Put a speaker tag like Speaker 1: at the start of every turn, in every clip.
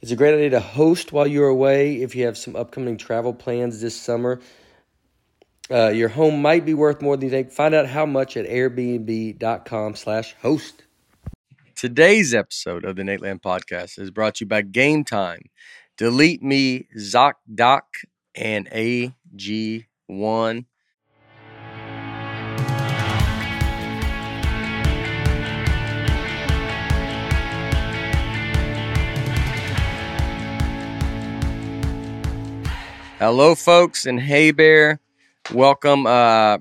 Speaker 1: It's a great idea to host while you're away if you have some upcoming travel plans this summer. Uh, your home might be worth more than you think. Find out how much at airbnb.com/host. Today's episode of the Nate Land Podcast is brought to you by Game Time, Delete Me, ZocDoc, and AG1. Hello, folks, and hey, Bear. Welcome uh,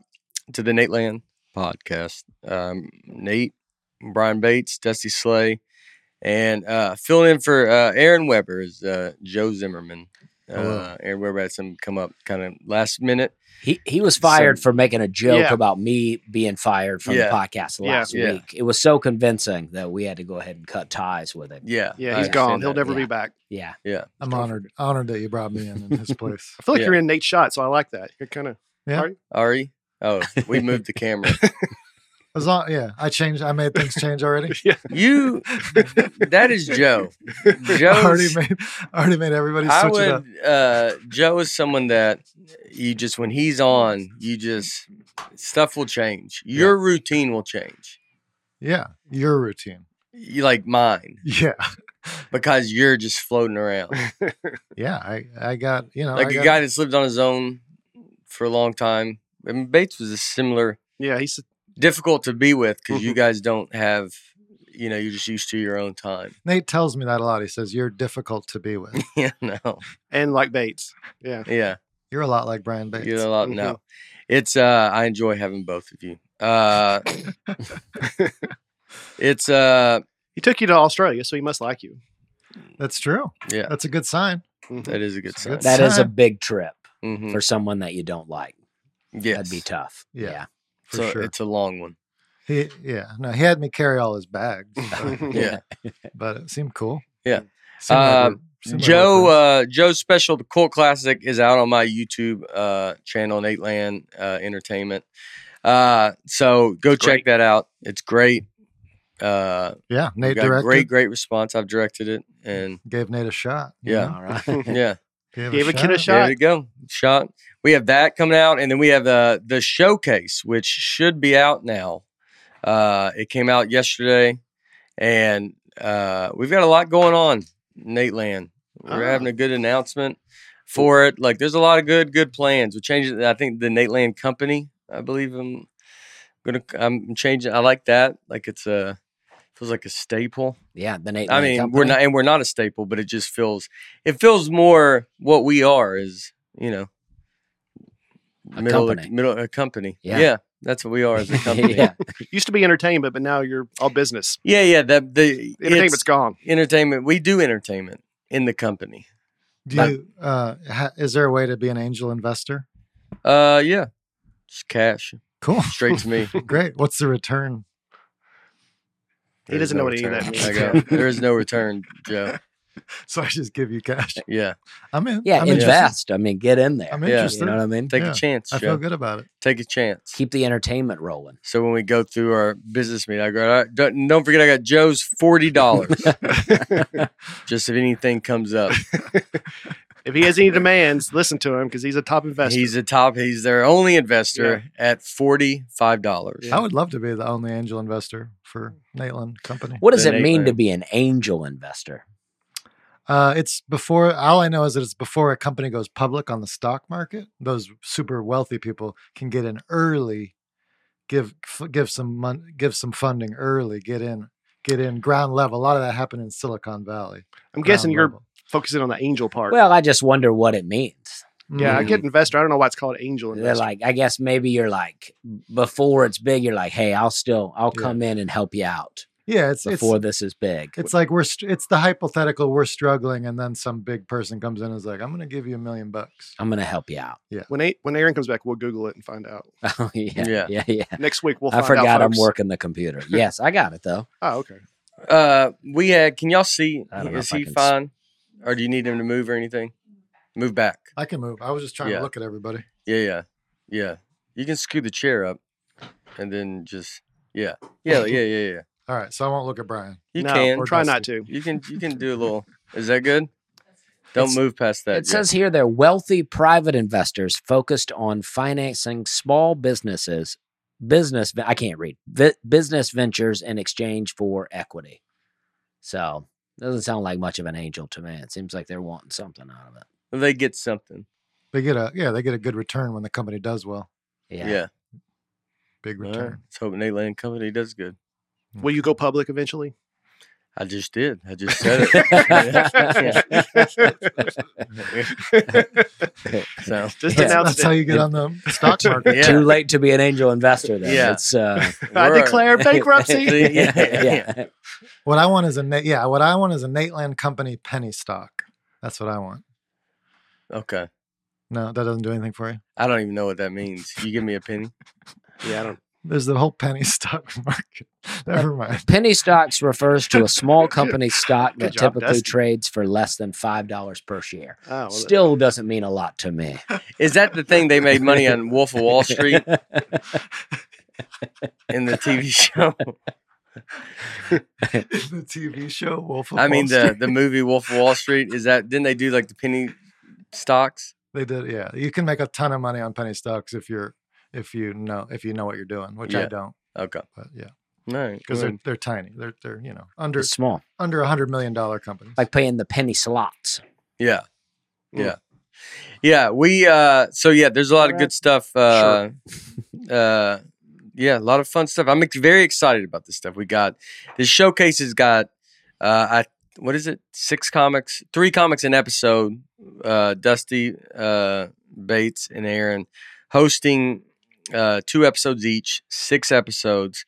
Speaker 1: to the Nate Land Podcast. Um, Nate, Brian Bates, Dusty Slay, and uh, filling in for uh, Aaron Weber is uh, Joe Zimmerman. Uh,
Speaker 2: Hello.
Speaker 1: Aaron Weber had some come up kind of last minute.
Speaker 3: He he was fired
Speaker 1: So-
Speaker 3: for making a joke
Speaker 2: Yeah.
Speaker 3: about me being fired from
Speaker 1: Yeah.
Speaker 3: the podcast
Speaker 2: Yeah.
Speaker 3: last
Speaker 1: Yeah.
Speaker 3: week. It was so convincing that we had to go ahead and cut ties with him.
Speaker 1: Yeah,
Speaker 2: Yeah,
Speaker 1: I
Speaker 2: he's gone.
Speaker 1: understand
Speaker 2: He'll
Speaker 1: that.
Speaker 2: never be
Speaker 3: Yeah.
Speaker 2: back.
Speaker 3: Yeah.
Speaker 2: It's
Speaker 4: I'm
Speaker 2: tough.
Speaker 4: honored honored that you brought me in in his place.
Speaker 2: I feel like
Speaker 1: Yeah.
Speaker 2: you're in Nate's shot, so I like that. You're kind of
Speaker 1: Ari. Oh, we moved the camera.
Speaker 4: As long, yeah, I changed. I made things change already.
Speaker 1: You, that is Joe.
Speaker 4: I already
Speaker 1: Joe's
Speaker 4: made I already made everybody
Speaker 1: I
Speaker 4: switch it up.
Speaker 1: would. Uh, Joe is someone that you just when he's on, you just stuff will change. Your routine will change.
Speaker 4: Yeah, your routine.
Speaker 1: You like mine
Speaker 4: Yeah,
Speaker 1: because you're just floating around
Speaker 4: yeah. I I got you know
Speaker 1: like
Speaker 4: I
Speaker 1: a
Speaker 4: got-
Speaker 1: guy that's lived on his own for a long time. I mean, Bates was a similar,
Speaker 2: yeah. He's
Speaker 1: difficult to be with because
Speaker 4: Mm-hmm.
Speaker 1: you guys don't have, you know, you're just used to your own time.
Speaker 4: Nate tells me that a lot. He says you're difficult to be with.
Speaker 1: yeah, no,
Speaker 2: and like Bates. Yeah,
Speaker 1: yeah.
Speaker 4: You're a lot like Brian Bates.
Speaker 1: You're a lot
Speaker 2: Mhm.
Speaker 1: uh, no. It's uh I enjoy having both of you. Uh it's uh
Speaker 2: he took you to Australia, so he must like you.
Speaker 4: That's true.
Speaker 1: yeah,
Speaker 4: That's a good sign.
Speaker 2: Mhm.
Speaker 1: that is a good
Speaker 4: It's
Speaker 1: sign.
Speaker 4: good
Speaker 3: that is a
Speaker 4: Son.
Speaker 3: big trip
Speaker 1: hmm
Speaker 3: for someone that you don't like.
Speaker 1: Yes.
Speaker 3: That'd be tough.
Speaker 4: Yeah.
Speaker 3: Yeah.
Speaker 4: For
Speaker 1: so
Speaker 4: sure.
Speaker 1: it's a long one.
Speaker 4: He yeah. No, he had me carry all his bags, but,
Speaker 1: Yeah.
Speaker 4: but it seemed cool.
Speaker 1: Yeah.
Speaker 4: Seemed like
Speaker 1: Um,
Speaker 4: we're- seemed like
Speaker 1: Joe
Speaker 4: we're
Speaker 1: uh Joe's special, the Cult Classic, is out on my YouTube uh channel, Nate Land uh Entertainment. Uh so go
Speaker 2: It's
Speaker 1: check
Speaker 2: great.
Speaker 1: that out. It's great. Uh
Speaker 4: friends. yeah.
Speaker 1: we
Speaker 4: Nate
Speaker 1: got a
Speaker 4: directed.
Speaker 1: great, great response. I've directed it and
Speaker 4: Gave Nate a shot. you
Speaker 1: Yeah.
Speaker 4: know?
Speaker 3: All right.
Speaker 1: yeah.
Speaker 2: Gave a kid a shot.
Speaker 1: There you go. Shot. We have that coming out, and then we have uh, the showcase, which should be out now. Uh, it came out yesterday, and uh, we've got a lot going on, Nate Land. We're
Speaker 2: Ah.
Speaker 1: having a good announcement for it. Like, there's a lot of good, good plans. We're changing. I think the Nate Land company. I believe I'm gonna. I'm changing. I like that. Like it's a feels like a staple.
Speaker 3: Yeah. The Nate
Speaker 1: I
Speaker 3: Land
Speaker 1: mean,
Speaker 3: Company.
Speaker 1: we're not, and we're not a staple, but it just feels, it feels more what we are is, you know,
Speaker 3: A
Speaker 1: middle,
Speaker 3: company.
Speaker 1: middle, a company. Yeah.
Speaker 3: Yeah.
Speaker 1: that's what we are as a company. yeah.
Speaker 3: yeah.
Speaker 2: Used to be entertainment, but now you're all business.
Speaker 1: yeah, That the
Speaker 2: Entertainment's
Speaker 1: it's
Speaker 2: gone.
Speaker 1: entertainment. We do entertainment in the company.
Speaker 4: Do you, uh, ha, is there a way to be an angel investor?
Speaker 1: Uh, yeah, just cash
Speaker 4: Cool.
Speaker 1: straight to me.
Speaker 4: Great. What's the return?
Speaker 2: He
Speaker 1: There is
Speaker 2: doesn't know what any of
Speaker 1: return.
Speaker 2: that
Speaker 1: I
Speaker 2: means.
Speaker 1: go, there is no return, Joe.
Speaker 4: So I just give you cash.
Speaker 1: Yeah,
Speaker 4: I'm in.
Speaker 3: Yeah.
Speaker 4: I'm interested.
Speaker 3: invest. I mean, get in there.
Speaker 4: I'm
Speaker 1: Yeah.
Speaker 4: interested.
Speaker 3: You know what I mean?
Speaker 1: take
Speaker 4: Yeah,
Speaker 1: a chance,
Speaker 4: I
Speaker 1: Joe.
Speaker 4: feel good about it.
Speaker 1: Take a chance.
Speaker 3: Keep the entertainment rolling.
Speaker 1: So when we go through our business meeting, I go, All right, don't, don't forget, I got Joe's forty dollars. Just if anything comes up,
Speaker 2: If he has any demands, listen to him because he's a top investor.
Speaker 1: he's a top. He's their only investor at forty five dollars.
Speaker 4: I would love to be the only angel investor for Nateland Company.
Speaker 3: What does
Speaker 1: The
Speaker 3: it
Speaker 1: Nate
Speaker 3: mean to
Speaker 1: Land.
Speaker 3: be an angel investor?
Speaker 4: Uh, it's before all I know is that it's before a company goes public on the stock market. Those super wealthy people can get in early, give f- give some mon- give some funding early, get in get in ground level. A lot of that happened in Silicon Valley.
Speaker 2: I'm guessing
Speaker 4: ground
Speaker 2: you're
Speaker 4: level.
Speaker 2: focusing on the angel part.
Speaker 3: Well, I just wonder what it means.
Speaker 2: yeah,
Speaker 4: Mhm.
Speaker 2: I
Speaker 1: mm-hmm.
Speaker 2: get investor. I don't know why it's called angel
Speaker 3: They're
Speaker 2: investor.
Speaker 3: like, I guess maybe you're like before it's big, you're like, hey, I'll still I'll
Speaker 4: Yeah.
Speaker 3: come in and help you out
Speaker 4: yeah. It's it's
Speaker 3: before this is big.
Speaker 4: it's like we're str- it's the hypothetical we're struggling, and then some big person comes in and is like, "I'm going to give you a million bucks."
Speaker 3: I'm gonna help you out.
Speaker 2: when a- when Aaron comes back, we'll Google it and find out.
Speaker 3: Oh yeah,
Speaker 1: Yeah.
Speaker 3: yeah, yeah.
Speaker 2: Next week we'll.
Speaker 3: I
Speaker 2: Find
Speaker 3: forgot
Speaker 2: out,
Speaker 3: I'm
Speaker 2: folks.
Speaker 3: working the computer. Yes, I got it though.
Speaker 2: Oh, okay.
Speaker 1: Uh, we had. Can y'all see?
Speaker 3: I don't know
Speaker 1: Is
Speaker 3: if I
Speaker 1: he
Speaker 3: can s-
Speaker 1: fine, or do you need him to move or anything? Move back.
Speaker 4: I can move. I was just trying
Speaker 1: Yeah.
Speaker 4: to look at everybody.
Speaker 1: Yeah, yeah, yeah. You can scoot the chair up, and then just yeah, yeah, yeah, yeah, yeah.
Speaker 4: All right, so I won't look at Brian.
Speaker 1: You
Speaker 2: no,
Speaker 1: can
Speaker 4: Or
Speaker 2: try
Speaker 4: Dusty.
Speaker 2: not to.
Speaker 1: You can you can do a little. Is that good? Don't
Speaker 3: It's-
Speaker 1: move past that.
Speaker 3: it
Speaker 1: yet.
Speaker 3: says here they're wealthy private investors focused on financing small businesses, business. I can't read vi- business ventures in exchange for equity. So doesn't sound like much of an angel to me. It seems like they're wanting something out of it.
Speaker 1: they get something.
Speaker 4: They get a yeah, they get a good return when the company does well.
Speaker 1: Yeah.
Speaker 3: Yeah.
Speaker 4: Big
Speaker 1: All right.
Speaker 4: return.
Speaker 1: Let's hope Nate Land Company does good.
Speaker 2: Will you go public eventually?
Speaker 1: I just did. I just said it. so
Speaker 2: Just
Speaker 3: Yeah.
Speaker 2: announced
Speaker 4: That's how
Speaker 2: it.
Speaker 4: you get on the stock market.
Speaker 1: yeah.
Speaker 3: Too late to be an angel investor. Then
Speaker 1: Yeah.
Speaker 3: it's uh,
Speaker 2: I
Speaker 1: We're-
Speaker 2: declare bankruptcy.
Speaker 1: See? Yeah, yeah, yeah.
Speaker 4: What I want is a Na- yeah. What I want is a Nateland Company penny stock. That's what I want.
Speaker 1: Okay.
Speaker 4: No, that doesn't do anything for you.
Speaker 1: I don't even know what that means. You give me a penny.
Speaker 2: yeah, I don't.
Speaker 1: oh,
Speaker 4: There's the whole penny stock market. Never mind.
Speaker 3: Penny stocks refers to a small company's stock
Speaker 2: Good
Speaker 3: that
Speaker 2: job,
Speaker 3: typically
Speaker 2: Dusty.
Speaker 3: trades for less than five dollars per share.
Speaker 2: Oh, well,
Speaker 3: Still doesn't mean a lot to me.
Speaker 1: Is that the thing they made money on Wolf of Wall Street in the TV show?
Speaker 4: the TV show Wolf. Of
Speaker 1: I mean
Speaker 4: Wall
Speaker 1: the
Speaker 4: Street.
Speaker 1: the movie Wolf of Wall Street. Is that didn't they do like the penny stocks?
Speaker 4: they did. Yeah, you can make a ton of money on penny stocks if you're if you know if you know what you're doing, which I
Speaker 1: Yeah.
Speaker 4: don't.
Speaker 1: Okay.
Speaker 4: But yeah,
Speaker 1: No,
Speaker 4: because they're they're tiny. They're they're you know under
Speaker 3: It's small,
Speaker 4: under a hundred million dollar companies.
Speaker 3: like paying the penny slots.
Speaker 1: yeah.
Speaker 2: Mm.
Speaker 1: Yeah. Yeah, we uh so yeah, there's a lot of
Speaker 3: Alright.
Speaker 1: good stuff uh uh yeah, a lot of fun stuff. I'm ex- very excited about this stuff. We got this showcase has got uh I what is it? Six comics, three comics an episode. Uh Dusty uh Bates and Aaron hosting uh two episodes each, six episodes,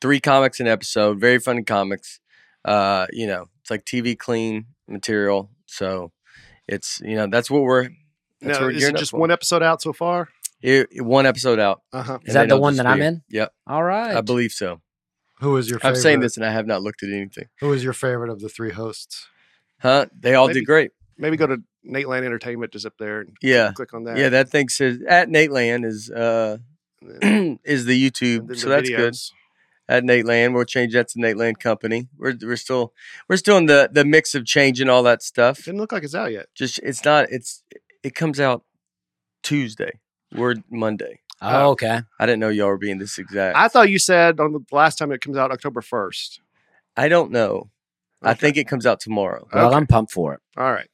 Speaker 1: three comics an episode, very funny comics. Uh you know, it's like TV clean material. So it's you know that's what we're that's
Speaker 2: no,
Speaker 1: what we're
Speaker 2: is
Speaker 1: gearing
Speaker 2: it
Speaker 1: up
Speaker 2: just
Speaker 1: for.
Speaker 2: one episode out so far?
Speaker 1: It- it- one episode out.
Speaker 2: Uh huh.
Speaker 1: and
Speaker 3: Is that
Speaker 1: then
Speaker 3: the
Speaker 1: it'll
Speaker 3: one
Speaker 1: just
Speaker 3: that I'm
Speaker 1: be-
Speaker 3: in?
Speaker 1: Yep,
Speaker 3: All right.
Speaker 1: I believe so.
Speaker 4: Who was your?
Speaker 1: I'm
Speaker 4: Favorite?
Speaker 1: saying this, and I have not looked at anything.
Speaker 4: Who was your favorite of the three hosts?
Speaker 1: Huh? They all
Speaker 2: Maybe-
Speaker 1: did great.
Speaker 2: Maybe go to Nate Land Entertainment just up there and
Speaker 1: Mm-hmm. Yeah,
Speaker 2: click on that.
Speaker 1: yeah. That thing says at Nate Land is uh
Speaker 2: And then-
Speaker 1: is the
Speaker 2: and
Speaker 1: YouTube,
Speaker 2: then
Speaker 1: so
Speaker 2: the
Speaker 1: that's good.
Speaker 2: videos.
Speaker 1: At Nate Land, we'll change that to Nate Land Company. We're we're still we're still in the the mix of changing all that stuff.
Speaker 2: Didn't look like it's out yet.
Speaker 1: Just it's not it's it comes out Tuesday. We're Monday.
Speaker 3: Oh, okay.
Speaker 1: I didn't know y'all were being this exact.
Speaker 2: I thought you said on the last time it comes out October first.
Speaker 1: I don't know. I think it comes out tomorrow.
Speaker 3: Well,
Speaker 2: Okay.
Speaker 3: I'm pumped for it.
Speaker 2: All right.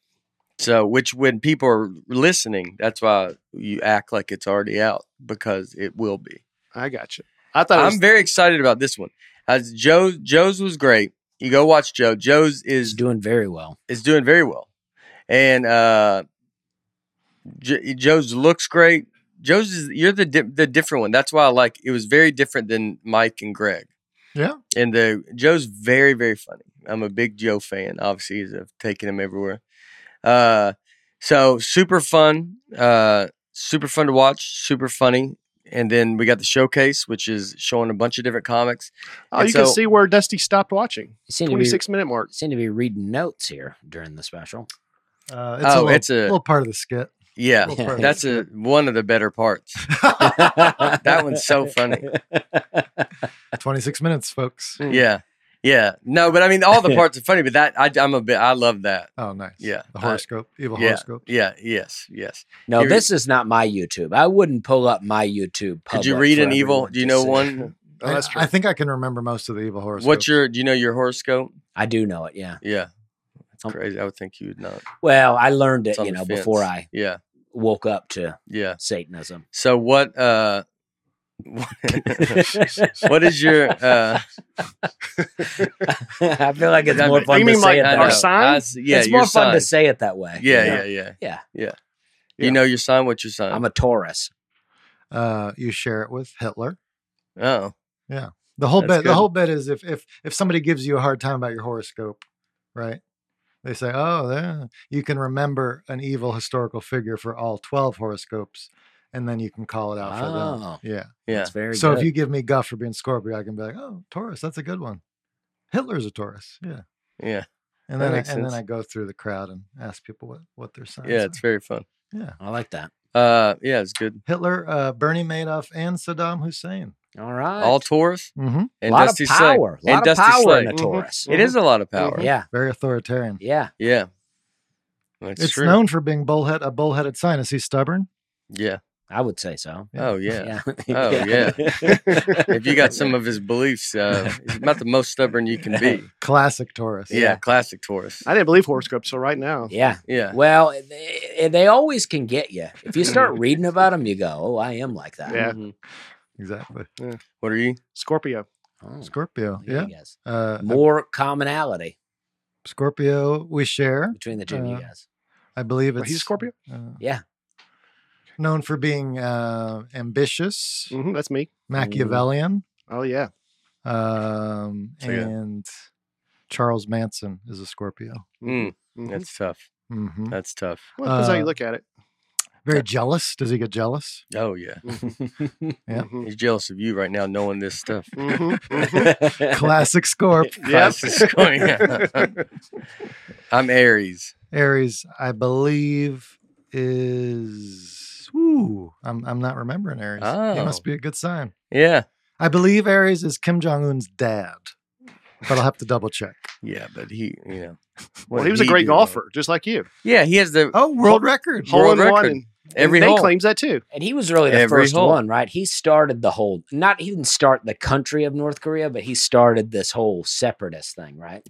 Speaker 1: So, which when people are listening, that's why you act like it's already out because it will be.
Speaker 2: I got you. I thought it was,
Speaker 1: I'm very excited about this one. As Joe, Joe's was great. You go watch Joe. Joe's
Speaker 3: It's
Speaker 1: is
Speaker 3: doing very well.
Speaker 1: is doing very well, and uh, J- Joe's looks great. Joe's is you're the di- the different one. That's why I like it was very different than Mike and Greg.
Speaker 4: Yeah.
Speaker 1: and the Joe's very very funny. I'm a big Joe fan. Obviously, as I've taken him everywhere. Uh, so super fun. Uh, super fun to watch. Super funny. And then we got the showcase, which is showing a bunch of different comics.
Speaker 2: oh,
Speaker 1: and
Speaker 2: you can
Speaker 1: so-
Speaker 2: see where Dusty stopped watching.
Speaker 3: You seem to
Speaker 2: Twenty
Speaker 3: be
Speaker 2: six minute mark.
Speaker 3: seem to be reading notes here during the special.
Speaker 1: Oh,
Speaker 4: Uh, little,
Speaker 1: it's a-
Speaker 4: little part of the skit.
Speaker 1: Yeah,
Speaker 4: Little part of the
Speaker 1: that's a
Speaker 4: skit.
Speaker 1: one of the better parts.
Speaker 3: that
Speaker 1: one's so funny.
Speaker 4: twenty six minutes, folks.
Speaker 2: Mm.
Speaker 1: Yeah, yeah. No, but I mean, all the parts are funny. But that I, I'm a bit. I love that.
Speaker 4: Oh, nice.
Speaker 1: Yeah,
Speaker 4: the
Speaker 1: I-
Speaker 4: horoscope, evil
Speaker 1: yeah.
Speaker 4: horoscope.
Speaker 1: Yeah. Yes. Yes.
Speaker 3: No,
Speaker 1: You're-
Speaker 3: this is not my YouTube. I wouldn't pull up my YouTube.
Speaker 1: Could you
Speaker 3: public
Speaker 1: read
Speaker 3: for
Speaker 1: an evil?
Speaker 3: everyone
Speaker 1: Do you
Speaker 3: to
Speaker 1: know
Speaker 3: see.
Speaker 1: one?
Speaker 2: Oh, that's
Speaker 4: I-
Speaker 2: true.
Speaker 4: I think I can remember most of the evil horoscope.
Speaker 1: What's your? Do you know your horoscope?
Speaker 3: I do know it. Yeah.
Speaker 1: Yeah.
Speaker 3: Um,
Speaker 1: Crazy. I would think you would not.
Speaker 3: Well, I learned it,
Speaker 1: It's on
Speaker 3: you
Speaker 1: the
Speaker 3: know,
Speaker 1: fence.
Speaker 3: before I
Speaker 1: Yeah.
Speaker 3: woke up to
Speaker 1: Yeah.
Speaker 3: Satanism.
Speaker 1: So what? uh What is your? uh
Speaker 3: I feel like it's
Speaker 1: I
Speaker 3: more
Speaker 1: mean-
Speaker 3: fun
Speaker 2: You
Speaker 3: to
Speaker 2: mean
Speaker 3: say
Speaker 2: like
Speaker 3: it
Speaker 1: I
Speaker 3: that
Speaker 2: our
Speaker 1: know.
Speaker 3: way.
Speaker 2: sign?
Speaker 1: I s- yeah,
Speaker 3: it's
Speaker 1: your
Speaker 3: more fun
Speaker 1: sign.
Speaker 3: to say it that way.
Speaker 1: Yeah,
Speaker 3: you know?
Speaker 1: yeah, yeah,
Speaker 3: Yeah.
Speaker 1: yeah.
Speaker 2: Yeah.
Speaker 1: You know your sign. What's your sign?
Speaker 3: I'm a Taurus.
Speaker 4: Uh, you share it with Hitler.
Speaker 1: oh,
Speaker 4: The whole
Speaker 2: That's
Speaker 4: bit.
Speaker 2: good.
Speaker 4: The whole bit is if if if somebody gives you a hard time about your horoscope, right? They say, "Oh, yeah. you can remember an evil historical figure for all twelve horoscopes, and then you can call it out
Speaker 3: Wow.
Speaker 1: Ah,
Speaker 4: for them."
Speaker 1: yeah.
Speaker 3: Oh, That's very
Speaker 4: Yeah. So
Speaker 3: good.
Speaker 4: if you give me guff for being Scorpio, I can be like, "Oh, Taurus, that's a good one." Hitler's a Taurus, yeah.
Speaker 1: Yeah,
Speaker 4: And
Speaker 1: That
Speaker 4: then I,
Speaker 1: makes
Speaker 4: and then
Speaker 1: sense.
Speaker 4: I go through the crowd and ask people what what their signs.
Speaker 1: yeah.
Speaker 4: are.
Speaker 1: It's very fun.
Speaker 4: yeah.
Speaker 3: I like that.
Speaker 1: Uh, yeah, it's good.
Speaker 4: Hitler, uh, Bernie Madoff, and Saddam Hussein.
Speaker 3: All right.
Speaker 1: All Taurus
Speaker 4: Mm-hmm.
Speaker 1: and
Speaker 3: lot of
Speaker 1: Dusty Slay.
Speaker 3: power.
Speaker 1: and
Speaker 3: lot of
Speaker 1: Dusty
Speaker 3: power
Speaker 1: Slay.
Speaker 3: in a
Speaker 1: Mhm.
Speaker 3: Taurus.
Speaker 1: It is a lot
Speaker 2: Mm-hmm.
Speaker 1: of power.
Speaker 3: Yeah.
Speaker 4: Very authoritarian.
Speaker 3: Yeah.
Speaker 1: yeah. That's
Speaker 4: it's
Speaker 1: true.
Speaker 4: known for being bullhead a bullheaded sign. Is he stubborn?
Speaker 1: yeah.
Speaker 3: I would say so.
Speaker 4: Yeah.
Speaker 1: Oh yeah.
Speaker 3: Yeah.
Speaker 1: Oh, if you got some of his beliefs, uh, he's about the most stubborn you can be.
Speaker 4: Classic Taurus.
Speaker 1: Yeah, classic Taurus.
Speaker 2: I didn't believe horoscopes till right now.
Speaker 3: yeah.
Speaker 1: Yeah,
Speaker 3: Well, they, they always can get you. If you start reading about them, you go, "Oh, I am like that."
Speaker 2: Yeah.
Speaker 1: Mhm.
Speaker 4: Exactly.
Speaker 1: What are you?
Speaker 2: Mm-hmm. Scorpio.
Speaker 3: Oh,
Speaker 4: Scorpio.
Speaker 3: yeah, I
Speaker 4: Yeah.
Speaker 3: guess.
Speaker 4: Uh,
Speaker 3: More commonality
Speaker 4: Scorpio, we share.
Speaker 3: between the two of you
Speaker 4: Uh,
Speaker 3: guys.
Speaker 4: I believe
Speaker 2: Wait,
Speaker 4: it's.
Speaker 2: he's a Scorpio.
Speaker 4: uh,
Speaker 3: Yeah.
Speaker 4: Known for being uh, ambitious,
Speaker 1: Mm-hmm.
Speaker 2: hmm that's me.
Speaker 4: Machiavellian,
Speaker 2: Oh yeah.
Speaker 4: um,
Speaker 1: So, yeah.
Speaker 4: and Charles Manson is a Scorpio.
Speaker 1: Mm,
Speaker 2: Mhm.
Speaker 1: That's tough.
Speaker 4: hmm
Speaker 1: That's tough.
Speaker 2: Well, depends how you
Speaker 4: uh,
Speaker 2: look at it.
Speaker 4: Very jealous. Does he get jealous?
Speaker 1: Oh yeah,
Speaker 4: Yeah.
Speaker 1: he's jealous of you right now, knowing this stuff.
Speaker 2: Mm-hmm.
Speaker 4: Classic Scorp.
Speaker 1: Classic Scorpio. I'm Aries.
Speaker 4: Aries, I believe, is. Ooh, I'm I'm not remembering Aries. It
Speaker 1: Oh.
Speaker 4: must be a good sign.
Speaker 1: Yeah,
Speaker 4: I believe Aries is Kim Jong Un's dad, but I'll have to double check.
Speaker 1: yeah, but he, you know, what
Speaker 2: well,
Speaker 1: did
Speaker 2: he was a
Speaker 1: do
Speaker 2: great
Speaker 1: wrong?
Speaker 2: golfer, just like you.
Speaker 1: Yeah, he has the
Speaker 4: Oh, world record!
Speaker 2: Hole
Speaker 1: World
Speaker 2: in one,
Speaker 1: record.
Speaker 2: and
Speaker 1: every
Speaker 2: they
Speaker 1: hole.
Speaker 2: claims that too.
Speaker 3: And he was really the
Speaker 1: Every
Speaker 3: first
Speaker 1: hole.
Speaker 3: one, right? He started the whole not he didn't start the country of North Korea, but he started this whole separatist thing, right?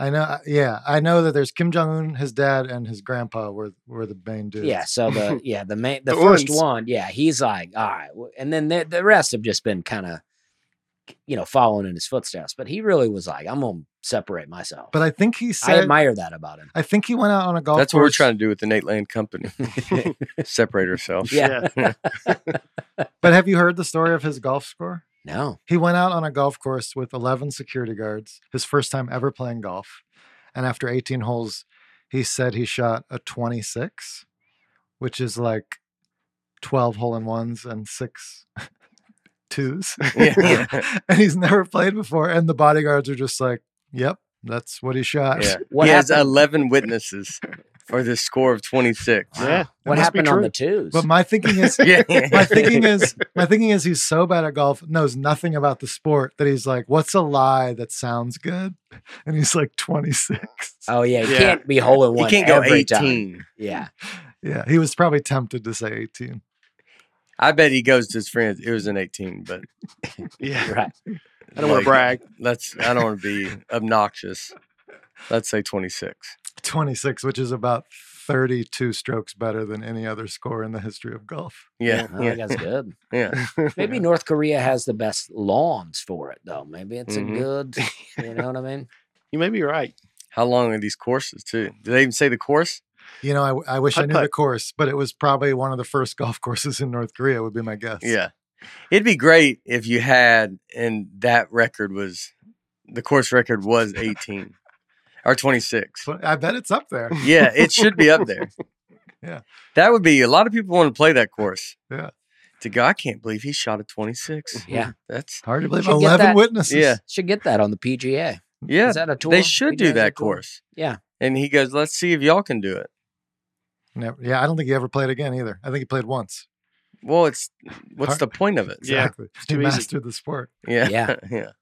Speaker 4: I know. uh, Yeah, I know that there's Kim Jong Un, his dad, and his grandpa were were the main dudes.
Speaker 3: Yeah. So the yeah the main the,
Speaker 2: The
Speaker 3: first
Speaker 2: ones.
Speaker 3: one, yeah, he's like, all right, w- and then the, the rest have just been kind of you know following in his footsteps. But he really was like, I'm gonna separate myself.
Speaker 4: But I think he
Speaker 3: I
Speaker 4: said.
Speaker 3: admire that about him.
Speaker 4: I think he went out on a golf.
Speaker 1: That's what
Speaker 4: course.
Speaker 1: we're trying to do with the Nate Land Company. Separate ourselves.
Speaker 3: Yeah.
Speaker 4: But have you heard the story of his golf score?
Speaker 3: No.
Speaker 4: He went out on a golf course with 11 security guards, his first time ever playing golf. And after 18 holes, he said he shot a 26, which is like 12 hole in ones and six twos.
Speaker 1: Yeah.
Speaker 4: and he's never played before. And the bodyguards are just like, yep, that's what he shot.
Speaker 1: yeah.
Speaker 3: What
Speaker 1: he has
Speaker 3: happened-
Speaker 1: 11 witnesses for this score of 26.
Speaker 2: yeah.
Speaker 3: What
Speaker 4: must be
Speaker 3: happened on
Speaker 4: true.
Speaker 3: the twos?
Speaker 4: But my thinking is,
Speaker 1: Yeah.
Speaker 4: my thinking is my thinking is he's so bad at golf knows nothing about the sport that he's like what's a lie that sounds good and he's like 26
Speaker 2: Uh,
Speaker 3: oh yeah, you
Speaker 2: Yeah.
Speaker 3: can't be hole in
Speaker 1: he
Speaker 3: one.
Speaker 1: can't go
Speaker 3: every time.
Speaker 1: 18.
Speaker 3: Yeah.
Speaker 4: yeah he was probably tempted to say 18
Speaker 1: I bet he goes to his friends. It was an 18, but
Speaker 2: yeah.
Speaker 3: Right.
Speaker 2: I don't want to brag.
Speaker 1: Let's. I don't want to be obnoxious. Let's say 26.
Speaker 4: 26 which is about 32 strokes better than any other score in the history of golf
Speaker 1: Yeah.
Speaker 3: Oh,
Speaker 1: Yeah.
Speaker 3: that's good.
Speaker 1: yeah.
Speaker 3: Maybe North Korea has the best lawns for it though. Maybe it's
Speaker 1: Mhm.
Speaker 3: a good you know what I mean?
Speaker 2: You may be right.
Speaker 1: How long are these courses too? Do they even say the course?
Speaker 4: you know i, w- I wish i knew the
Speaker 2: Putt-putt.
Speaker 4: course but it was probably one of the first golf courses in north korea would be my guess
Speaker 1: Yeah. It'd be great if you had, and that record was, the course record was 18 or 26.
Speaker 4: but i bet it's up there
Speaker 1: Yeah, it should be up there.
Speaker 4: Yeah.
Speaker 1: That would be a lot of people want to play that course.
Speaker 4: Yeah.
Speaker 1: To go, I can't believe he shot a 26.
Speaker 3: Yeah.
Speaker 1: That's,
Speaker 4: hard to believe
Speaker 3: Should get
Speaker 4: 11
Speaker 3: that-
Speaker 4: witnesses
Speaker 1: yeah.
Speaker 3: Should get that on the PGA.
Speaker 1: Yeah.
Speaker 3: Is that a tour?
Speaker 1: They should
Speaker 3: PGA
Speaker 1: do
Speaker 3: is a
Speaker 1: that
Speaker 3: tour?
Speaker 1: course.
Speaker 3: Yeah.
Speaker 1: And he goes, let's see if y'all can do it.
Speaker 4: Never- yeah i don't think he ever played again either i think he played once
Speaker 1: Well, it's what's
Speaker 4: Hard-
Speaker 1: the point of it?
Speaker 2: Yeah.
Speaker 4: exactly he
Speaker 2: too easy.
Speaker 4: mastered the sport
Speaker 1: Yeah.
Speaker 3: Yeah.
Speaker 1: yeah.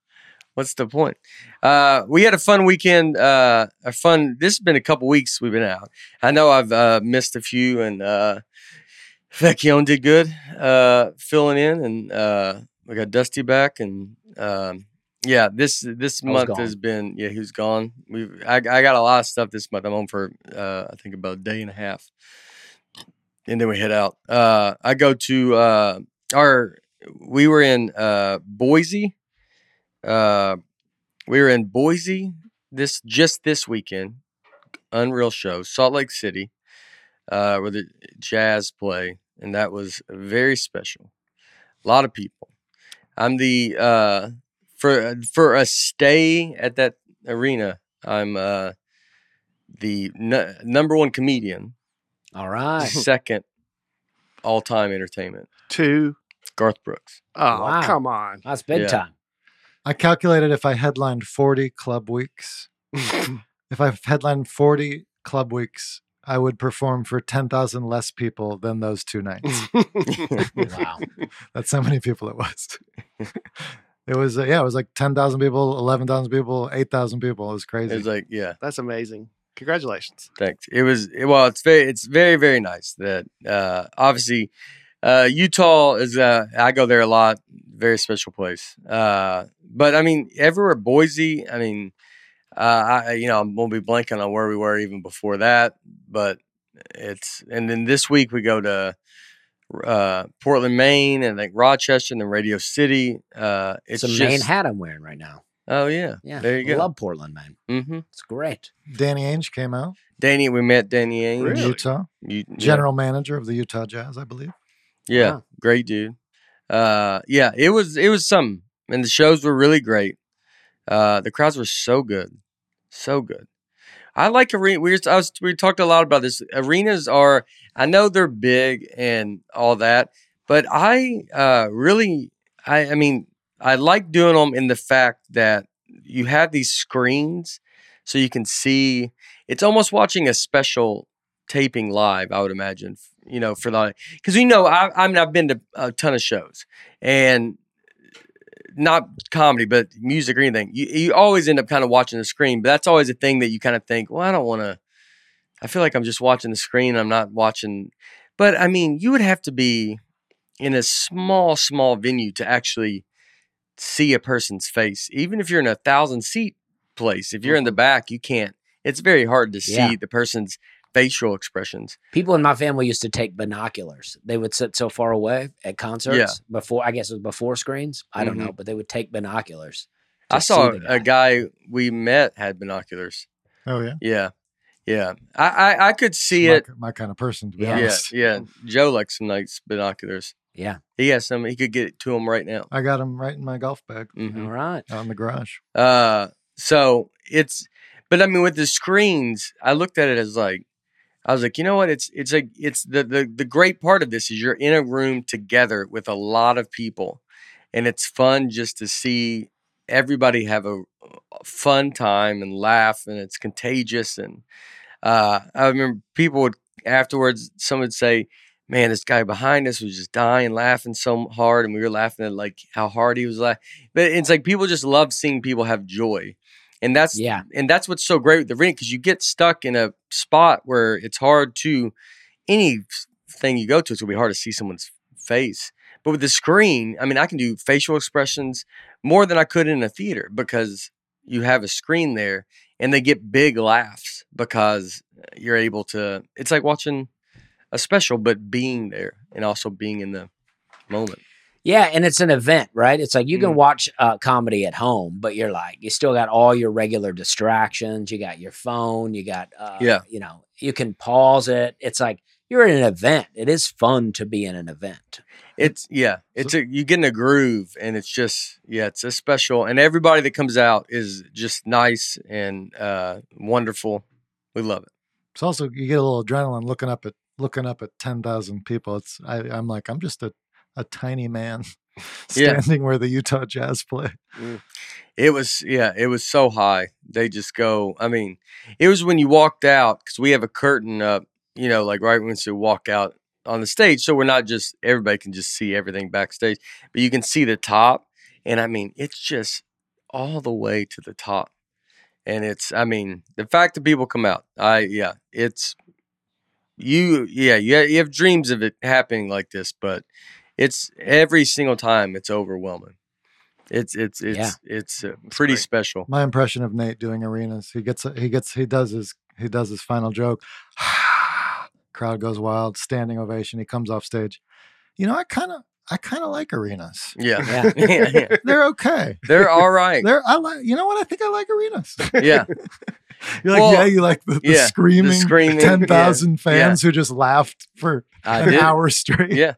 Speaker 1: What's the point? Uh, we had a fun weekend. Uh, a fun. This has been a couple weeks we've been out. I know I've uh, missed a few, and uh, Vecchione did good uh, filling in, and uh, we got Dusty back, and um, Yeah, this this
Speaker 3: was
Speaker 1: month
Speaker 3: gone.
Speaker 1: has been yeah he was gone. We have I I got a lot of stuff this month. I'm home for uh, I think about a day and a half, and then we head out. Uh, I go to uh, our we were in uh, Boise. Uh, we were in Boise this just this weekend. Unreal show, Salt Lake City, uh, where the jazz play, and that was very special. A lot of people. I'm the uh, for for a stay at that arena. I'm uh, the nu- number one comedian,
Speaker 3: All right.
Speaker 1: second all time entertainment.
Speaker 2: Two.
Speaker 1: Garth Brooks.
Speaker 2: Oh,
Speaker 3: Wow.
Speaker 2: come on.
Speaker 3: That's big
Speaker 1: Yeah.
Speaker 3: time.
Speaker 4: I calculated if I headlined 40 club weeks, if I headlined 40 club weeks, I would perform for 10,000 less people than those two nights.
Speaker 3: Wow.
Speaker 4: That's how many people it was. it was, uh, yeah, it was like 10,000 people, 11,000 people, 8,000 people. It was
Speaker 1: It
Speaker 4: crazy.
Speaker 1: was like yeah,
Speaker 2: That's amazing. Congratulations.
Speaker 1: thanks. It was it- well. It's very it's very very nice that uh, obviously uh, Utah is. Uh, I go there a lot. Very special place. Uh, but I mean everywhere Boise. I mean. Uh, I you know I'm gonna be blanking on where we were even before that, but it's and then this week we go to uh, Portland, Maine, and like Rochester, and then Radio City. Uh,
Speaker 3: It's
Speaker 1: it's
Speaker 3: a
Speaker 1: just,
Speaker 3: main hat I'm wearing right now.
Speaker 1: Oh yeah,
Speaker 3: Yeah.
Speaker 1: There you go.
Speaker 3: Love Portland, man.
Speaker 1: mm-hmm.
Speaker 3: It's great.
Speaker 4: Danny Ainge came out
Speaker 1: Danny, we met Danny Ainge,
Speaker 4: in
Speaker 2: Really?
Speaker 4: Utah,
Speaker 1: You- yeah.
Speaker 4: general manager of the Utah Jazz, I believe.
Speaker 1: Yeah,
Speaker 3: Wow.
Speaker 1: great dude. Uh, yeah, it was it was some, and the shows were really great. Uh, the crowds were so good, so good. I like arena. We were, I was, we talked a lot about this. Arenas are, I know they're big and all that, but I uh, really, I, I mean, I like doing them in the fact that you have these screens, so you can see. It's almost watching a special taping live. I would imagine, f- you know, for the because you know I, I mean I've been to a ton of shows and not comedy but music or anything you, you always end up kind of watching the screen but that's always a thing that you kind of think well I don't want to I feel like I'm just watching the screen I'm not watching but I mean you would have to be in a small small venue to actually see a person's face even if you're in a thousand seat place if you're in the back you can't it's very hard to see
Speaker 3: Yeah.
Speaker 1: the person's facial expressions
Speaker 3: People in my family used to take binoculars. They would sit so far away at concerts before, I guess it was before screens. I don't know, but they would take binoculars.
Speaker 1: Mm-hmm.
Speaker 3: to
Speaker 1: I saw
Speaker 3: see the
Speaker 1: a guy we met had binoculars.
Speaker 4: Oh, yeah.
Speaker 1: Yeah, yeah. I I, I could see
Speaker 4: my,
Speaker 1: it.
Speaker 4: my kind of person, to be
Speaker 3: Yeah.
Speaker 1: Yeah,
Speaker 4: honest.
Speaker 1: yeah. Joe likes some nice binoculars.
Speaker 3: Yeah.
Speaker 1: He has some. He could get it to him right now.
Speaker 4: I got him right in my golf bag
Speaker 1: Mhm.
Speaker 3: All Mm-hmm. right.
Speaker 4: out in the garage.
Speaker 1: Uh, so it's, but I mean, with the screens, I looked at it as like, I was like, you know what? It's it's like it's the the the great part of this is you're in a room together with a lot of people, and it's fun just to see everybody have a a fun time and laugh, and it's contagious. And uh, I remember people would afterwards, some would say. Man, this guy behind us was just dying, laughing so hard, and we were laughing at like how hard he was laughing. But it's like people just love seeing people have joy, and that's
Speaker 3: Yeah.
Speaker 1: and that's what's so great with the ring because you get stuck in a spot where it's hard to anything you go to it's gonna be hard to see someone's face but with the screen i mean i can do facial expressions more than i could in a theater because you have a screen there and they get big laughs because you're able to it's like watching a special but being there and also being in the moment
Speaker 3: Yeah, and it's an event, right? It's like you can
Speaker 1: Mhm.
Speaker 3: watch uh, comedy at home, but you're like you still got all your regular distractions. You got your phone. You got uh,
Speaker 1: Yeah.
Speaker 3: You know, you can pause it. It's like you're in an event. It is fun to be in an event.
Speaker 1: It's yeah. It's a, you get in a groove, and it's just yeah. It's a special, and everybody that comes out is just nice and uh, wonderful. We love it.
Speaker 4: it's also you get a little adrenaline looking up at looking up at ten thousand people. It's I, I'm like I'm just a, a tiny man
Speaker 1: Yeah.
Speaker 4: standing where the Utah Jazz play.
Speaker 1: It was yeah. It was so high. They just go. I mean, it was when you walked out because we have a curtain up. You know, like right when you walk out on the stage, so we're not just everybody can just see everything backstage, but you can see the top, and I mean, it's just all the way to the top. And it's, I mean, the fact that people come out, I, yeah, it's you yeah you you have dreams of it happening like this but it's every single time it's overwhelming It's it's it's
Speaker 3: Yeah.
Speaker 1: it's uh, pretty
Speaker 2: great.
Speaker 1: special.
Speaker 4: My impression of Nate doing arenas, he gets he gets he does his he does his final joke. Crowd goes wild, standing ovation. He comes off stage. You know, I kind of I kind of like arenas.
Speaker 1: Yeah, yeah, yeah.
Speaker 4: They're okay.
Speaker 1: they're all right.
Speaker 4: They're I like. You know what? I think I like arenas.
Speaker 1: yeah,
Speaker 4: You're like,
Speaker 1: Well,
Speaker 4: yeah, you like the, the
Speaker 1: yeah, the
Speaker 4: screaming,
Speaker 1: screaming, yeah,
Speaker 4: ten thousand fans who just laughed for
Speaker 1: I
Speaker 4: an
Speaker 1: did.
Speaker 4: hour straight.
Speaker 1: Yeah.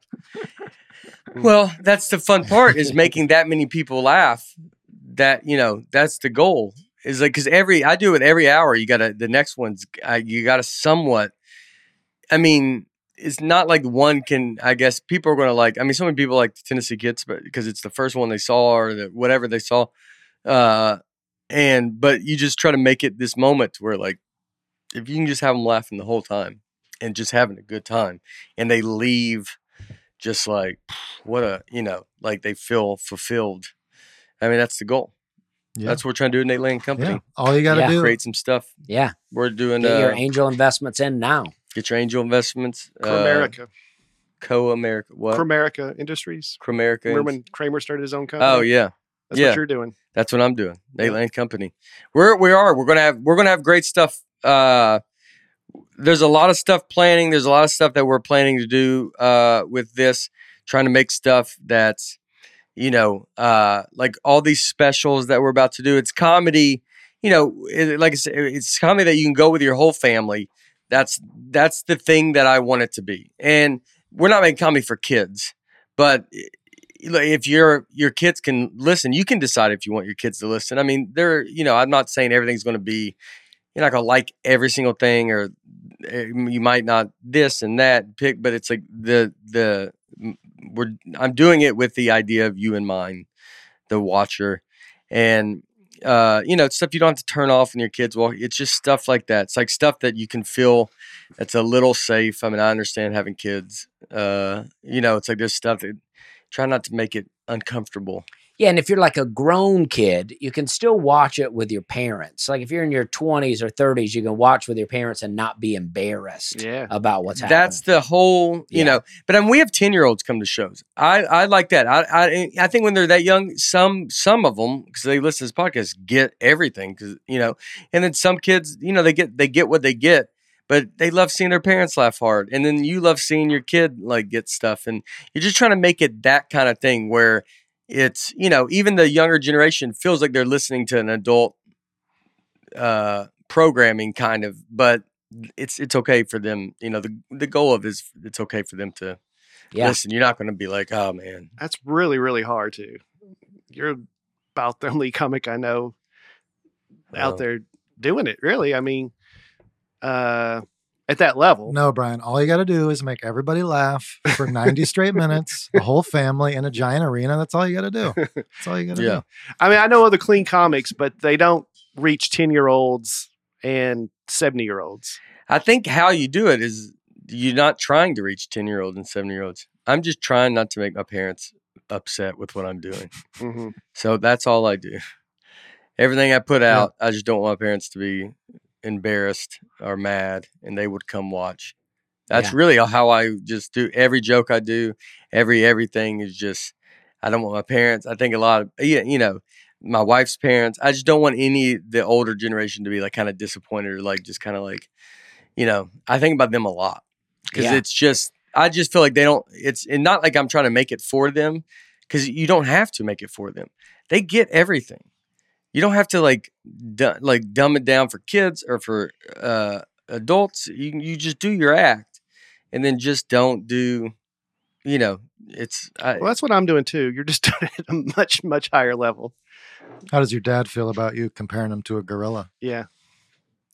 Speaker 1: Well, that's the fun part is making that many people laugh. That you know, that's the goal. Is like because every I do it every hour. You gotta the next one's I, you gotta somewhat. I mean, it's not like one can. I guess people are gonna like. I mean, so many people like the Tennessee Kids, but because it's the first one they saw or the, whatever they saw. Uh, and but you just try to make it this moment to where like if you can just have them laughing the whole time and just having a good time, and they leave just like what a you know like they feel fulfilled i mean that's the goal
Speaker 4: Yeah.
Speaker 1: that's what we're trying to do at nate lane company
Speaker 4: Yeah. All you got to
Speaker 3: Yeah.
Speaker 4: do.
Speaker 1: create some stuff
Speaker 3: Yeah.
Speaker 1: we're doing
Speaker 3: Get your
Speaker 1: uh,
Speaker 3: angel investments in now.
Speaker 1: get your angel investments uh,
Speaker 2: Cramerica,
Speaker 1: co-america what
Speaker 2: Cramerica Industries.
Speaker 1: Cramerica.
Speaker 2: Remember when Kramer started his own company?
Speaker 1: oh yeah
Speaker 2: that's
Speaker 1: yeah.
Speaker 2: what you're doing.
Speaker 1: That's what I'm doing. Nate
Speaker 2: Yeah.
Speaker 1: Lane Company. We're we are. We're gonna have we're gonna have great stuff. Uh, there's a lot of stuff planning. There's a lot of stuff that we're planning to do uh, with this, trying to make stuff that's, you know, uh, like all these specials that we're about to do. It's comedy, you know, it, like I said, it's comedy that you can go with your whole family. That's that's the thing that I want it to be. And we're not making comedy for kids, but like, if your your kids can listen, you can decide if you want your kids to listen. I mean, they're you know, I'm not saying everything's going to be you're not going to like every single thing, or eh, you might not this and that pick. But it's like the the m- we're I'm doing it with the idea of you in mind, the watcher, and uh, you know, it's stuff you don't have to turn off when your kids walk. It's just stuff like that. It's like stuff that you can feel that's a little safe. I mean, I understand having kids. Uh, you know, it's like there's stuff that try not to make it uncomfortable.
Speaker 3: Yeah, and if you're like a grown kid, you can still watch it with your parents. Like if you're in your 20s or 30s, you can watch with your parents and not be embarrassed
Speaker 2: Yeah.
Speaker 3: about what's happening.
Speaker 1: That's the whole, you
Speaker 3: Yeah.
Speaker 1: know. But I mean, we have ten year olds come to shows. I, I like that. I, I I think when they're that young, some some of them because they listen to this podcast get everything because you know, and then some kids, you know, they get they get what they get. But they love seeing their parents laugh hard, and then you love seeing your kid like get stuff, and you're just trying to make it that kind of thing where it's you know even the younger generation feels like they're listening to an adult uh, programming kind of, but it's it's okay for them. You know, the the goal of is it's okay for them to
Speaker 3: yeah.
Speaker 1: listen. You're not going to be like, oh man,
Speaker 2: That's really, really hard to. You're about the only comic I know
Speaker 1: Wow.
Speaker 2: out there doing it, really. I mean, uh, at that level.
Speaker 4: No, Brian. All you got to do is make everybody laugh for 90 straight minutes, a whole family in a giant arena. That's all you got to do. That's all you got to
Speaker 1: Yeah.
Speaker 4: do.
Speaker 2: I mean, I know other clean comics, but they don't reach 10 year olds and 70 year olds.
Speaker 1: I think how you do it is you're not trying to reach ten year olds and seven year olds. I'm just trying not to make my parents upset with what I'm doing.
Speaker 2: hmm
Speaker 1: So that's all I do. Everything I put
Speaker 4: Yeah.
Speaker 1: out, I just don't want my parents to be embarrassed or mad, and they would come watch. That's
Speaker 3: Yeah.
Speaker 1: really how I just do every joke I do. Every everything is just. I don't want my parents. I think a lot of yeah, you know, my wife's parents. I just don't want any the older generation to be like kind of disappointed or like just kind of like, you know, I think about them a lot because
Speaker 3: Yeah.
Speaker 1: it's just I just feel like they don't. It's and not like I'm trying to make it for them because you don't have to make it for them. They get everything. You don't have to like du- like dumb it down for kids or for uh, adults. You you just do your act, and then just don't do. You know, it's I,
Speaker 2: Well, that's what I'm doing too. You're just doing it at a much, much higher level.
Speaker 4: How does your dad feel about you comparing him to a gorilla?
Speaker 2: Yeah.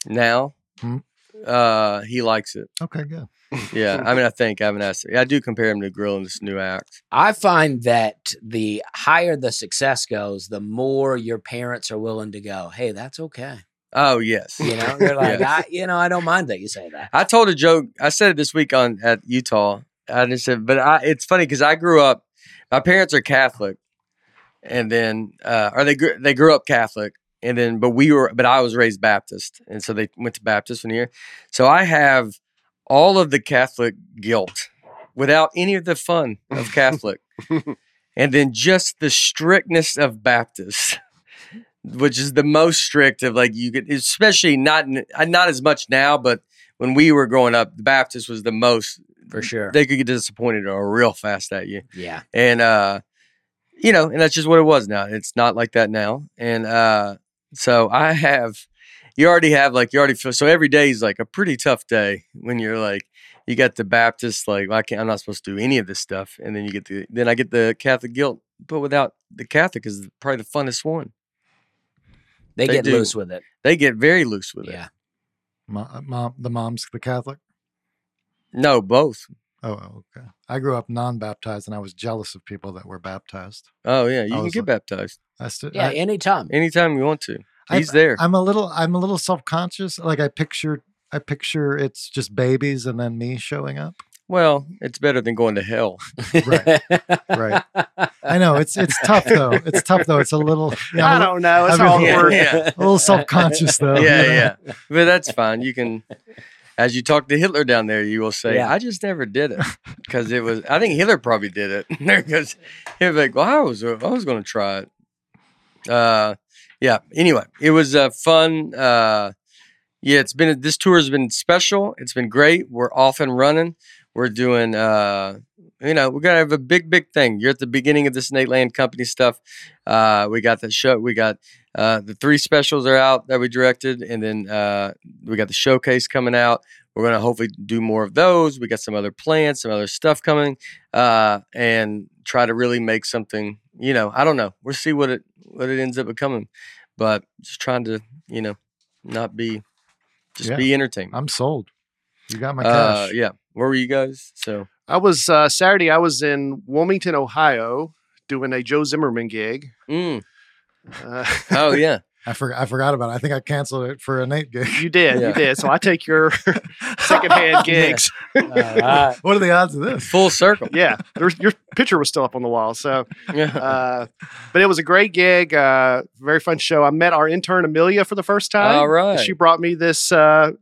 Speaker 1: now.
Speaker 4: Hmm.
Speaker 1: Uh, he likes it.
Speaker 4: Okay, good.
Speaker 1: Yeah, I mean, I think I haven't asked. I do compare him to Grill in this new act.
Speaker 3: I find that the higher the success goes, the more your parents are willing to go, "Hey, that's okay."
Speaker 1: Oh yes,
Speaker 3: You know, they're like,
Speaker 1: Yeah.
Speaker 3: I, "You know, I don't mind that you say that."
Speaker 1: I told a joke. I said it this week on at Utah. I just said, but I, it's funny because I grew up. My parents are Catholic, and then uh, or they grew, they grew up Catholic, and then but we were but I was raised Baptist, and so they went to Baptist one year. So I have all of the Catholic guilt without any of the fun of Catholic. and then just the strictness of Baptists, which is the most strict of like you could, especially not in- uh, not as much now, but when we were growing up, the Baptist was the most.
Speaker 3: for sure.
Speaker 1: They could get disappointed or real fast at you,
Speaker 3: yeah.
Speaker 1: and uh, you know, and that's just what it was. Now it's not like that now, and uh, so I have. You already have like you already feel so every day is like a pretty tough day when you're like you got the Baptist like I can't, I'm not supposed to do any of this stuff, and then you get the then I get the Catholic guilt, but without the Catholic is probably the funnest one.
Speaker 3: They,
Speaker 1: They
Speaker 3: get
Speaker 1: do.
Speaker 3: loose with it.
Speaker 1: They get very loose with it.
Speaker 3: Yeah.
Speaker 4: Mom, mom, uh, the mom's the Catholic.
Speaker 1: No, both.
Speaker 4: Oh, okay. I grew up non-baptized, and I was jealous of people that were baptized.
Speaker 1: Oh yeah, you
Speaker 4: I
Speaker 1: can
Speaker 4: was
Speaker 1: get
Speaker 4: like-
Speaker 1: baptized
Speaker 4: I stood.
Speaker 3: Yeah.
Speaker 4: I,
Speaker 3: anytime.
Speaker 1: anytime you want to.
Speaker 4: I-
Speaker 1: He's there.
Speaker 4: I'm a little. I'm a little self-conscious. Like I picture. I picture it's just babies and then me showing up.
Speaker 1: well, it's better than going to hell.
Speaker 4: Right. Right. I know it's it's tough though. It's tough though. It's a little. Yeah,
Speaker 2: I
Speaker 4: I'm a
Speaker 2: don't know. It's
Speaker 4: I mean-
Speaker 2: all
Speaker 1: Yeah,
Speaker 2: awkward.
Speaker 1: yeah.
Speaker 4: A little self-conscious, though. Oh,
Speaker 1: yeah,
Speaker 4: yeah.
Speaker 1: yeah. But that's fine. You can, as you talk to Hitler down there, you will say,
Speaker 3: Yeah.
Speaker 1: "I just never did it," because it was. I think Hitler probably did it because he was like, "Well, I was, I was going to try it." Uh, yeah. Anyway, it was uh, fun. Uh, yeah, it's been this tour has been special. It's been great. We're off and running. We're doing. Uh, you know, we're gonna have a big, big thing. You're at the beginning of this Nate Land Company stuff. Uh, we got the show. We got uh, the three specials are out that we directed, and then uh, we got the showcase coming out. We're gonna hopefully do more of those. We got some other plans, some other stuff coming, uh, and try to really make something. You know, I don't know. We'll see what it what it ends up becoming, but just trying to you know not be just
Speaker 4: Yeah.
Speaker 1: be entertained.
Speaker 4: I'm sold. You got my
Speaker 1: Uh,
Speaker 4: cash.
Speaker 1: yeah, where were you guys? So
Speaker 2: I was uh, Saturday. I was in Wilmington, Ohio, doing a Joe Zimmerman gig.
Speaker 1: mm.
Speaker 2: Uh,
Speaker 1: oh yeah,
Speaker 4: I forgot. I forgot about it. I think I canceled it for a Nate gig.
Speaker 2: you did,
Speaker 1: Yeah.
Speaker 2: you did. So I take your secondhand gigs.
Speaker 3: All right.
Speaker 4: What are the odds of this?
Speaker 1: full circle.
Speaker 2: Yeah, There's, your picture was still up on the wall. So,
Speaker 1: Yeah.
Speaker 2: uh, but it was a great gig. Uh, very fun show. I met our intern Amelia for the first time.
Speaker 1: All right.
Speaker 2: She brought me this uh,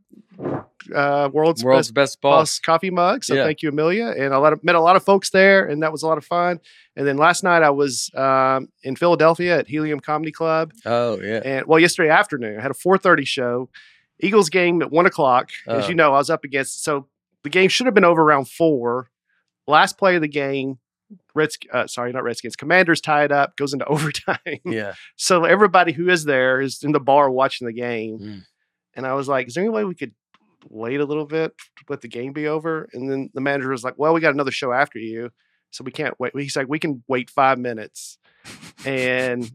Speaker 2: uh, world's,
Speaker 1: World's
Speaker 2: best
Speaker 1: best boss.
Speaker 2: boss coffee mug. So
Speaker 1: Yeah.
Speaker 2: thank you, Amelia. And I lot of, met a lot of folks there, and that was a lot of fun. And then last night I was um, in Philadelphia at Helium Comedy Club,
Speaker 1: Oh yeah.
Speaker 2: and well, yesterday afternoon I had a 4:30 show, Eagles game at one o'clock.
Speaker 1: Oh.
Speaker 2: As you know, I was up against so the game should have been over around four. Last play of the game, Reds. Uh, sorry, not Redskins. Commanders tied up, goes into overtime.
Speaker 1: Yeah.
Speaker 2: So everybody who is there is in the bar watching the game.
Speaker 1: Hmm.
Speaker 3: Mm.
Speaker 2: And I was like, is there any way we could wait a little bit, let the game be over? And then the manager was like, well, we got another show after you. So we can't wait. He's like, we can wait five minutes. And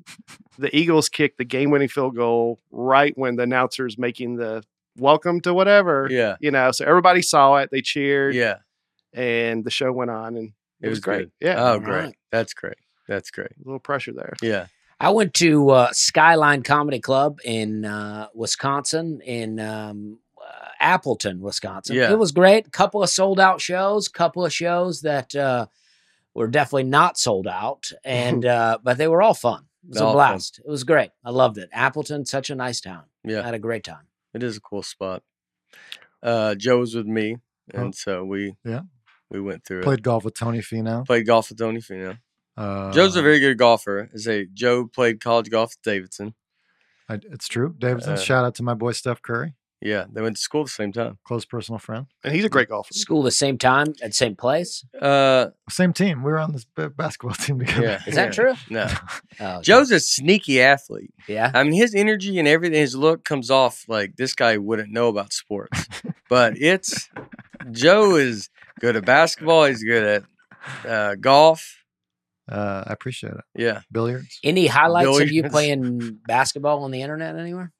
Speaker 2: the Eagles kicked the game winning field goal right when the announcer's making the welcome to whatever.
Speaker 1: Yeah.
Speaker 2: You know, so everybody saw it, they cheered,
Speaker 1: Yeah.
Speaker 2: and the show went on, and it, was, great.
Speaker 1: good.
Speaker 2: Yeah,
Speaker 1: Oh,
Speaker 3: All
Speaker 1: great.
Speaker 3: right.
Speaker 1: That's great. That's great.
Speaker 2: a little pressure there.
Speaker 1: Yeah.
Speaker 3: I went to uh, Skyline Comedy Club in uh, Wisconsin, in um, uh, Appleton, Wisconsin.
Speaker 1: Yeah.
Speaker 3: It was great. Couple of sold out shows, couple of shows that uh, were definitely not sold out, and uh, but they were all fun. It was
Speaker 1: All
Speaker 3: a
Speaker 1: fun.
Speaker 3: blast. It was great. I loved it. Appleton, such a nice town. I
Speaker 1: Yeah.
Speaker 3: had a great time.
Speaker 1: It is a cool spot. Uh, Joe was with me,
Speaker 4: Oh.
Speaker 1: and so we
Speaker 4: Yeah.
Speaker 1: we went through
Speaker 4: Played golf with Tony Finau.
Speaker 1: it. Played golf with Tony Fino.
Speaker 4: Uh,
Speaker 1: Joe's a very good golfer. I say Joe played college golf with Davidson.
Speaker 4: I, it's true. Davidson.
Speaker 1: uh,
Speaker 4: shout out to my boy Steph Curry,
Speaker 1: Yeah, they went to school at the same time.
Speaker 4: close personal friend.
Speaker 2: And he's a great golfer.
Speaker 3: School the same time at same place.
Speaker 1: Uh,
Speaker 4: Same team. We were on this b- basketball team together.
Speaker 1: yeah.
Speaker 3: Is that
Speaker 1: yeah.
Speaker 3: true?
Speaker 1: No.
Speaker 3: Oh,
Speaker 1: Joe's a sneaky athlete.
Speaker 3: yeah.
Speaker 1: I mean, his energy and everything, his look comes off like this guy wouldn't know about sports. but it's Joe is good at basketball. He's good at uh, golf.
Speaker 4: Uh, I appreciate it.
Speaker 1: Yeah.
Speaker 4: Billiards.
Speaker 3: Any highlights of you
Speaker 1: Billions.
Speaker 3: playing basketball on the internet anywhere?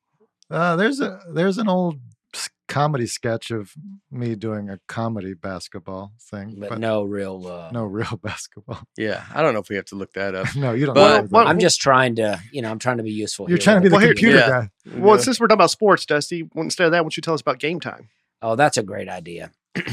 Speaker 4: Uh, there's a there's an old s- comedy sketch of me doing a comedy basketball thing,
Speaker 3: But, no real. Uh,
Speaker 4: no real basketball.
Speaker 1: Yeah. I don't know if we have to look that up.
Speaker 4: no, you don't.
Speaker 1: But-
Speaker 4: know
Speaker 2: Well,
Speaker 4: that.
Speaker 3: I'm just trying to, you know, I'm trying to be useful.
Speaker 4: You're
Speaker 3: here
Speaker 4: trying to be
Speaker 3: with
Speaker 4: the
Speaker 2: Well, here-
Speaker 4: computer
Speaker 1: yeah.
Speaker 4: guy.
Speaker 2: Well,
Speaker 1: Yeah.
Speaker 2: since we're talking about sports, Dusty, well, instead of that, why don't you tell us about game time?
Speaker 3: Oh, that's a great idea.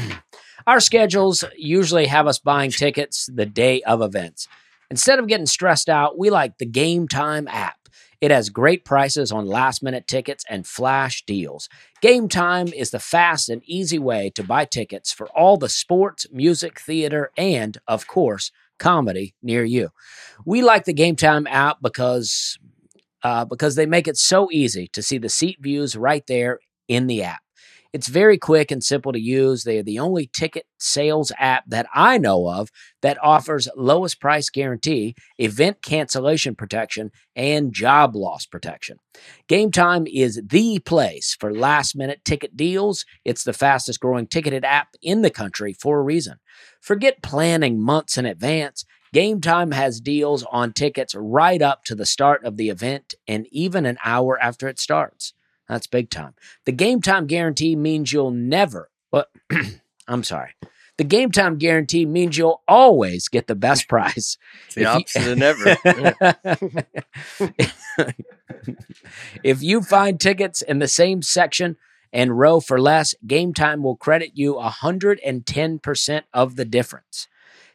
Speaker 3: Our schedules usually have us buying tickets the day of events. Instead of getting stressed out, we like the Game Time app. It has great prices on last minute tickets and flash deals. Game Time is the fast and easy way to buy tickets for all the sports, music, theater, and, of course, comedy near you. We like the Game Time app because uh, because they make it so easy to see the seat views right there in the app. It's very quick and simple to use. They are the only ticket sales app that I know of that offers lowest price guarantee, event cancellation protection, and job loss protection. Game Time is the place for last minute ticket deals. It's the fastest growing ticketed app in the country for a reason. Forget planning months in advance. Game Time has deals on tickets right up to the start of the event and even an hour after it starts. That's big time. The game time guarantee means you'll never, but I'm sorry. The game time guarantee means you'll always get the best price.
Speaker 1: It's the
Speaker 3: If you-
Speaker 1: opposite of never. Yeah.
Speaker 3: if you find tickets in the same section and row for less, Game Time will credit you 110% of the difference.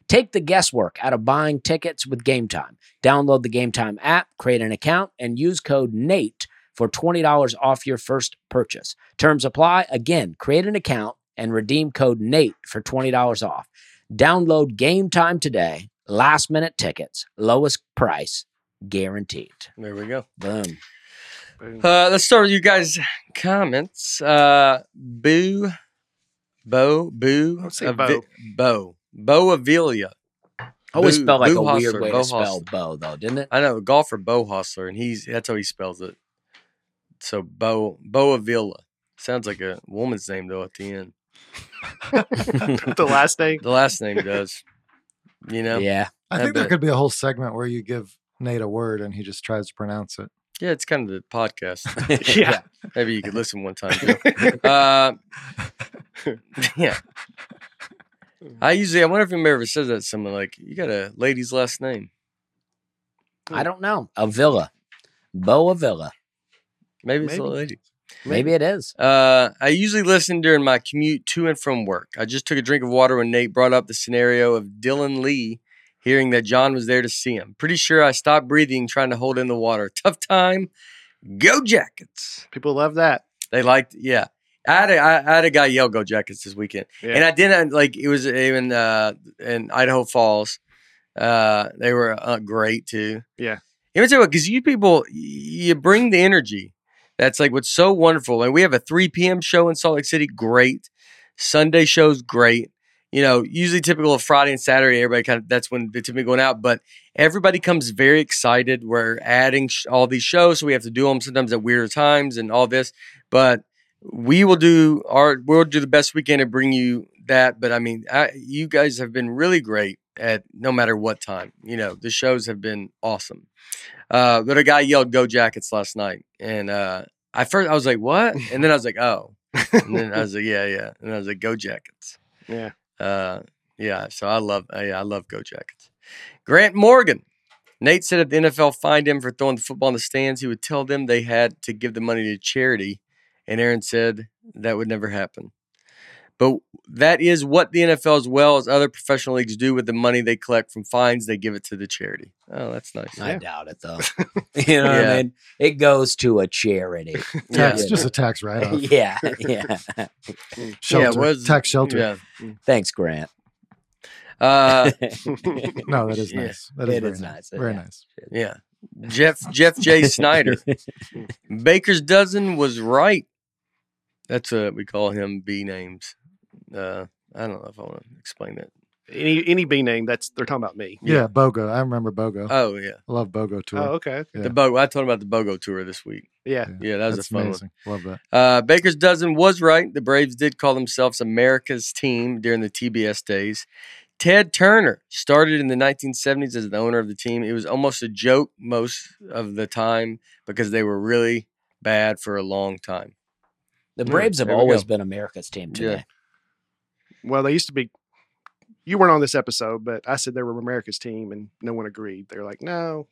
Speaker 3: Take the guesswork out of buying tickets with Game Time. Download the Game Time app, create an account, and use code NATE for $20 off your first purchase. Terms apply. Again, create an account and redeem code NATE for $20 off. Download Game Time today. Last minute tickets, lowest price guaranteed.
Speaker 1: There we go.
Speaker 3: Boom.
Speaker 2: Boom.
Speaker 1: Uh, let's start with you guys' comments. Uh, Boo, Bo, Boo,
Speaker 2: Don't say
Speaker 1: Avi-
Speaker 2: Bo.
Speaker 1: Bo, Bo Avilia.
Speaker 3: Always
Speaker 1: Boo-
Speaker 3: spelled like
Speaker 1: Boo
Speaker 3: a weird
Speaker 1: Hostler,
Speaker 3: way
Speaker 1: Bo
Speaker 3: to spell
Speaker 1: Hostler.
Speaker 3: bow, though, didn't it?
Speaker 1: I know golfer Bo Hostler, and he's that's how he spells it. So Bo Bo Avila sounds like a woman's name though at the end.
Speaker 2: the last name.
Speaker 1: The last name does, you know.
Speaker 3: Yeah.
Speaker 1: Yeah,
Speaker 4: I
Speaker 1: I
Speaker 4: think there
Speaker 1: bet.
Speaker 4: could be a whole segment where you give Nate a word and he just tries to pronounce it.
Speaker 1: it's kind of the podcast.
Speaker 2: Yeah.
Speaker 1: Maybe you could listen one time. Joe. uh, yeah. I usually I wonder if anybody ever says that to someone like you got a lady's last name.
Speaker 3: I don't know. A villa. Boa Villa.
Speaker 1: Maybe it's a
Speaker 2: Maybe.
Speaker 1: lady.
Speaker 3: Maybe it is.
Speaker 1: Uh, I usually listen during my commute to and from work. I just took a drink of water when Nate brought up the scenario of Dylan Lee hearing that John was there to see him. Pretty sure I stopped breathing trying to hold in the water. Tough time. Go Jackets.
Speaker 2: People love that.
Speaker 1: They liked, yeah. I had a, I I had a guy yell "Go Jackets" this weekend,
Speaker 2: Yeah.
Speaker 1: and I didn't uh, like. It was in uh, in Idaho Falls. Uh, they were uh, great too.
Speaker 2: Yeah.
Speaker 1: you know what I'm because you people, y- you bring the energy. That's like what's so wonderful. And we have a 3 p.m. show in Salt Lake City. Great Sunday shows. Great. You know, usually typical of Friday and Saturday, everybody kind of that's when they typically going out. But everybody comes very excited. We're adding sh- all these shows, so we have to do them sometimes at weirder times and all this. But we will do our we'll do the best we can to bring you that. But I mean, I, you guys have been really great at no matter what time. You know, the shows have been awesome. Uh, but a guy yelled "Go Jackets" last night, and uh, I first I was like, "What?" and then I was like, "Oh," and then I was like, "Yeah, yeah," and I was like, "Go Jackets."
Speaker 2: yeah. uh,
Speaker 1: Uh, yeah, so I love uh, yeah, I love Go Jackets. Grant Morgan. Nate said if the NFL fined him for throwing the football in the stands, he would tell them they had to give the money to charity. And Aaron said that would never happen. But that is what the NFL, as well as other professional leagues, do with the money they collect from fines. They give it to the charity. Oh, that's nice.
Speaker 3: I
Speaker 2: Yeah.
Speaker 3: doubt it, though. you know what
Speaker 1: Yeah.
Speaker 3: I mean? It goes to a charity.
Speaker 1: Yeah.
Speaker 4: Tax, just a tax write-off.
Speaker 3: yeah. Yeah.
Speaker 4: Shelter,
Speaker 1: was-
Speaker 4: tax shelter.
Speaker 1: Yeah.
Speaker 3: Thanks, Grant.
Speaker 1: Uh,
Speaker 4: No, that is
Speaker 1: Yeah.
Speaker 4: nice. That is,
Speaker 3: It
Speaker 4: very
Speaker 3: is
Speaker 4: nice.
Speaker 3: nice,
Speaker 4: Very
Speaker 3: yeah.
Speaker 4: nice.
Speaker 1: Yeah. Jeff Jeff J. Snyder. Baker's dozen was right. That's what we call him B names. Uh I don't know if I want to explain that.
Speaker 2: any any B name that's they're talking about me.
Speaker 1: Yeah.
Speaker 4: Yeah, Bogo. I remember Bogo.
Speaker 1: Oh yeah.
Speaker 4: I love Bogo too.
Speaker 2: Oh, okay.
Speaker 4: Yeah.
Speaker 1: The Bogo I told him about the Bogo tour this week.
Speaker 2: Yeah.
Speaker 1: Yeah, that was
Speaker 4: That's
Speaker 1: a fun
Speaker 4: amazing. Love that.
Speaker 1: one. Uh Baker's dozen was right. The Braves did call themselves America's team during the TBS days. Ted Turner started in the 1970s as the owner of the team. It was almost a joke most of the time because they were really bad for a long time.
Speaker 3: The
Speaker 1: Yeah,
Speaker 3: Braves have
Speaker 1: there we
Speaker 3: always
Speaker 1: go.
Speaker 3: been America's team
Speaker 1: Yeah.
Speaker 3: today.
Speaker 2: Well, they used to be. You weren't on this episode, but I said they were America's team, and no one agreed. They're like, no,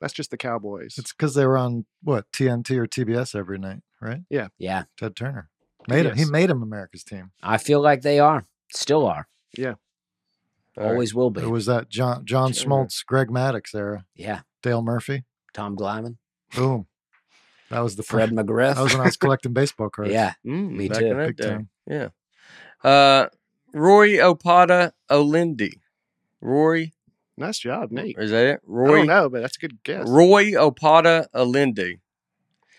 Speaker 2: that's just the Cowboys.
Speaker 4: It's because they were on what TNT or TBS every night, right?
Speaker 3: Yeah.
Speaker 4: Ted Turner made him. He
Speaker 2: TBS.
Speaker 4: made him America's team.
Speaker 3: I feel like they are. Still are.
Speaker 1: All right.
Speaker 3: always will be.
Speaker 4: It was that John John
Speaker 1: Turner.
Speaker 4: Schmaltz, Greg Maddox era,
Speaker 3: yeah.
Speaker 4: Dale Murphy.
Speaker 3: Tom Glyman,
Speaker 4: Boom. That was the
Speaker 3: Fred
Speaker 4: prime-
Speaker 3: McGriff.
Speaker 4: That was when I was collecting baseball cards.
Speaker 3: yeah.
Speaker 1: Mm,
Speaker 3: Me
Speaker 1: back
Speaker 3: too.
Speaker 1: in that
Speaker 4: big
Speaker 1: day.
Speaker 4: time.
Speaker 1: Yeah. Uh, Rory Opata Olindi. Rory
Speaker 2: Nice job, Nate.
Speaker 1: Is that it?
Speaker 2: I don't
Speaker 1: Roy
Speaker 2: know, but that's a good guess.
Speaker 1: Roy Opata Alindu.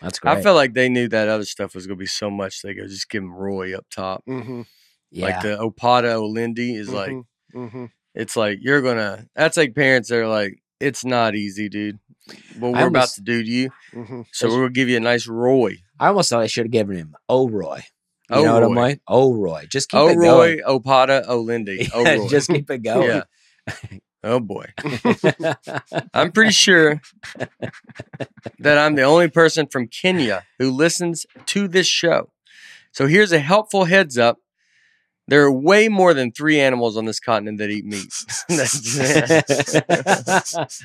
Speaker 3: That's great.
Speaker 1: I felt like they knew that other stuff was going to be so much. They go just give him Roy up top.
Speaker 2: Mm-hmm.
Speaker 3: yeah.
Speaker 1: Like the Opata Olindi is like
Speaker 2: Mm-hmm.
Speaker 1: it's like you're gonna. That's like parents that are like it's not easy, dude. What we're
Speaker 3: I
Speaker 1: about
Speaker 3: almost-
Speaker 1: to do to you,
Speaker 2: hmm
Speaker 1: so
Speaker 3: That's-
Speaker 1: we're gonna give you a nice Roy.
Speaker 3: I almost thought I should have given him O'Roy. You know what I'm
Speaker 1: O'Roy.
Speaker 3: like? O'Roy. Just keep it
Speaker 1: O'Roy
Speaker 3: going.
Speaker 1: Oh, Opata Olindi.
Speaker 3: Yeah,
Speaker 1: O'Roy.
Speaker 3: Just keep it going.
Speaker 1: yeah. Oh boy. I'm pretty sure that I'm the only person from Kenya who listens to this show. So here's a helpful heads up. There are way more than three animals on this continent that eat meat.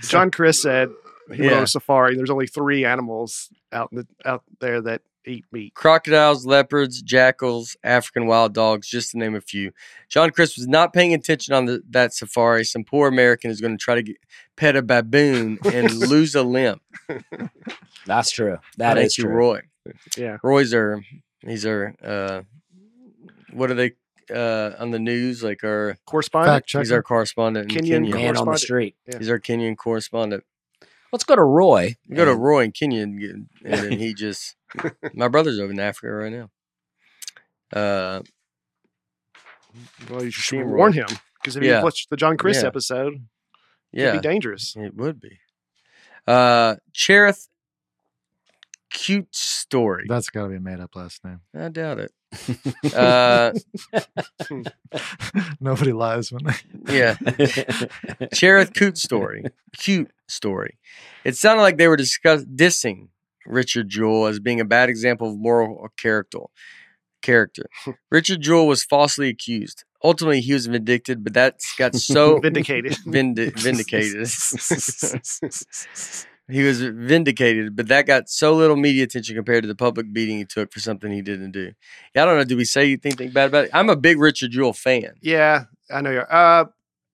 Speaker 2: John Chris said he went on
Speaker 1: Yeah.
Speaker 2: a safari. There's only three animals out in the, out there that eat meat.
Speaker 1: Crocodiles, leopards, jackals, African wild dogs, just to name a few. John Chris was not paying attention on the, that safari. Some poor American is going to try to get, pet a baboon and lose a limb.
Speaker 3: That's true. That
Speaker 1: Thank
Speaker 3: is
Speaker 1: you,
Speaker 3: true.
Speaker 1: Roy.
Speaker 2: Yeah.
Speaker 1: Roy's our he's our uh what are they uh on the news? Like our
Speaker 2: Correspondent.
Speaker 4: Fact check.
Speaker 1: he's our correspondent in
Speaker 2: Kenyan
Speaker 1: Kenya.
Speaker 3: Man on the
Speaker 2: Correspondent.
Speaker 3: street.
Speaker 1: He's our Kenyan correspondent.
Speaker 3: Let's go to Roy.
Speaker 1: We go to
Speaker 3: and-
Speaker 1: Roy in Kenya and, get- and then he just my brother's over in Africa right now. Uh
Speaker 2: Well, you should
Speaker 1: Steamroll.
Speaker 2: warn him because if you
Speaker 1: Yeah.
Speaker 2: watch the John Chris
Speaker 1: Yeah.
Speaker 2: episode, it'd
Speaker 1: yeah.
Speaker 2: be dangerous.
Speaker 1: It would be. Uh Cherith cute story.
Speaker 4: That's got to be a made up last name.
Speaker 1: I doubt it. uh
Speaker 4: Nobody lies when they.
Speaker 1: yeah. Cherith Coot story. Cute story. It sounded like they were discuss- dissing Richard Jewell as being a bad example of moral character. Character. Richard Jewell was falsely accused. Ultimately, he was vindicted, but that got so
Speaker 2: Vindicated.
Speaker 1: vindi- vindicated. he was vindicated, but that got so little media attention compared to the public beating he took for something he didn't do. Yeah, I don't know. Do we say anything bad about it? I'm a big Richard Jewell fan.
Speaker 2: yeah, I know. You're, uh,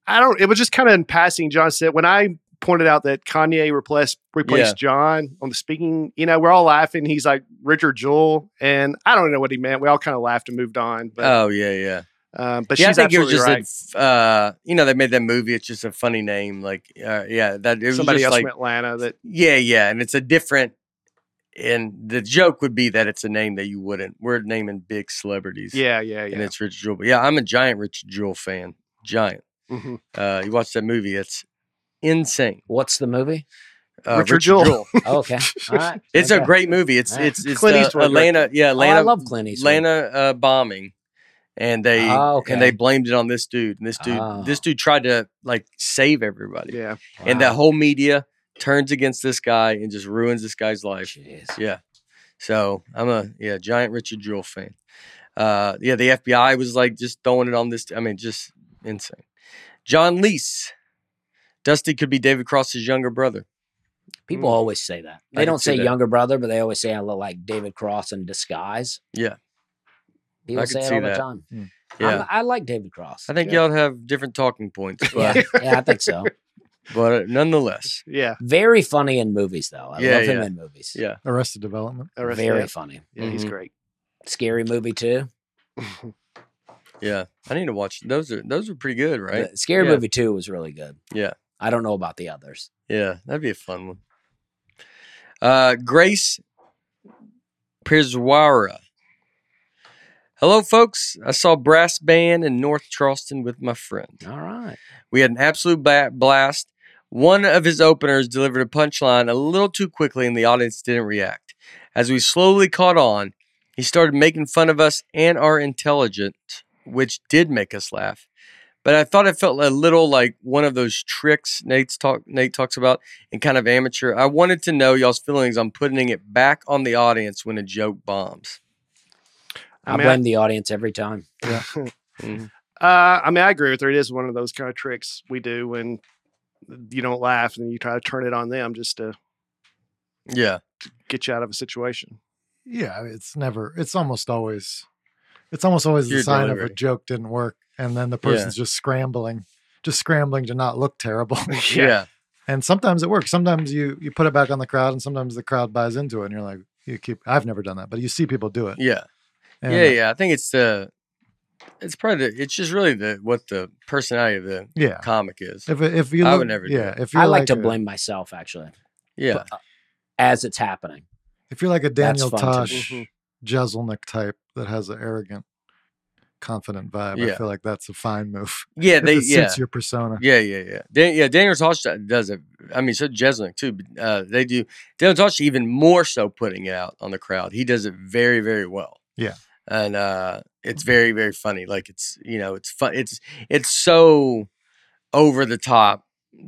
Speaker 2: I don't. It was just kind of in passing. John said when I pointed out that Kanye replaced replaced
Speaker 1: Yeah.
Speaker 2: John on the speaking. You know, we're all laughing. He's like Richard Jewell, and I don't know what he meant. We all kind of laughed and moved on. But
Speaker 1: Oh yeah, yeah.
Speaker 2: um, but
Speaker 1: yeah,
Speaker 2: she's
Speaker 1: I think it was
Speaker 2: absolutely
Speaker 1: just
Speaker 2: right.
Speaker 1: a, uh, you know, they made that movie. It's just a funny name, like uh, yeah, that it was
Speaker 2: Somebody
Speaker 1: just
Speaker 2: else
Speaker 1: like
Speaker 2: from Atlanta that
Speaker 1: yeah, yeah, and it's a different. And the joke would be that it's a name that you wouldn't. We're naming big celebrities,
Speaker 2: Yeah, yeah,
Speaker 1: and
Speaker 2: yeah.
Speaker 1: it's Richard Jewell. But yeah, I'm a giant Richard Jewell fan. Giant.
Speaker 2: hmm
Speaker 1: Uh, you watch that movie? It's insane.
Speaker 3: What's the movie?
Speaker 1: Uh,
Speaker 2: Richard Jewell. Ah,
Speaker 3: Oh, okay. All right.
Speaker 1: It's a
Speaker 3: Okay.
Speaker 1: great movie. It's
Speaker 3: All right.
Speaker 1: it's it's
Speaker 2: Clint
Speaker 1: the
Speaker 2: Eastwood, right?
Speaker 1: Atlanta. Yeah,
Speaker 3: Oh, I
Speaker 1: Atlanta.
Speaker 3: love Clint Eastwood.
Speaker 1: Atlanta uh, bombing, and they
Speaker 3: Oh,
Speaker 1: and they
Speaker 3: okay.
Speaker 1: blamed it on this dude. And this dude, this
Speaker 3: Oh.
Speaker 1: dude tried to like save everybody,
Speaker 2: Yeah.
Speaker 1: and
Speaker 3: Wow.
Speaker 1: the whole media turns against this guy and just ruins this guy's life.
Speaker 3: Jeez.
Speaker 1: Yeah, so I'm a yeah giant Richard Jewell fan. Uh, yeah, the FBI was like just throwing it on this. I mean, just insane. John Leese, Dusty could be David Cross's younger brother.
Speaker 3: People
Speaker 2: Mm.
Speaker 3: always say that.
Speaker 1: I
Speaker 3: They
Speaker 1: can
Speaker 3: don't
Speaker 1: see
Speaker 3: say
Speaker 1: that.
Speaker 3: younger brother, but they always say I look like David Cross in disguise.
Speaker 1: Yeah.
Speaker 3: People
Speaker 1: I can
Speaker 3: say it
Speaker 1: see
Speaker 3: all
Speaker 1: that.
Speaker 3: the time.
Speaker 1: Yeah,
Speaker 3: I'm- I like David Cross.
Speaker 1: I think uh,
Speaker 2: Yeah.
Speaker 1: y'all have different talking points,
Speaker 3: yeah,
Speaker 1: but
Speaker 3: yeah, I think so.
Speaker 1: but uh, nonetheless,
Speaker 2: Yeah.
Speaker 3: Very funny in movies, though. I
Speaker 1: Yeah,
Speaker 3: love him
Speaker 1: yeah.
Speaker 3: in movies.
Speaker 1: yeah.
Speaker 4: Arrested Development.
Speaker 2: Arrested
Speaker 3: Very
Speaker 2: Development.
Speaker 3: funny.
Speaker 2: Yeah, he's
Speaker 1: Mhm.
Speaker 2: great.
Speaker 3: Scary movie too.
Speaker 1: Yeah, I need to watch those. Are those are pretty good, right?
Speaker 3: The Scary
Speaker 1: Yeah.
Speaker 3: movie two was really good.
Speaker 1: Yeah.
Speaker 3: I don't know about the others.
Speaker 1: Yeah, that'd be a fun one. Uh, Grace Pizwara. Hello, folks. I saw brass band in North Charleston with my friend.
Speaker 3: All right.
Speaker 1: We had an absolute ba- blast. One of his openers delivered a punchline a little too quickly, and the audience didn't react. As we slowly caught on, he started making fun of us and our intelligence, which did make us laugh. But I thought it felt a little like one of those tricks Nate's talk Nate talks about and kind of amateur. I wanted to know y'all's feelings on putting it back on the audience when a joke bombs.
Speaker 2: I
Speaker 3: I,
Speaker 2: mean, I-
Speaker 3: blame the audience every time.
Speaker 2: Uh, I mean, I agree with her. It is one of those kind of tricks we do when you don't laugh and you try to turn it on them just to
Speaker 1: Yeah.
Speaker 2: get you out of a situation.
Speaker 4: Yeah, it's never. It's almost always. It's almost always
Speaker 1: Your
Speaker 4: the sign of
Speaker 1: delivery.
Speaker 4: a joke didn't work, and then the
Speaker 1: Yeah.
Speaker 4: person's just scrambling, just scrambling to not look terrible.
Speaker 1: Yeah.
Speaker 4: and sometimes it works. Sometimes you you put it back on the crowd, and sometimes the crowd buys into it, and you're like, you keep. I've never done that, but you see people do it.
Speaker 1: Yeah.
Speaker 4: and
Speaker 1: yeah, yeah. I think it's the It's probably the, it's just really the what the personality of the
Speaker 4: Yeah.
Speaker 1: comic is.
Speaker 4: If if you
Speaker 1: I
Speaker 4: look,
Speaker 1: would never do
Speaker 4: yeah, if you're
Speaker 3: I like, to
Speaker 1: uh,
Speaker 4: a-
Speaker 3: blame myself actually
Speaker 1: Yeah,
Speaker 4: uh,
Speaker 3: but- as it's happening.
Speaker 4: if you're like a Daniel
Speaker 3: fun to-
Speaker 4: Tosh
Speaker 1: Mm-hmm.
Speaker 4: Jezelnik type that has an arrogant, confident vibe, I
Speaker 1: Yeah.
Speaker 4: feel like that's a fine move.
Speaker 1: yeah,
Speaker 4: If
Speaker 1: they
Speaker 4: it suits
Speaker 1: yeah.
Speaker 4: your persona.
Speaker 1: Yeah, yeah, yeah. Dan, yeah, Daniel Tosh does it. I mean, so Jeselnik too. but, Uh, they do. Daniel Tosh even more so putting it out on the crowd. He does it very, very well.
Speaker 4: Yeah. Mm-hmm.
Speaker 1: and uh, it's very, very funny. Like it's you know, it's fun. It's it's so over the top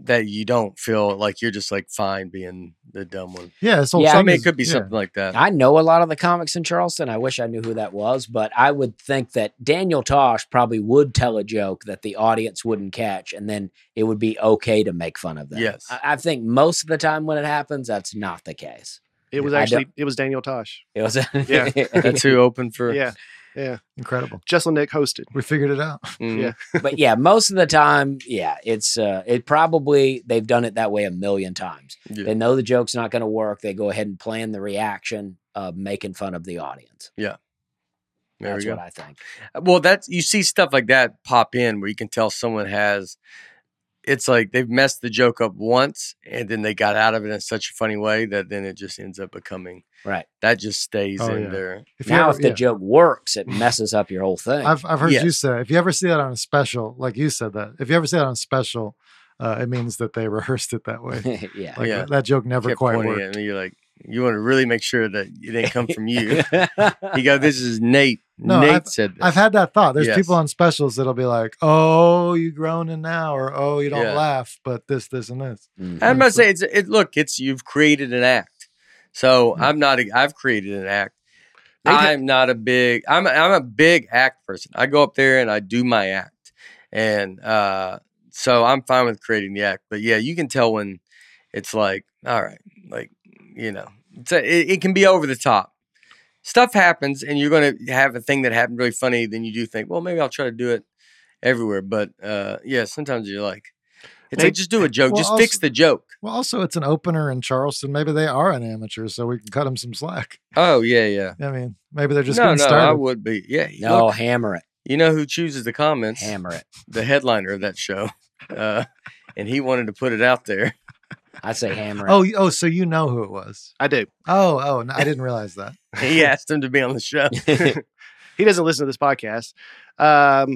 Speaker 1: that you don't feel like you're just like fine being the dumb one.
Speaker 4: Yeah, so
Speaker 3: Yeah,
Speaker 1: I
Speaker 3: I
Speaker 1: mean, it could be
Speaker 4: yeah.
Speaker 1: something like that.
Speaker 3: I know a lot of the comics in Charleston. I wish I knew who that was, but I would think that Daniel Tosh probably would tell a joke that the audience wouldn't catch, and then it would be okay to make fun of them.
Speaker 1: Yes.
Speaker 3: I, I think most of the time when it happens, that's not the case.
Speaker 2: It was
Speaker 3: I don't-
Speaker 2: actually it was Daniel Tosh.
Speaker 3: It was
Speaker 2: Yeah.
Speaker 1: That's who opened for.
Speaker 2: Yeah, yeah.
Speaker 4: Incredible.
Speaker 2: Jesselnick hosted.
Speaker 4: We figured it out.
Speaker 1: Mhm.
Speaker 2: Yeah.
Speaker 3: but yeah, most of the time, yeah, it's uh, it probably they've done it that way a million times.
Speaker 1: Yeah.
Speaker 3: They know the joke's not going to work. They go ahead and plan the reaction of making fun of the audience.
Speaker 1: There we
Speaker 3: That's
Speaker 1: go.
Speaker 3: what I think.
Speaker 1: Well, that's you see stuff like that pop in where you can tell someone has. It's like they've messed the joke up once, and then they got out of it in such a funny way that then it just ends up becoming
Speaker 3: Right
Speaker 1: that just stays
Speaker 4: Oh,
Speaker 1: in
Speaker 4: yeah.
Speaker 1: there.
Speaker 4: If you
Speaker 3: now,
Speaker 4: ever-
Speaker 3: if the
Speaker 4: yeah.
Speaker 3: joke works, it messes up your whole thing.
Speaker 4: I've I've heard you
Speaker 1: Yes.
Speaker 4: say if you ever see that on a special, like you said that, if you ever see that on a special, uh, it means that they rehearsed it that way.
Speaker 3: yeah.
Speaker 4: Like
Speaker 1: Yeah.
Speaker 4: that, that joke never
Speaker 1: Kept
Speaker 4: quite
Speaker 1: pointing
Speaker 4: worked.
Speaker 1: at me, you're like, you want to really make sure that it didn't come from you. you go, this is Nate.
Speaker 4: No,
Speaker 1: Nate said this.
Speaker 4: I've had that thought. There's
Speaker 1: Yes.
Speaker 4: people on specials that'll be like, "Oh, you groaning now," or "Oh, you don't
Speaker 1: Yeah.
Speaker 4: laugh," but this, this, and this.
Speaker 3: Mm.
Speaker 1: I'm not saying it's it. Look, it's you've created an act. So
Speaker 4: Mm-hmm.
Speaker 1: I'm not. A, I've created an act.
Speaker 2: Nathan-
Speaker 1: I'm not a big. I'm a, I'm a big act person. I go up there and I do my act, and uh, so I'm fine with creating the act. But yeah, you can tell when it's like, all right, like you know, it's a, it, it can be over the top. Stuff happens, and you're going to have a thing that happened really funny. Then you do think, well, maybe I'll try to do it everywhere. But uh, yeah, sometimes you're like, it's
Speaker 2: Maybe-
Speaker 1: like just do a joke,
Speaker 4: eh, Well,
Speaker 1: just fix
Speaker 4: also-
Speaker 1: the joke.
Speaker 4: Well, also, it's an opener in Charleston. Maybe they are an amateur, so we can cut them some slack.
Speaker 1: Oh yeah, yeah.
Speaker 4: I mean, maybe they're just
Speaker 1: no, no,
Speaker 4: getting
Speaker 1: I
Speaker 4: started.
Speaker 1: would be. Yeah,
Speaker 3: no,
Speaker 1: look,
Speaker 3: hammer it,
Speaker 1: you know who chooses the comments?
Speaker 3: hammer it.
Speaker 1: The headliner of that show, uh, and he wanted to put it out there.
Speaker 3: I say hammer it.
Speaker 4: oh, you- oh, so you know who it was?
Speaker 2: I do.
Speaker 4: Oh, oh, no, I didn't realize that.
Speaker 1: He asked him to be on the show.
Speaker 2: He doesn't listen to this podcast. Um,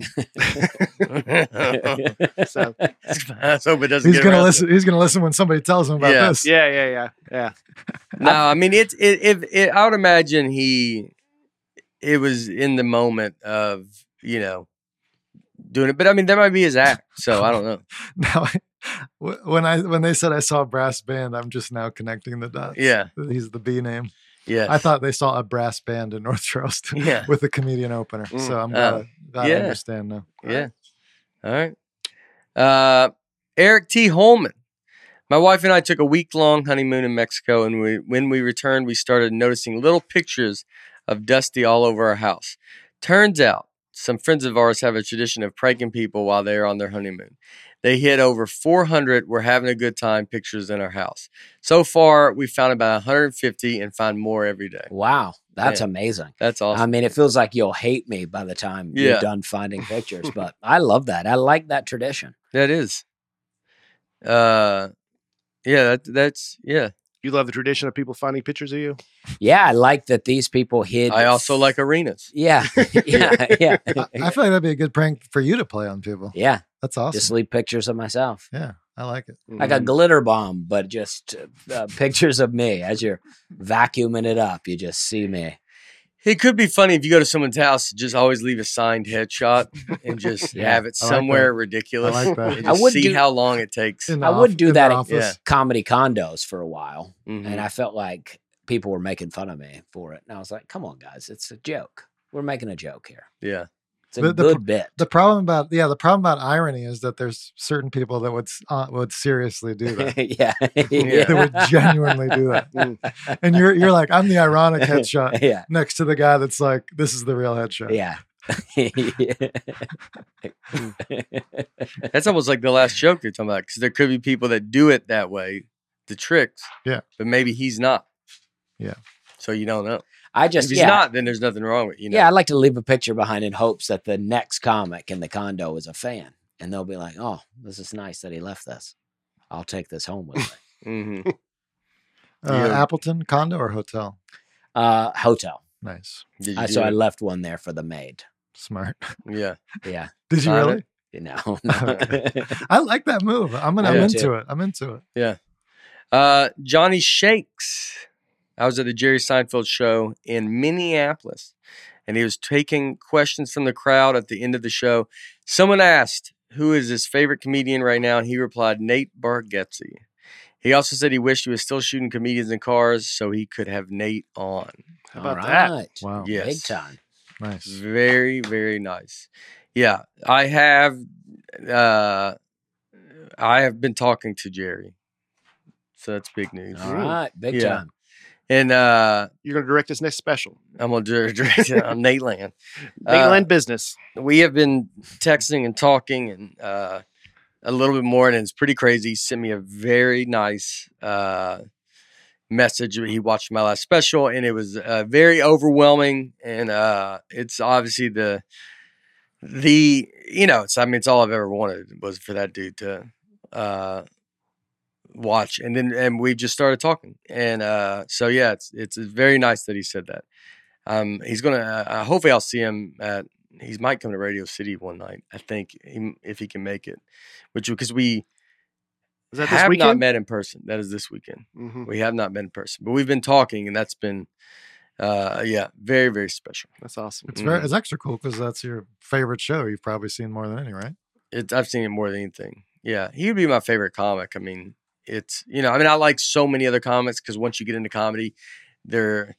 Speaker 2: so
Speaker 1: Let's hope it doesn't.
Speaker 4: He's
Speaker 1: get
Speaker 4: gonna
Speaker 1: around
Speaker 4: listen. He's gonna listen when somebody tells him about
Speaker 1: Yeah.
Speaker 4: this.
Speaker 2: yeah, yeah, yeah, yeah.
Speaker 1: No, I mean it's it, it, it. I would imagine he, it was in the moment of you know, doing it. But I mean that might be his act. So I don't know.
Speaker 4: Now, I, wh- when I when they said I saw a brass band, I'm just now connecting the dots.
Speaker 1: Yeah.
Speaker 4: he's the B name.
Speaker 1: Yeah.
Speaker 4: I thought they saw a brass band in North Charleston
Speaker 1: Yeah.
Speaker 4: with a comedian opener.
Speaker 2: Mm,
Speaker 4: so I'm
Speaker 1: uh,
Speaker 4: glad, glad
Speaker 1: yeah.
Speaker 4: I understand now.
Speaker 1: Yeah. All right. Uh, Eric T. Holman. My wife and I took a week long honeymoon in Mexico, and we, when we returned, we started noticing little pictures of Dusty all over our house. Turns out, some friends of ours have a tradition of pranking people while they are on their honeymoon. They hit over 400 We're having a good time pictures in our house. So far, we found about 150 and find more every day.
Speaker 3: wow, that's
Speaker 1: Yeah.
Speaker 3: amazing.
Speaker 1: That's
Speaker 3: I
Speaker 1: awesome.
Speaker 3: mean, it feels like you'll hate me by the time
Speaker 1: Yeah.
Speaker 3: you're done finding pictures, but I love that. I like that tradition.
Speaker 1: that is. Uh, yeah, that, that's, yeah.
Speaker 2: You love the tradition of people finding pictures of you.
Speaker 3: Yeah, I like that these people hid.
Speaker 1: I also like arenas.
Speaker 3: Yeah, yeah, yeah,
Speaker 4: I, I feel like that'd be a good prank for you to play on people.
Speaker 3: yeah.
Speaker 4: That's awesome.
Speaker 3: Just leave pictures of myself,
Speaker 4: yeah, I like it.
Speaker 3: like
Speaker 2: Mm-hmm.
Speaker 3: a glitter bomb, but just uh, uh, pictures of me as you're vacuuming it up. You just see me.
Speaker 1: It could be funny if you go to someone's house, just always leave a signed headshot and just
Speaker 3: Yeah,
Speaker 1: have it
Speaker 4: I like that.
Speaker 1: somewhere ridiculous.
Speaker 4: I like that.
Speaker 1: And
Speaker 3: I
Speaker 1: just
Speaker 3: would
Speaker 1: see
Speaker 3: do-
Speaker 1: how long it takes.
Speaker 4: In the
Speaker 3: I would
Speaker 4: off-
Speaker 3: do
Speaker 4: in
Speaker 3: that
Speaker 4: the
Speaker 3: at-
Speaker 4: office.
Speaker 1: Yeah.
Speaker 3: Comedy condos for a while,
Speaker 1: Mhm.
Speaker 3: and I felt like people were making fun of me for it. And I was like, "Come on, guys, it's a joke. We're making a joke here.
Speaker 1: yeah.
Speaker 3: It's a
Speaker 4: The- the
Speaker 3: good
Speaker 4: pr-
Speaker 3: bit."
Speaker 4: The problem about yeah, the problem about irony is that there's certain people that would s- uh, would seriously do that.
Speaker 3: yeah,
Speaker 1: Yeah.
Speaker 4: They would genuinely do
Speaker 2: Mm.
Speaker 4: that. and you're you're like, I'm the ironic headshot
Speaker 3: yeah,
Speaker 4: next to the guy that's like, this is the real headshot.
Speaker 3: yeah.
Speaker 1: That's almost like the last joke you're talking about because there could be people that do it that way, the tricks.
Speaker 4: Yeah.
Speaker 1: But maybe he's not.
Speaker 4: Yeah.
Speaker 1: So you don't know.
Speaker 3: I
Speaker 1: If
Speaker 3: just
Speaker 1: he's
Speaker 3: yeah
Speaker 1: not, then there's nothing wrong with it, you. Know?
Speaker 3: yeah I'd like to leave a picture behind in hopes that the next comic in the condo is a fan and they'll be like, oh, this is nice that he left this. I'll take this home with me.
Speaker 1: Mm-hmm.
Speaker 4: Uh,
Speaker 1: Yeah.
Speaker 4: Appleton condo or hotel?
Speaker 3: Uh, hotel.
Speaker 4: Nice,
Speaker 1: Did you
Speaker 3: I,
Speaker 1: do
Speaker 3: so I
Speaker 1: it?
Speaker 3: left one there for the maid.
Speaker 4: smart.
Speaker 1: yeah.
Speaker 3: Yeah,
Speaker 4: Did you
Speaker 1: Got it.
Speaker 4: really?
Speaker 3: you know. no.
Speaker 4: I like that move. I'm gonna.
Speaker 1: I
Speaker 4: I'm
Speaker 1: do
Speaker 4: into
Speaker 3: too.
Speaker 4: it. I'm into it.
Speaker 1: Uh, Johnny Shakes. I was at the Jerry Seinfeld show in Minneapolis, and he was taking questions from the crowd at the end of the show. Someone asked, Who is his favorite comedian right now? And he replied, Nate Bargatze. He also said he wished he was still shooting comedians in cars so he could have Nate on.
Speaker 2: How
Speaker 3: All
Speaker 2: about that?
Speaker 3: right.
Speaker 4: Wow.
Speaker 1: Yeah.
Speaker 3: Big
Speaker 1: Yes.
Speaker 3: time.
Speaker 4: Nice.
Speaker 1: Very, very nice. Yeah, I have. Uh, I have been talking to Jerry, so that's big news.
Speaker 3: All right. Big
Speaker 1: Yeah.
Speaker 3: time.
Speaker 1: And uh,
Speaker 2: You're going to direct this next special.
Speaker 1: I'm gonna do a direct on Nate Land. Uh,
Speaker 2: Mainland business.
Speaker 1: We have been texting and talking and uh, a little bit more, and it's pretty crazy. He sent me a very nice uh, message. He watched my last special, and it was uh, very overwhelming. And uh, it's obviously the the you know, it's I mean, it's all I've ever wanted was for that dude to uh, watch, and then and we just started talking, and uh, so yeah, it's it's very nice that he said that. Um, he's gonna. Uh, hopefully, I'll see him at. He might come to Radio City one night. I think he, if he can make it, which because we
Speaker 2: Is that this
Speaker 1: have not
Speaker 2: weekend?
Speaker 1: met in person. That is this weekend.
Speaker 2: Mhm.
Speaker 1: We have not met in person, but we've been talking, and that's been, uh, yeah, very very special.
Speaker 2: That's awesome.
Speaker 4: It's
Speaker 1: Mm-hmm.
Speaker 4: very. It's extra cool because that's your favorite show. You've probably seen more than any, right?
Speaker 1: It's I've seen it more than anything. Yeah, he would be my favorite comic. I mean, it's you know, I mean, I like so many other comics because once you get into comedy, they're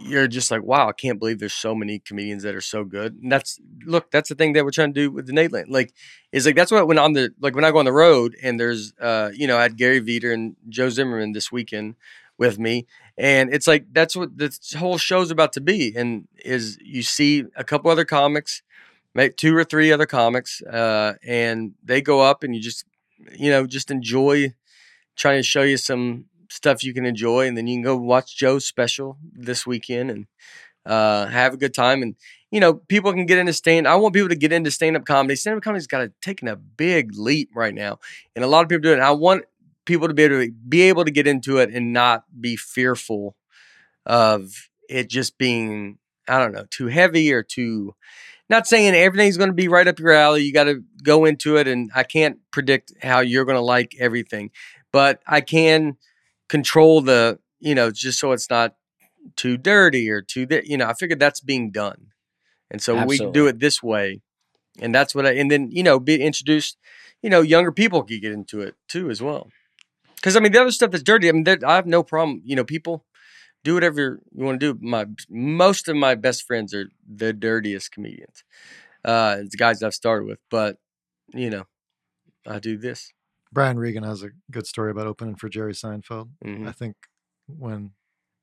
Speaker 1: you're just like, wow, I can't believe there's so many comedians that are so good. And that's look, that's the thing that we're trying to do with the Nate Land. Like, is like that's what when on the like when I go on the road and there's uh, you know, I had Gary Veter and Joe Zimmerman this weekend with me. And it's like that's what this whole show's about to be. And is you see a couple other comics, make two or three other comics, uh, and they go up and you just you know, just enjoy trying to show you some stuff you can enjoy, and then you can go watch Joe's special this weekend and uh, have a good time. And you know, people can get into stand. I want people to get into stand up comedy. Stand up comedy's got to taking a big leap right now, and a lot of people do it. And I want people to be able to be able to get into it and not be fearful of it just being I don't know too heavy or too. Not saying everything's going to be right up your alley. You got to go into it, and I can't predict how you're going to like everything, but I can control the you know just so it's not too dirty or too thi- you know I figured that's being done, and so we can do
Speaker 3: Absolutely.
Speaker 1: it this way, and that's what I and then you know be introduced, you know younger people could get into it too as well, because I mean the other stuff that's dirty I mean there- I have no problem you know people do whatever you want to do. My most of my best friends are the dirtiest comedians, uh, it's guys I've started with. But you know, I do this.
Speaker 4: Brian Regan has a good story about opening for Jerry Seinfeld.
Speaker 1: Mhm.
Speaker 4: I think when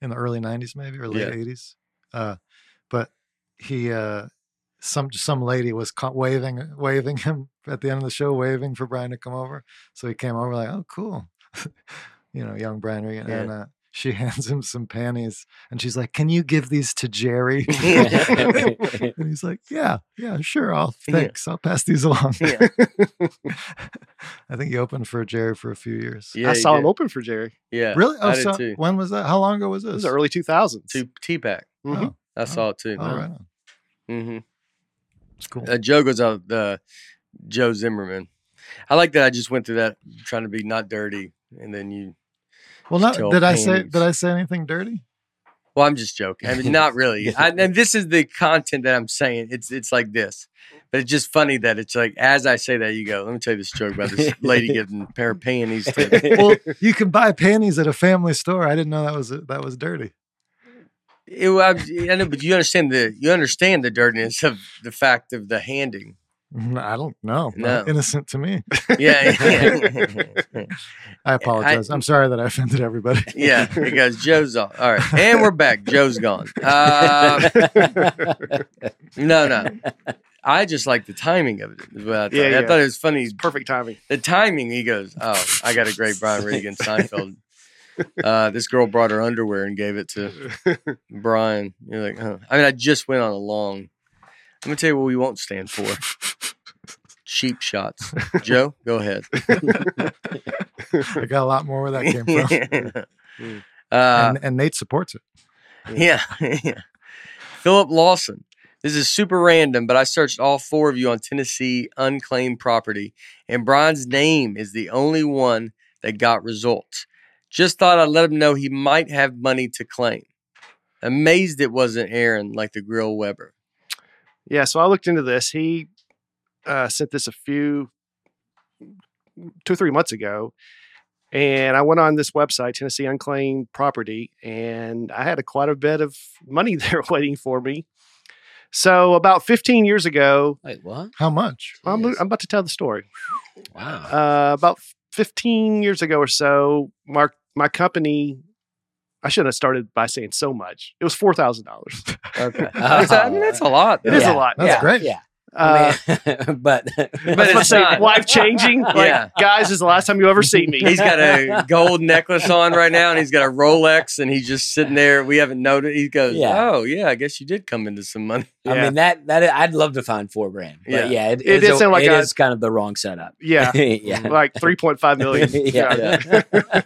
Speaker 4: in the early '90s, maybe or late
Speaker 1: Yeah.
Speaker 4: '80s. Uh, but he, uh, some some lady was caught waving uh, waving him at the end of the show, waving for Brian to come over. So he came over like, "Oh, cool," you know, young Brian Regan,
Speaker 1: Yeah.
Speaker 4: and uh, she hands him some panties, and she's like, "Can you give these to Jerry?" and
Speaker 3: yeah,
Speaker 4: he's like, "Yeah, yeah, sure. I'll
Speaker 1: Yeah.
Speaker 4: thanks. I'll pass these along."
Speaker 1: Yeah.
Speaker 4: I think he opened for Jerry for a few years.
Speaker 1: Yeah,
Speaker 2: I
Speaker 1: you
Speaker 2: saw him
Speaker 1: did.
Speaker 2: open for Jerry.
Speaker 1: Yeah,
Speaker 4: Really?
Speaker 1: I
Speaker 4: Oh,
Speaker 1: did
Speaker 4: so
Speaker 1: too.
Speaker 4: when was that? How long ago was
Speaker 2: It
Speaker 4: this?
Speaker 2: was the early 2000s.
Speaker 1: Two T pack.
Speaker 2: Mhm.
Speaker 1: I saw it too.
Speaker 4: Oh, right. on.
Speaker 1: hmm
Speaker 4: It's cool.
Speaker 1: Uh, Joe goes out the Joe Zimmerman. I like that. I just went through that trying to be not dirty, and then you.
Speaker 4: well, not,
Speaker 1: tell
Speaker 4: did I say
Speaker 1: paintings.
Speaker 4: did I say anything dirty?
Speaker 1: Well, I'm just joking. I mean, not really. I, and this is the content that I'm saying. It's it's like this, but it's just funny that it's like as I say that, you go. Let me tell you this joke about this lady giving a pair of panties. To,
Speaker 4: Well, you can buy panties at a family store. I didn't know that was that was dirty.
Speaker 1: It, well, I, I know, but you understand the you understand the dirtiness of the fact of the handing.
Speaker 4: Mm, I don't know.
Speaker 1: No.
Speaker 4: Innocent to me.
Speaker 1: Yeah, yeah.
Speaker 4: I apologize. I, am sorry that I offended everybody.
Speaker 1: yeah because Joe's off. All right, and we're back. Joe's gone. Uh, no, no. I just like the timing of it. is what I thought.
Speaker 2: Yeah,
Speaker 1: I
Speaker 2: yeah.
Speaker 1: thought it was funny.
Speaker 2: Perfect timing.
Speaker 1: The timing. He goes, "Oh, I got a great Brian Regan Seinfeld uh, this girl brought her underwear and gave it to Brian. You're like, huh. I mean, I just went on a long. I'm gonna tell you what we won't stand for. Cheap shots. Joe, go ahead.
Speaker 4: I got a lot more where that came from.
Speaker 1: Yeah. uh,
Speaker 4: and, and Nate supports it.
Speaker 1: yeah, yeah. Philip Lawson. This is super random, but I searched all four of you on Tennessee unclaimed property, and Brian's name is the only one that got results. Just thought I'd let him know he might have money to claim. Amazed it wasn't Aaron like the grill Weber.
Speaker 2: Yeah, so I looked into this. He uh, sent this a few, two or three months ago. And I went on this website, Tennessee Unclaimed Property, and I had a, quite a bit of money there waiting for me. So about 15 years ago,
Speaker 3: Wait, what?
Speaker 4: How much?
Speaker 2: I'm,
Speaker 3: Jeez.
Speaker 2: I'm about to tell the story.
Speaker 3: Wow.
Speaker 2: Uh, about 15 years ago or so, Mark, my company, I shouldn't have started by saying so much. It was four thousand dollars.
Speaker 1: Okay. That's, I mean, that's a lot.
Speaker 2: It
Speaker 1: though.
Speaker 2: is
Speaker 3: Yeah.
Speaker 2: a lot.
Speaker 4: That's
Speaker 3: yeah,
Speaker 4: great.
Speaker 3: Yeah.
Speaker 2: Uh,
Speaker 3: I mean, but but
Speaker 2: that's what I
Speaker 1: it's
Speaker 2: say,
Speaker 1: not.
Speaker 2: life changing. Like,
Speaker 1: Yeah.
Speaker 2: guys, this is the last time you ever see me.
Speaker 1: He's got a gold necklace on right now, and he's got a Rolex, and he's just sitting there. We haven't noticed. He goes,
Speaker 3: Yeah.
Speaker 1: "Oh yeah, I guess you did come into some money."
Speaker 3: I
Speaker 2: Yeah.
Speaker 3: mean that that I'd love to find four grand. But
Speaker 1: Yeah.
Speaker 3: yeah, it,
Speaker 2: It
Speaker 3: is
Speaker 2: did
Speaker 3: a-
Speaker 2: sound like
Speaker 3: it
Speaker 2: a-
Speaker 3: is kind of the wrong setup.
Speaker 2: yeah, Mm-hmm.
Speaker 3: yeah.
Speaker 2: like three point five million.
Speaker 3: yeah.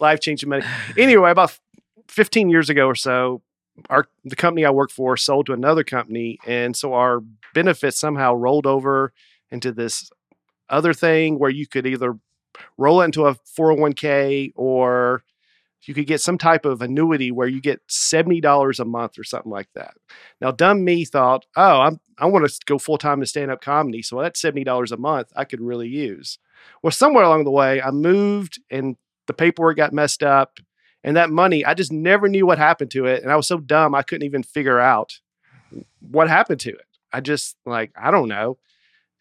Speaker 2: life changing money. Anyway, about f- 15 years ago or so, our the company I worked for sold to another company, and so our benefits somehow rolled over into this other thing where you could either roll it into a 401k or you could get some type of annuity where you get $70 a month or something like that. Now, dumb me thought, oh, I'm, I want to go full time in stand up comedy. So that's $70 a month I could really use. Well, somewhere along the way, I moved and the paperwork got messed up. And that money, I just never knew what happened to it. And I was so dumb, I couldn't even figure out what happened to it. I just, like, I don't know.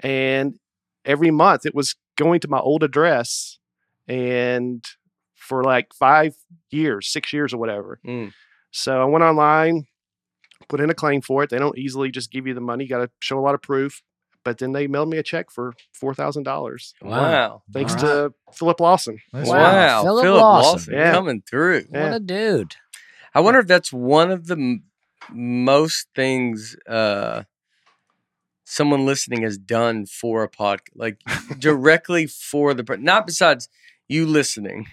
Speaker 2: And every month it was going to my old address and for like five years, six years or whatever.
Speaker 1: Mm.
Speaker 2: So I went online, put in a claim for it. They don't easily just give you the money. You got to show a lot of proof. But then they mailed me a check for four thousand dollars,
Speaker 1: Wow!
Speaker 2: thanks
Speaker 3: All
Speaker 2: to Philip Lawson.
Speaker 4: Nice
Speaker 1: Wow!
Speaker 4: work.
Speaker 3: Wow.
Speaker 1: Philip,
Speaker 3: Philip
Speaker 1: Lawson,
Speaker 3: Lawson.
Speaker 2: Yeah.
Speaker 1: coming through.
Speaker 3: What a dude.
Speaker 1: I wonder if that's one of the m- most things uh, someone listening has done for a podcast, like directly for the per- not besides you listening,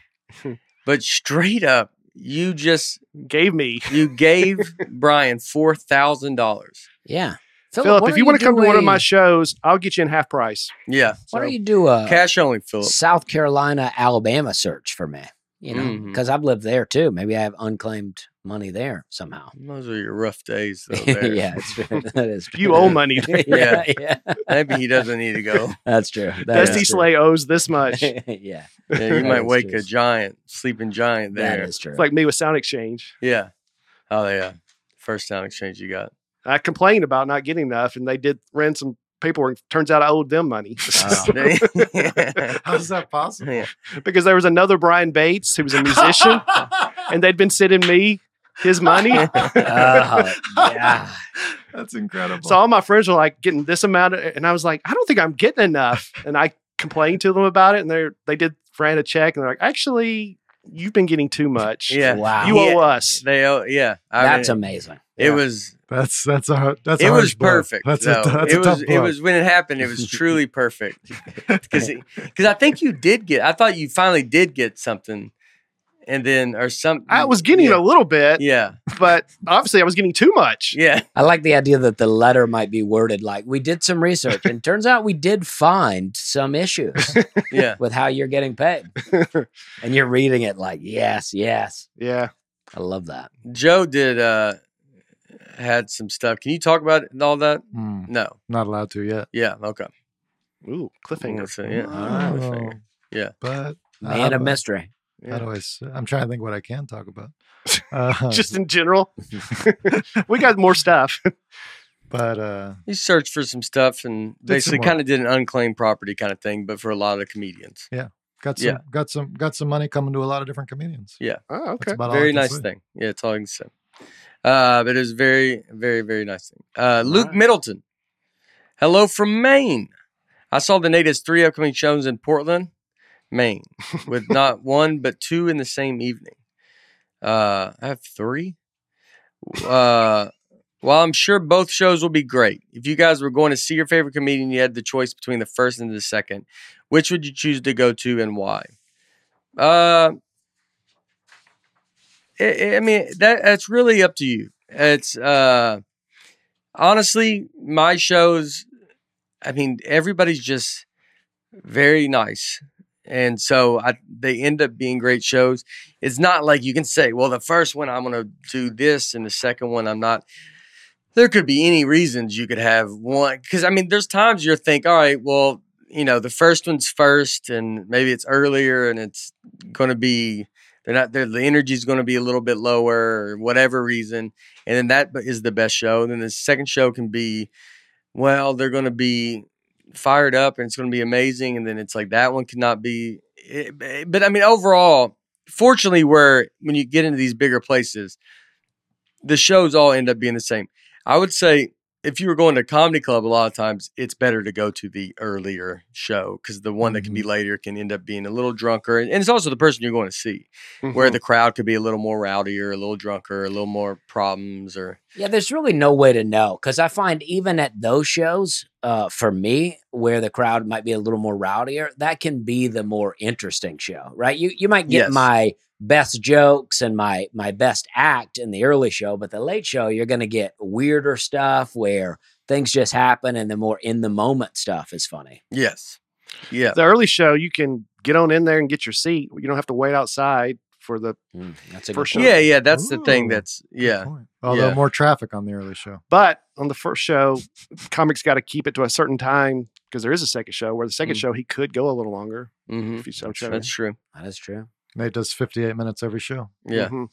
Speaker 1: but straight up, you just
Speaker 2: Gave me
Speaker 1: you gave Brian four thousand dollars.
Speaker 3: Yeah.
Speaker 2: Philip.
Speaker 3: why
Speaker 2: If
Speaker 3: don't
Speaker 2: you want to come
Speaker 3: do
Speaker 2: to one of
Speaker 3: a-
Speaker 2: my shows, I'll get you in half price.
Speaker 1: Yeah,
Speaker 3: why don't
Speaker 2: So-
Speaker 3: you do a
Speaker 1: cash only, Philip.
Speaker 3: South Carolina, Alabama search for me? You know,
Speaker 2: Mm-hmm.
Speaker 1: Mhm.
Speaker 3: because I've lived there too. Maybe I have unclaimed money there somehow.
Speaker 1: Those are your rough days, though. there.
Speaker 3: yeah, it's true. That is true.
Speaker 2: You owe money.
Speaker 3: yeah, yeah.
Speaker 1: Maybe he doesn't need to go.
Speaker 3: That's true. That is
Speaker 2: Dusty
Speaker 3: true.
Speaker 2: Slay owes this much. It's
Speaker 3: yeah,
Speaker 1: Yeah, you
Speaker 3: That
Speaker 1: might
Speaker 3: is
Speaker 1: wake
Speaker 3: true.
Speaker 1: a giant, sleeping giant
Speaker 3: that
Speaker 1: there.
Speaker 3: is true.
Speaker 2: like me with Sound Exchange.
Speaker 1: Yeah. Oh yeah. First sound exchange you got.
Speaker 2: I complained about not getting enough, and they did rent some paperwork. Turns out I owed them money
Speaker 4: How's that possible?
Speaker 1: Yeah.
Speaker 2: because there was another Brian Bates who was a musician, and they'd been sending me his money.
Speaker 3: oh, yeah.
Speaker 4: That's incredible.
Speaker 2: So all my friends were like getting this amount, of, and I was like, I don't think I'm getting enough. And I complained to them about it, and they they did ran a check, and they're like, actually, you've been getting too much.
Speaker 1: Yeah.
Speaker 3: Wow.
Speaker 2: you owe
Speaker 1: Yeah.
Speaker 2: us.
Speaker 1: They oh yeah. I
Speaker 3: That's
Speaker 1: mean,
Speaker 3: amazing.
Speaker 1: it was
Speaker 4: that's that's a hard- that's a
Speaker 1: it
Speaker 4: harsh
Speaker 1: was
Speaker 4: blow.
Speaker 1: perfect.
Speaker 4: That's
Speaker 1: though.
Speaker 4: a, that's
Speaker 1: it
Speaker 4: a
Speaker 1: was
Speaker 4: tough
Speaker 1: it
Speaker 4: blow.
Speaker 1: was when it happened, it was truly perfect. Cuz I think you did get I thought you finally did get something and then or some
Speaker 2: I was getting
Speaker 1: yeah.
Speaker 2: a little bit,
Speaker 1: yeah,
Speaker 2: but obviously I was getting too much.
Speaker 1: yeah,
Speaker 3: I like the idea that the letter might be worded like we did some research and turns out we did find some issues
Speaker 1: yeah.
Speaker 3: with how you're getting paid. and you're reading it like, yes, yes.
Speaker 2: Yeah.
Speaker 3: I love that.
Speaker 1: Joe did uh had some stuff. Can you talk about it and all that?
Speaker 4: Mm,
Speaker 1: No.
Speaker 4: not allowed to yet.
Speaker 1: Yeah, okay.
Speaker 2: Ooh, cliffhanger.
Speaker 1: That's it, yeah.
Speaker 3: Ah,
Speaker 4: Oh,
Speaker 1: cliffhanger. Yeah.
Speaker 4: But I
Speaker 3: Man
Speaker 4: have
Speaker 3: of
Speaker 4: a-
Speaker 3: mystery.
Speaker 4: How do I? s- uh, I'm trying to think what I can talk about. Uh,
Speaker 2: Just in general, we got more stuff.
Speaker 4: but uh,
Speaker 1: He searched for some stuff and
Speaker 4: Did some
Speaker 1: basically
Speaker 4: work.
Speaker 1: kind of did an unclaimed property kind of thing, but for a lot of comedians.
Speaker 4: got some
Speaker 1: Yeah.
Speaker 4: got some got some money coming to a lot of different comedians.
Speaker 2: Oh,
Speaker 4: That's
Speaker 2: okay.
Speaker 4: about all I
Speaker 1: Very
Speaker 4: can
Speaker 1: nice
Speaker 4: say.
Speaker 1: thing. Yeah, it's all I can say. Uh, but it was very, very, very nice thing. Uh, Luke
Speaker 3: right.
Speaker 1: Middleton. Hello from Maine. I saw the Natives three upcoming shows in Portland. Maine, with not one but two in the same evening. Uh, I have three. Uh, while I'm sure both shows will be great, if you guys were going to see your favorite comedian, you had the choice between the first and the second, which would you choose to go to and why? Uh, it, it- I mean that that's really up to you. It's uh, honestly my shows. I mean everybody's just very nice, and so I, they end up being great shows. It's not like you can say, well, the first one I'm going to do this, and the second one I'm not. There could be any reasons you could have one because I mean there's times you think, all right, well you know the first one's first, and maybe it's earlier, and it's going to be they're not they're, the energy's going to be a little bit lower or whatever reason and then that b- is the best show and then the second show can be well they're going to be fired up and it's going to be amazing and then it's like that one cannot be it- b- but i mean overall fortunately where when you get into these bigger places the shows all end up being the same i would say if you were going to a comedy club a lot of times it's better to go to the earlier show because the one that can be later can end up being a little drunker and and it's also the person you're going to see
Speaker 2: Mm-hmm.
Speaker 1: where the crowd could be a little more rowdier, a little drunker, a little more problems, or
Speaker 3: Yeah, there's really no way to know because I find even at those shows, uh, for me, where the crowd might be a little more rowdier, that can be the more interesting show, right? You you might get
Speaker 1: Yes.
Speaker 3: my best jokes and my my best act in the early show, but the late show you're going to get weirder stuff where things just happen, and the more in the moment stuff is funny.
Speaker 1: yes, yeah,
Speaker 2: The early show, you can get on in there and get your seat. You don't have to wait outside for the.
Speaker 3: Mm, that's a
Speaker 2: For
Speaker 3: good
Speaker 2: sure.
Speaker 3: point.
Speaker 1: yeah, yeah. That's the
Speaker 4: Ooh.
Speaker 1: thing. That's yeah,
Speaker 4: Point. Although
Speaker 1: Yeah.
Speaker 4: more traffic on the early show.
Speaker 2: But on the first show, comics got to keep it to a certain time because there is a second show. Where the second
Speaker 1: Mm.
Speaker 2: show, he could go a little longer
Speaker 1: hmm
Speaker 2: if he so
Speaker 3: That's
Speaker 2: chose.
Speaker 1: that's true.
Speaker 3: That is true.
Speaker 4: Nate does 58 minutes every show.
Speaker 1: Yeah,
Speaker 2: Mhm.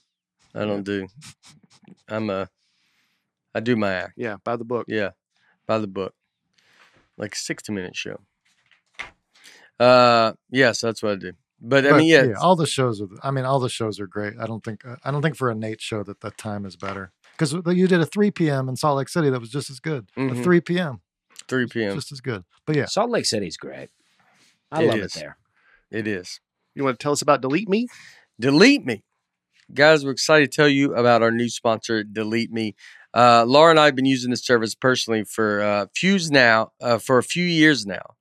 Speaker 1: I don't do. I'm a, I do my act.
Speaker 2: yeah, by the book.
Speaker 1: Yeah, by the book, like sixty minute show. Uh, yeah, so that's what I do. But, I
Speaker 4: But,
Speaker 1: mean, yeah,
Speaker 4: all the shows. Are, I mean, all the shows are great. I don't think. uh, I don't think for a Nate show that the time is better because you did a 3 p.m. in Salt Lake City that was just as good. A
Speaker 1: Mhm.
Speaker 4: 3 p.m.
Speaker 1: three p.m.
Speaker 4: just as good. But yeah,
Speaker 3: Salt Lake City's great. I
Speaker 1: It
Speaker 3: love
Speaker 1: is.
Speaker 3: it there.
Speaker 1: It is.
Speaker 2: You want to tell us about Delete Me?
Speaker 1: Delete Me. Guys, we're excited to tell you about our new sponsor, Delete Me. Uh, Laura and I have been using this service personally for uh, fews now, uh, for a few years now,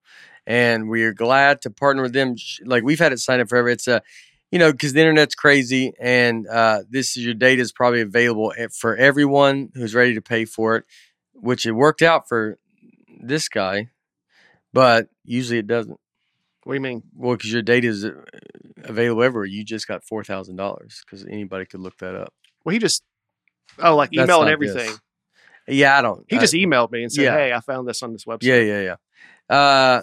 Speaker 1: and we are glad to partner with them. Sh- Like we've had it signed up forever. It's a, you know, because the internet's crazy, and uh, this is your data is probably available e- for everyone who's ready to pay for it, which it worked out for this guy, but usually it doesn't.
Speaker 2: What do you mean?
Speaker 1: Well, because your data is uh, available everywhere. You just got four thousand dollars because anybody could look that up.
Speaker 2: Well, he just oh, like
Speaker 1: That's
Speaker 2: email and
Speaker 1: not
Speaker 2: everything.
Speaker 1: this. Yeah, I don't.
Speaker 2: He
Speaker 1: I-
Speaker 2: just emailed me and said,
Speaker 1: Uh, yeah.
Speaker 2: "Hey, I found this on this website."
Speaker 1: Yeah, yeah, yeah. Uh,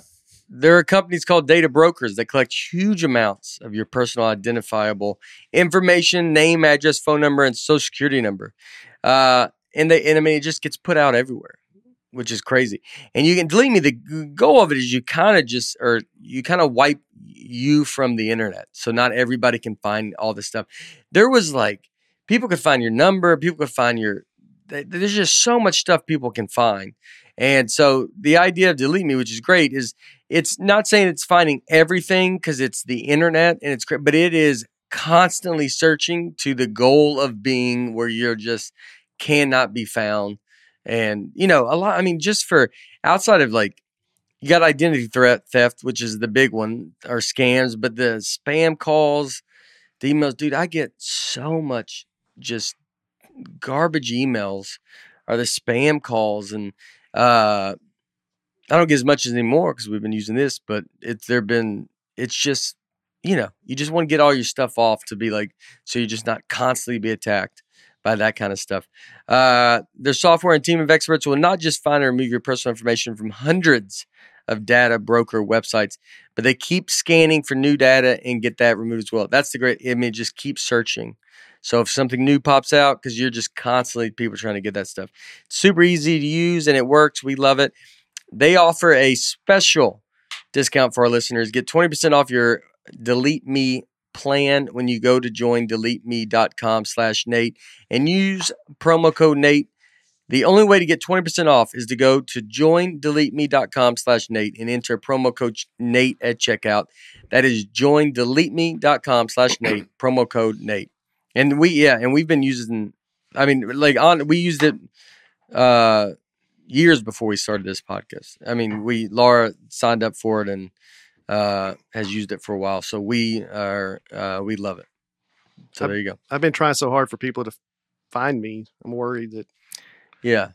Speaker 1: there are companies called data brokers that collect huge amounts of your personal identifiable information, name, address, phone number, and social security number. Uh, and they, and I mean, it just gets put out everywhere, which is crazy. And you can delete me. The g- goal of it is you kind of just, or you kind of wipe you from the internet, so not everybody can find all this stuff. There was like people could find your number, people could find your. th- There's just so much stuff people can find. And so the idea of delete me, which is great, is it's not saying it's finding everything because it's the internet and it's great, but it is constantly searching to the goal of being where you're just cannot be found. And you know, a lot. I mean, just for outside of like you got identity threat theft, which is the big one, or scams, but the spam calls, the emails, dude, I get so much just garbage emails or the spam calls and uh I don't get as much as anymore because we've been using this, but it's there been it's just you know, you just want to get all your stuff off to be like so you're just not constantly be attacked by that kind of stuff. Uh their software and team of experts will not just find and remove your personal information from hundreds of data broker websites, but they keep scanning for new data and get that removed as well. That's the great I mean, just keep searching. So if something new pops out, because you're just constantly people trying to get that stuff. super easy to use and it works. We love it. They offer a special discount for our listeners. Get 20% off your delete me plan when you go to joindeleteme.com slash Nate and use promo code Nate. The only way to get 20% off is to go to joindeleteme.com slash Nate and enter promo code Nate at checkout. That is joindeleteme.com slash Nate, promo code Nate. And we, yeah, and we've been using, I mean, like on, we used it uh, years before we started this podcast. I mean, we, Laura signed up for it and uh, has used it for a while. So we are, uh, we love it. So there you go.
Speaker 2: I've been trying so hard for people to find me. I'm worried that
Speaker 1: Yeah.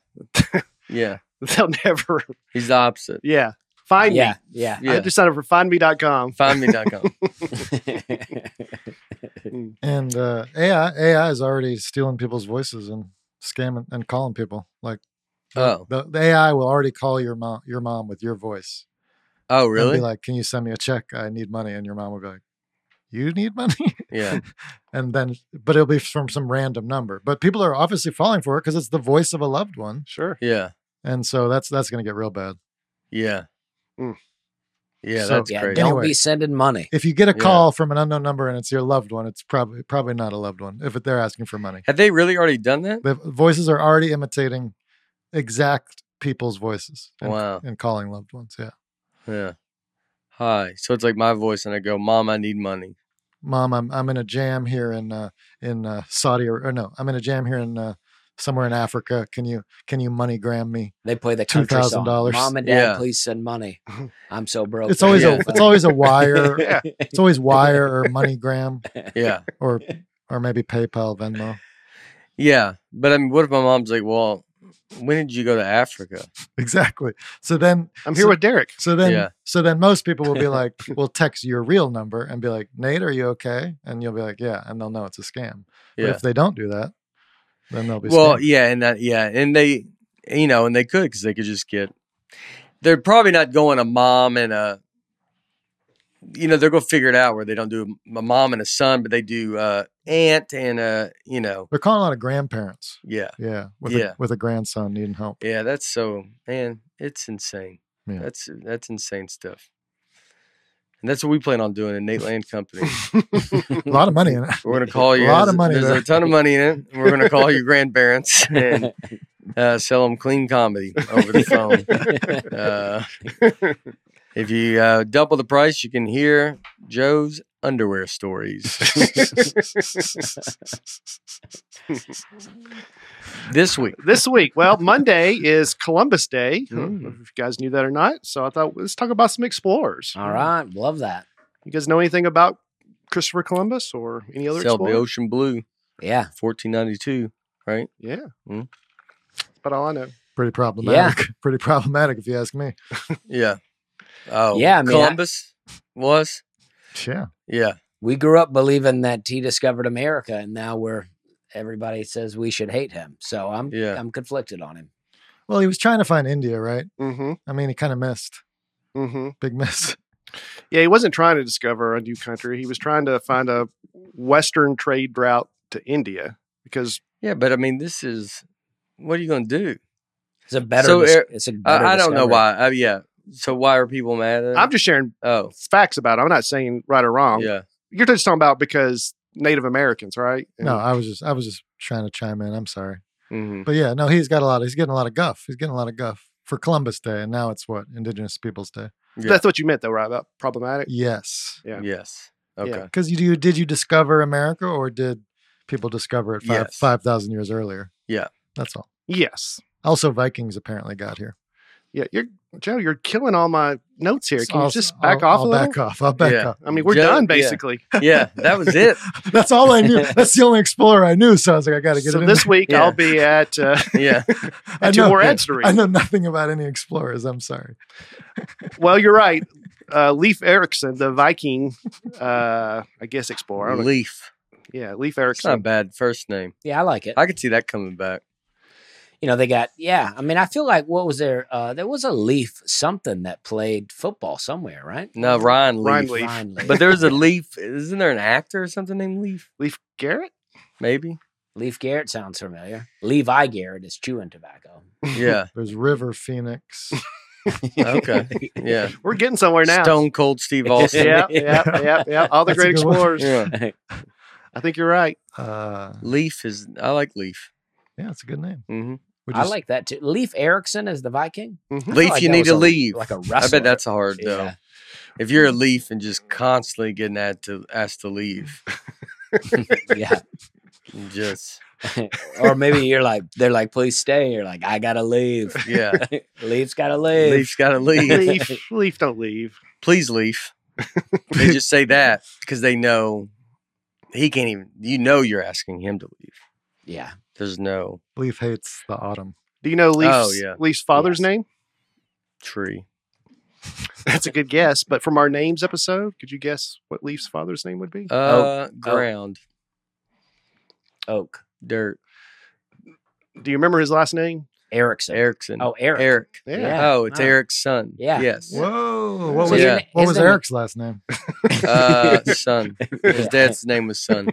Speaker 1: Yeah.
Speaker 2: they'll never.
Speaker 1: He's the opposite.
Speaker 2: Yeah. Find
Speaker 3: yeah,
Speaker 2: me.
Speaker 3: yeah.
Speaker 1: Yeah.
Speaker 2: I just signed up for findme.com.
Speaker 1: Findme.com.
Speaker 4: And uh, AI AI is already stealing people's voices and scamming and calling people. Like
Speaker 1: Oh.
Speaker 4: the, the AI will already call your mom your mom with your voice.
Speaker 1: Oh,
Speaker 4: and
Speaker 1: really?
Speaker 4: Be like, can you send me a check? I need money. And your mom will be like, you need money.
Speaker 1: yeah.
Speaker 4: and then, but it'll be from some random number. But people are obviously falling for it because it's the voice of a loved one,
Speaker 2: Sure.
Speaker 1: Yeah.
Speaker 4: and so that's that's going to get real bad.
Speaker 1: Yeah.
Speaker 2: Mm.
Speaker 1: Yeah,
Speaker 4: So-
Speaker 1: that's
Speaker 3: yeah
Speaker 1: crazy.
Speaker 3: don't
Speaker 4: Anyway.
Speaker 3: be sending money.
Speaker 4: If you get a
Speaker 1: Yeah.
Speaker 4: call from an unknown number and it's your loved one, it's probably probably not a loved one. If they're asking for money,
Speaker 1: Have they really already done that?
Speaker 4: the voices are already imitating exact people's voices. And,
Speaker 1: Wow.
Speaker 4: and calling loved ones. Yeah,
Speaker 1: Yeah. Hi. So it's like my voice, and I go, "Mom, I need money."
Speaker 4: mom, I'm I'm in a jam here in uh, in uh, Saudi or, or no, I'm in a jam here in uh, somewhere in Africa. Can you can you moneygram me?
Speaker 3: They play the country song.
Speaker 4: $2,000.
Speaker 3: Mom and dad,
Speaker 1: Yeah.
Speaker 3: please send money. I'm so broke.
Speaker 4: It's always
Speaker 1: Yeah.
Speaker 4: a it's always a wire.
Speaker 2: Yeah.
Speaker 4: It's always wire or moneygram
Speaker 1: Yeah.
Speaker 4: or or maybe PayPal, Venmo.
Speaker 1: yeah. But I mean, what if my mom's like, "Well, when did you go to Africa?"
Speaker 4: Exactly. So then
Speaker 2: I'm here
Speaker 4: So-
Speaker 2: with Derek.
Speaker 4: so then
Speaker 1: Yeah.
Speaker 4: so then most people will be like, will text your real number and be like, Nate, are you okay? And you'll be like, Yeah, and they'll know it's a scam. But
Speaker 1: Yeah.
Speaker 4: if they don't do that, then they'll be
Speaker 1: Well,
Speaker 4: scammed.
Speaker 1: yeah, and that, yeah, and they, you know, and they could because they could just get. They're probably not going a mom and a. You know, they're gonna figure it out where they don't do a mom and a son, but they do uh aunt and uh you know,
Speaker 4: They're calling a lot of grandparents.
Speaker 1: yeah.
Speaker 4: Yeah. With
Speaker 1: Yeah.
Speaker 4: a with a grandson needing help.
Speaker 1: Yeah, that's so man, it's insane.
Speaker 4: Yeah.
Speaker 1: That's that's insane stuff. And that's what we plan on doing in Nate Land Company.
Speaker 4: A lot of money in it.
Speaker 1: We're gonna call you.
Speaker 4: lot of
Speaker 1: there's-
Speaker 4: money
Speaker 1: There's
Speaker 4: there.
Speaker 1: a ton of money in it. and We're gonna call your grandparents and uh, sell them clean comedy over the phone. Uh, if you uh, double the price, you can hear Joe's underwear stories. this week,
Speaker 2: this week, well, Monday is Columbus Day. I don't know
Speaker 1: Mm.
Speaker 2: If you guys knew that or not. So I thought let's talk about some explorers.
Speaker 3: All right, love that.
Speaker 2: You guys know anything about Christopher Columbus or any other
Speaker 1: sell the
Speaker 2: explorer?
Speaker 1: ocean blue,
Speaker 3: Yeah,
Speaker 1: fourteen ninety two. Right?
Speaker 2: Yeah.
Speaker 1: Mm.
Speaker 2: That's about all I know.
Speaker 4: Pretty problematic. Pretty problematic if you ask me.
Speaker 1: Yeah. Oh,
Speaker 3: Yeah, I mean, I-
Speaker 1: Columbus was.
Speaker 4: Yeah.
Speaker 1: Yeah.
Speaker 3: we grew up believing that he discovered America, and now we're everybody says we should hate him. So I'm
Speaker 1: Yeah.
Speaker 3: I'm conflicted on him.
Speaker 4: Well, he was trying to find India, right?
Speaker 2: Mm-hmm.
Speaker 4: I mean, he kind of missed.
Speaker 2: Mm-hmm.
Speaker 4: Big miss.
Speaker 2: Yeah, he wasn't trying to discover a new country. He was trying to find a Western trade route to India because
Speaker 1: Yeah, but I mean, this is what are you going to do?
Speaker 3: It's a better.
Speaker 1: So,
Speaker 3: dis-
Speaker 1: er,
Speaker 3: it's a better
Speaker 1: I, I don't know
Speaker 3: discovery.
Speaker 1: why. Uh, yeah. So why are people mad? At
Speaker 2: I'm
Speaker 1: it?
Speaker 2: just sharing
Speaker 1: oh,
Speaker 2: facts about it. I'm not saying right or wrong.
Speaker 1: yeah,
Speaker 2: You're just talking about because Native Americans, right? And-
Speaker 4: No, I was just I was just trying to chime in. I'm sorry.
Speaker 1: hmm
Speaker 4: But yeah, no, he's got a lot. He's getting a lot of guff. He's getting a lot of guff for Columbus Day, and now it's what Indigenous Peoples Day.
Speaker 1: yeah.
Speaker 2: That's what you meant, though, right? About problematic.
Speaker 4: Yes,
Speaker 2: Yeah.
Speaker 1: yes. Okay.
Speaker 4: because you, you did you discover America, or did people discover it five
Speaker 1: Yes.
Speaker 4: five thousand years earlier?
Speaker 1: Yeah.
Speaker 4: that's all.
Speaker 2: Yes.
Speaker 4: Also, Vikings apparently got here.
Speaker 2: Yeah. You're Joe. You're killing all my notes here.
Speaker 4: So
Speaker 2: Can
Speaker 4: I'll-
Speaker 2: you just back
Speaker 4: I'll-
Speaker 2: off
Speaker 4: I'll
Speaker 2: a little?
Speaker 4: Back off. I'll back
Speaker 1: Yeah.
Speaker 4: off.
Speaker 2: I mean, we're
Speaker 1: Joe-
Speaker 2: done
Speaker 1: yeah.
Speaker 2: basically.
Speaker 1: Yeah, that was it.
Speaker 4: That's all I knew. That's the only explorer I knew. So I was like, I got to get
Speaker 2: So
Speaker 4: it.
Speaker 2: this week
Speaker 1: Yeah.
Speaker 2: I'll be at uh,
Speaker 1: Yeah.
Speaker 4: I
Speaker 2: two
Speaker 4: know-
Speaker 2: more ads to read.
Speaker 4: I know nothing about any explorers. I'm sorry.
Speaker 2: Well, you're right. Uh, Leif Erikson, the Viking, uh, I guess explorer. I don't know.
Speaker 1: Leaf.
Speaker 2: Yeah, Leif
Speaker 1: It's not a
Speaker 2: Erikson.
Speaker 1: bad first name.
Speaker 3: Yeah, I like it.
Speaker 1: I could see that coming back.
Speaker 3: you know, they got yeah. I mean, I feel like what was there? Uh, there was a Leaf something that played football somewhere, right?
Speaker 1: No, Ryan Leaf.
Speaker 2: Ryan Leaf.
Speaker 3: Ryan Leaf.
Speaker 1: But there's a Leaf. Isn't there an actor or something named Leaf?
Speaker 2: Leif Garrett.
Speaker 1: Maybe.
Speaker 3: Leaf Garrett sounds familiar. Levi Garrett is chewing tobacco.
Speaker 1: Yeah.
Speaker 4: There's River Phoenix.
Speaker 1: Okay. Yeah.
Speaker 2: We're getting somewhere now.
Speaker 1: Stone Cold Steve Austin.
Speaker 2: Yeah, yeah, yeah, yeah. All the
Speaker 4: That's a
Speaker 2: great
Speaker 4: good one.
Speaker 2: explorers.
Speaker 1: yeah.
Speaker 2: I think you're right.
Speaker 4: Uh,
Speaker 1: Leaf is. I like Leaf.
Speaker 4: yeah, it's a good name.
Speaker 1: hmm
Speaker 4: Would you
Speaker 3: I
Speaker 4: s-
Speaker 3: like that too. Leaf Erickson is the Viking.
Speaker 2: Mhm.
Speaker 3: like
Speaker 1: Leaf, you
Speaker 3: that
Speaker 1: need
Speaker 3: was
Speaker 1: to
Speaker 3: a-
Speaker 1: leave.
Speaker 3: like a
Speaker 1: I
Speaker 3: wrestler.
Speaker 1: bet that's hard though.
Speaker 3: Yeah.
Speaker 1: If you're a Leaf and just constantly getting asked to asked to leave,
Speaker 3: yeah.
Speaker 1: just
Speaker 3: or maybe you're like, they're like, please stay. You're like, I gotta leave.
Speaker 1: yeah,
Speaker 3: Leaf's gotta leave.
Speaker 1: Leaf's got to leave.
Speaker 2: Leaf, Leaf, don't leave.
Speaker 1: Please, Leaf. They just say that because they know he can't even. You know, you're asking him to leave.
Speaker 3: Yeah.
Speaker 1: There's no
Speaker 4: Leaf hates the autumn.
Speaker 2: Do you know Leaf's,
Speaker 1: yeah.
Speaker 2: Leaf's father's
Speaker 3: Yes.
Speaker 2: name?
Speaker 1: tree.
Speaker 2: That's a good guess. But from our names episode, could you guess what Leaf's father's name would be?
Speaker 1: Uh, ground,
Speaker 3: Oak.
Speaker 1: dirt,
Speaker 2: Do you remember his last name?
Speaker 3: Erickson.
Speaker 1: Erickson.
Speaker 3: Oh, Eric.
Speaker 1: Eric.
Speaker 2: Yeah.
Speaker 3: Yeah.
Speaker 1: Oh, it's
Speaker 3: Wow.
Speaker 1: Eric's son.
Speaker 3: Yeah.
Speaker 1: Yes.
Speaker 4: Whoa! What
Speaker 2: So
Speaker 4: was E,
Speaker 1: your na-
Speaker 4: what was
Speaker 3: isn't it-
Speaker 4: Eric's last name?
Speaker 1: Uh, son. His
Speaker 3: Yeah.
Speaker 1: dad's name was Son.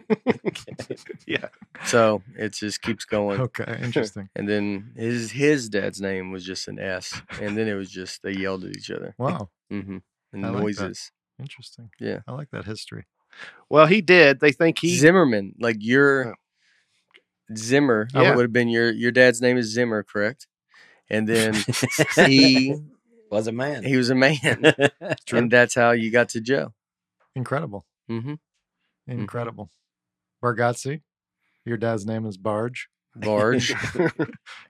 Speaker 2: Yeah.
Speaker 1: So it just keeps going.
Speaker 4: Okay, interesting.
Speaker 1: And then his his dad's name was just an S. And then it was just they yelled at each other.
Speaker 4: Wow,
Speaker 1: Mm-hmm. And
Speaker 4: I like that.
Speaker 1: noises.
Speaker 4: interesting.
Speaker 1: Yeah.
Speaker 4: I like that history.
Speaker 2: Well, he did. They think he.
Speaker 1: Zimmerman, like your Zimmer
Speaker 2: Yeah.
Speaker 1: would have been your your dad's name is Zimmer, correct? And then he
Speaker 3: was a man.
Speaker 1: he was a man, and that's how you got to Joe.
Speaker 4: Incredible,
Speaker 1: Mm-hmm.
Speaker 4: incredible. Bargatze, your dad's name is Barge
Speaker 1: Barge.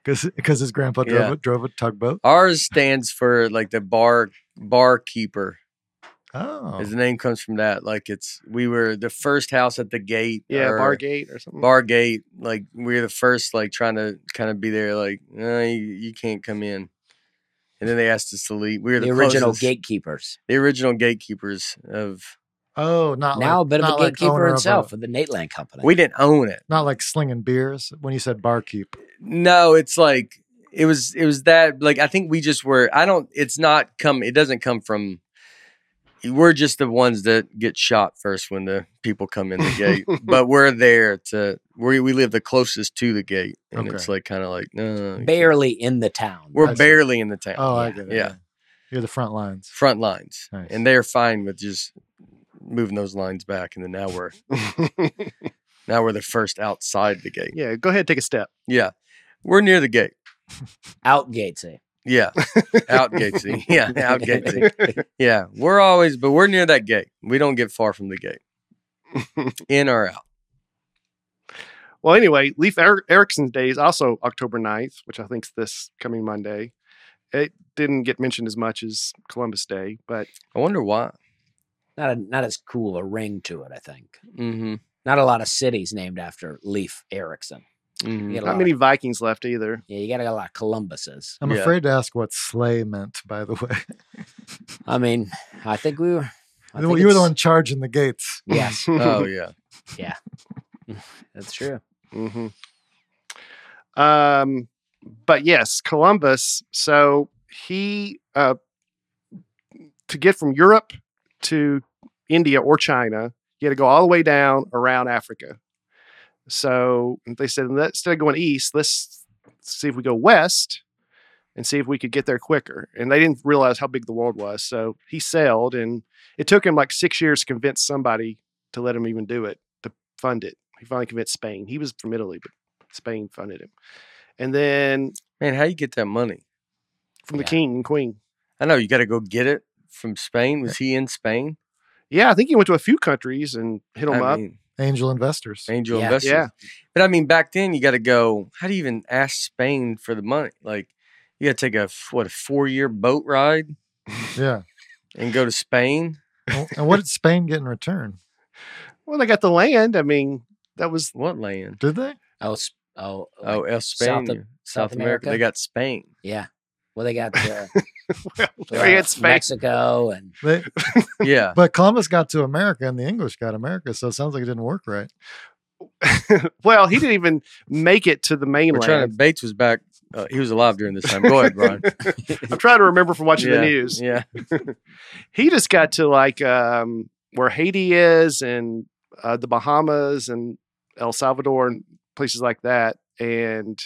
Speaker 4: because his grandpa drove
Speaker 1: Yeah.
Speaker 4: a, drove a tugboat.
Speaker 1: Ours stands for like the bar barkeeper.
Speaker 4: Oh,
Speaker 1: As the name comes from that, like it's we were the first house at the gate.
Speaker 2: Yeah,
Speaker 1: or
Speaker 2: Bargate or something.
Speaker 1: bar gate. Like we were the first, like trying to kind of be there. Like "No, you, you can't come in. And then they asked us to leave. We were
Speaker 3: the
Speaker 1: the,
Speaker 3: original
Speaker 1: closest-
Speaker 3: gatekeepers.
Speaker 1: the original gatekeepers of.
Speaker 4: oh, not
Speaker 3: Now
Speaker 4: like,
Speaker 3: a bit of
Speaker 4: not like
Speaker 3: a
Speaker 4: owner
Speaker 3: gatekeeper
Speaker 4: of a-
Speaker 3: himself of the Nate Land Company.
Speaker 1: We didn't own it.
Speaker 4: not like slinging beers. When you said barkeep,
Speaker 1: No, it's like it was. It was that. Like I think we just were. I don't. It's not come. It doesn't come from. We're just the ones that get shot first when the people come in the gate. but we're there to we we live the closest to the gate, and it's
Speaker 4: Okay.
Speaker 1: like kind of like no, no, no, you can't.
Speaker 3: barely in the town.
Speaker 1: We're
Speaker 4: I see.
Speaker 1: barely in the town,
Speaker 4: oh, I
Speaker 3: yeah,
Speaker 4: get it.
Speaker 1: yeah.
Speaker 4: you're the front lines.
Speaker 1: front lines,
Speaker 4: Nice.
Speaker 1: and they're fine with just moving those lines back. And then now we're now we're the first outside the gate.
Speaker 2: yeah, go ahead, take a step.
Speaker 1: Yeah, we're near the gate.
Speaker 3: out Gatesy.
Speaker 1: Yeah, out Gatesy. Yeah, out Gatesy. Yeah, we're always, but we're near that gate. We don't get far from the gate, in or out.
Speaker 2: Well, anyway, Leaf er- Erickson's day is also October 9th, which I think's this coming Monday. It didn't get mentioned as much as Columbus Day, but
Speaker 1: I wonder why.
Speaker 3: not a, not as cool a ring to it. I think
Speaker 1: Mm-hmm.
Speaker 3: not a lot of cities named after Leaf Erickson.
Speaker 1: mm-hmm.
Speaker 3: You get a
Speaker 2: not
Speaker 3: lot
Speaker 2: many
Speaker 3: Of,
Speaker 2: Vikings left either.
Speaker 3: yeah, you got a lot of Columbuses.
Speaker 4: I'm
Speaker 1: Yeah.
Speaker 4: afraid to ask what sleigh meant. By the way,
Speaker 3: I mean, I think we were. I
Speaker 4: you
Speaker 3: think
Speaker 4: were the
Speaker 3: it's-
Speaker 4: one charging the gates.
Speaker 3: Yes,
Speaker 1: Oh yeah.
Speaker 3: that's true.
Speaker 2: hmm Um, but yes, Columbus. So he uh, to get from Europe to India or China, he had to go all the way down around Africa. So they said instead of going east, let's see if we go west and see if we could get there quicker. And they didn't realize how big the world was. So he sailed, and it took him like six years to convince somebody to let him even do it to fund it. He finally convinced Spain. He was from Italy, but Spain funded him. And then
Speaker 1: Man, how you get that money?
Speaker 2: from the
Speaker 3: Yeah.
Speaker 2: king and queen.
Speaker 1: I know you got to go get it from Spain. Was he in Spain?
Speaker 2: Yeah, I think he went to a few countries and hit them
Speaker 1: I
Speaker 2: up.
Speaker 1: mean,
Speaker 4: Angel investors.
Speaker 1: angel
Speaker 3: Yeah.
Speaker 1: investors.
Speaker 2: Yeah.
Speaker 1: But I mean, back then you got to go. How do you even ask Spain for the money? Like you got to take a f- what a four year boat ride
Speaker 4: Yeah.
Speaker 1: and go to Spain.
Speaker 4: Well, and what did Spain get in return?
Speaker 2: Well, they got the land. I mean, that was
Speaker 1: What land?
Speaker 4: Did they?
Speaker 3: Oh, s- oh,
Speaker 1: Oh,
Speaker 3: like-
Speaker 1: El Spain,
Speaker 3: South
Speaker 1: South,
Speaker 3: of- South
Speaker 1: America. They
Speaker 3: America?
Speaker 1: got Spain.
Speaker 3: yeah. Well, they got uh,
Speaker 2: well, they
Speaker 3: uh,
Speaker 2: had Spain.
Speaker 3: Mexico and
Speaker 4: They
Speaker 1: Yeah.
Speaker 4: but Columbus got to America and the English got America, so it sounds like it didn't work right.
Speaker 2: well, he didn't even make it to the
Speaker 1: We're trying to,
Speaker 2: mainland.
Speaker 1: Bates was back. Uh, he was alive during this time. Go ahead, Brian.
Speaker 2: I'm trying to remember from watching
Speaker 1: Yeah,
Speaker 2: the news.
Speaker 1: Yeah.
Speaker 2: He just got to like um, where Haiti is and uh, the Bahamas and El Salvador and places like that. And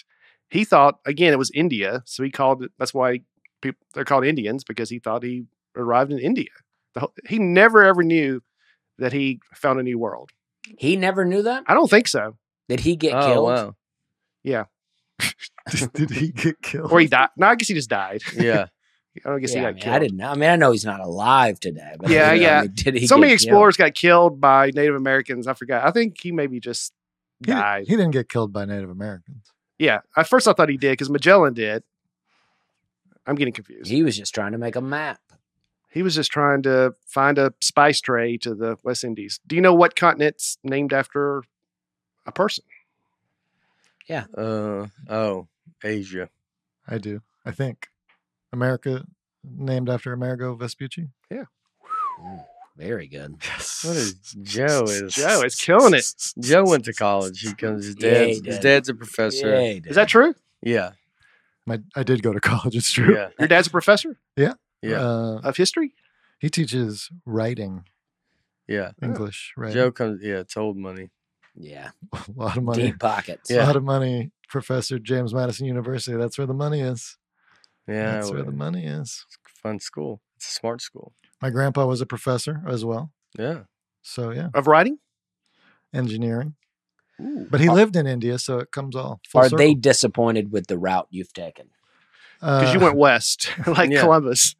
Speaker 2: he thought again it was India, so he called it. That's why people they're called Indians because he thought he arrived in India. The whole, he never ever knew that he found a new world.
Speaker 3: he never knew that.
Speaker 2: I don't think so.
Speaker 3: Did he get
Speaker 1: oh
Speaker 3: killed?
Speaker 1: wow.
Speaker 4: Did he get killed?
Speaker 2: or he died. No, I guess he just died.
Speaker 1: Yeah.
Speaker 2: I don't guess
Speaker 3: Yeah,
Speaker 2: he
Speaker 3: I,
Speaker 2: got
Speaker 3: mean,
Speaker 2: killed.
Speaker 3: I didn't know. I mean, I know he's not alive today. But
Speaker 2: Yeah,
Speaker 3: I mean,
Speaker 2: yeah.
Speaker 3: did he
Speaker 2: so many
Speaker 3: get killed?
Speaker 2: explorers got killed by Native Americans. I forgot. I think he maybe just
Speaker 4: He di-
Speaker 2: died.
Speaker 4: He didn't get killed by Native Americans.
Speaker 2: yeah. At first, I thought he did because Magellan did. I'm getting confused. He,
Speaker 3: He was just trying to make a map.
Speaker 2: was just trying to find a spice trade to the West Indies. Do you know what continent's named after a person?
Speaker 1: Uh oh, Asia.
Speaker 4: I do. I think America named after Amerigo Vespucci.
Speaker 3: Mm, very good.
Speaker 4: Yes.
Speaker 1: What is Joe is
Speaker 2: Joe is killing it.
Speaker 1: Joe went to college. He comes his
Speaker 3: Yeah, he
Speaker 1: dad's his
Speaker 3: did.
Speaker 1: dad's a professor.
Speaker 3: Yay,
Speaker 2: Is
Speaker 3: dude.
Speaker 2: that true?
Speaker 1: Yeah.
Speaker 4: My, I did go to college. It's true.
Speaker 1: Yeah.
Speaker 2: Your dad's a professor
Speaker 1: Yeah.
Speaker 4: Uh,
Speaker 2: of history.
Speaker 4: he teaches writing,
Speaker 1: Yeah.
Speaker 4: English writing.
Speaker 1: Joe comes yeah, it's old money.
Speaker 3: yeah,
Speaker 4: A lot of money.
Speaker 3: deep pockets.
Speaker 4: A
Speaker 1: Yeah.
Speaker 4: lot of money. Professor James Madison University. That's where the money is.
Speaker 1: Yeah.
Speaker 4: That's where
Speaker 1: well,
Speaker 4: the money is.
Speaker 1: it's a fun school. It's a smart school.
Speaker 4: My grandpa was a professor as well.
Speaker 1: Yeah.
Speaker 4: So yeah,
Speaker 2: Of writing?
Speaker 4: engineering.
Speaker 2: Ooh.
Speaker 4: But he lived in India, so it comes all full
Speaker 3: Are
Speaker 4: circle.
Speaker 3: they disappointed with the route you've taken?
Speaker 2: Because you
Speaker 4: Uh,
Speaker 2: went west, like
Speaker 1: Yeah.
Speaker 2: Columbus.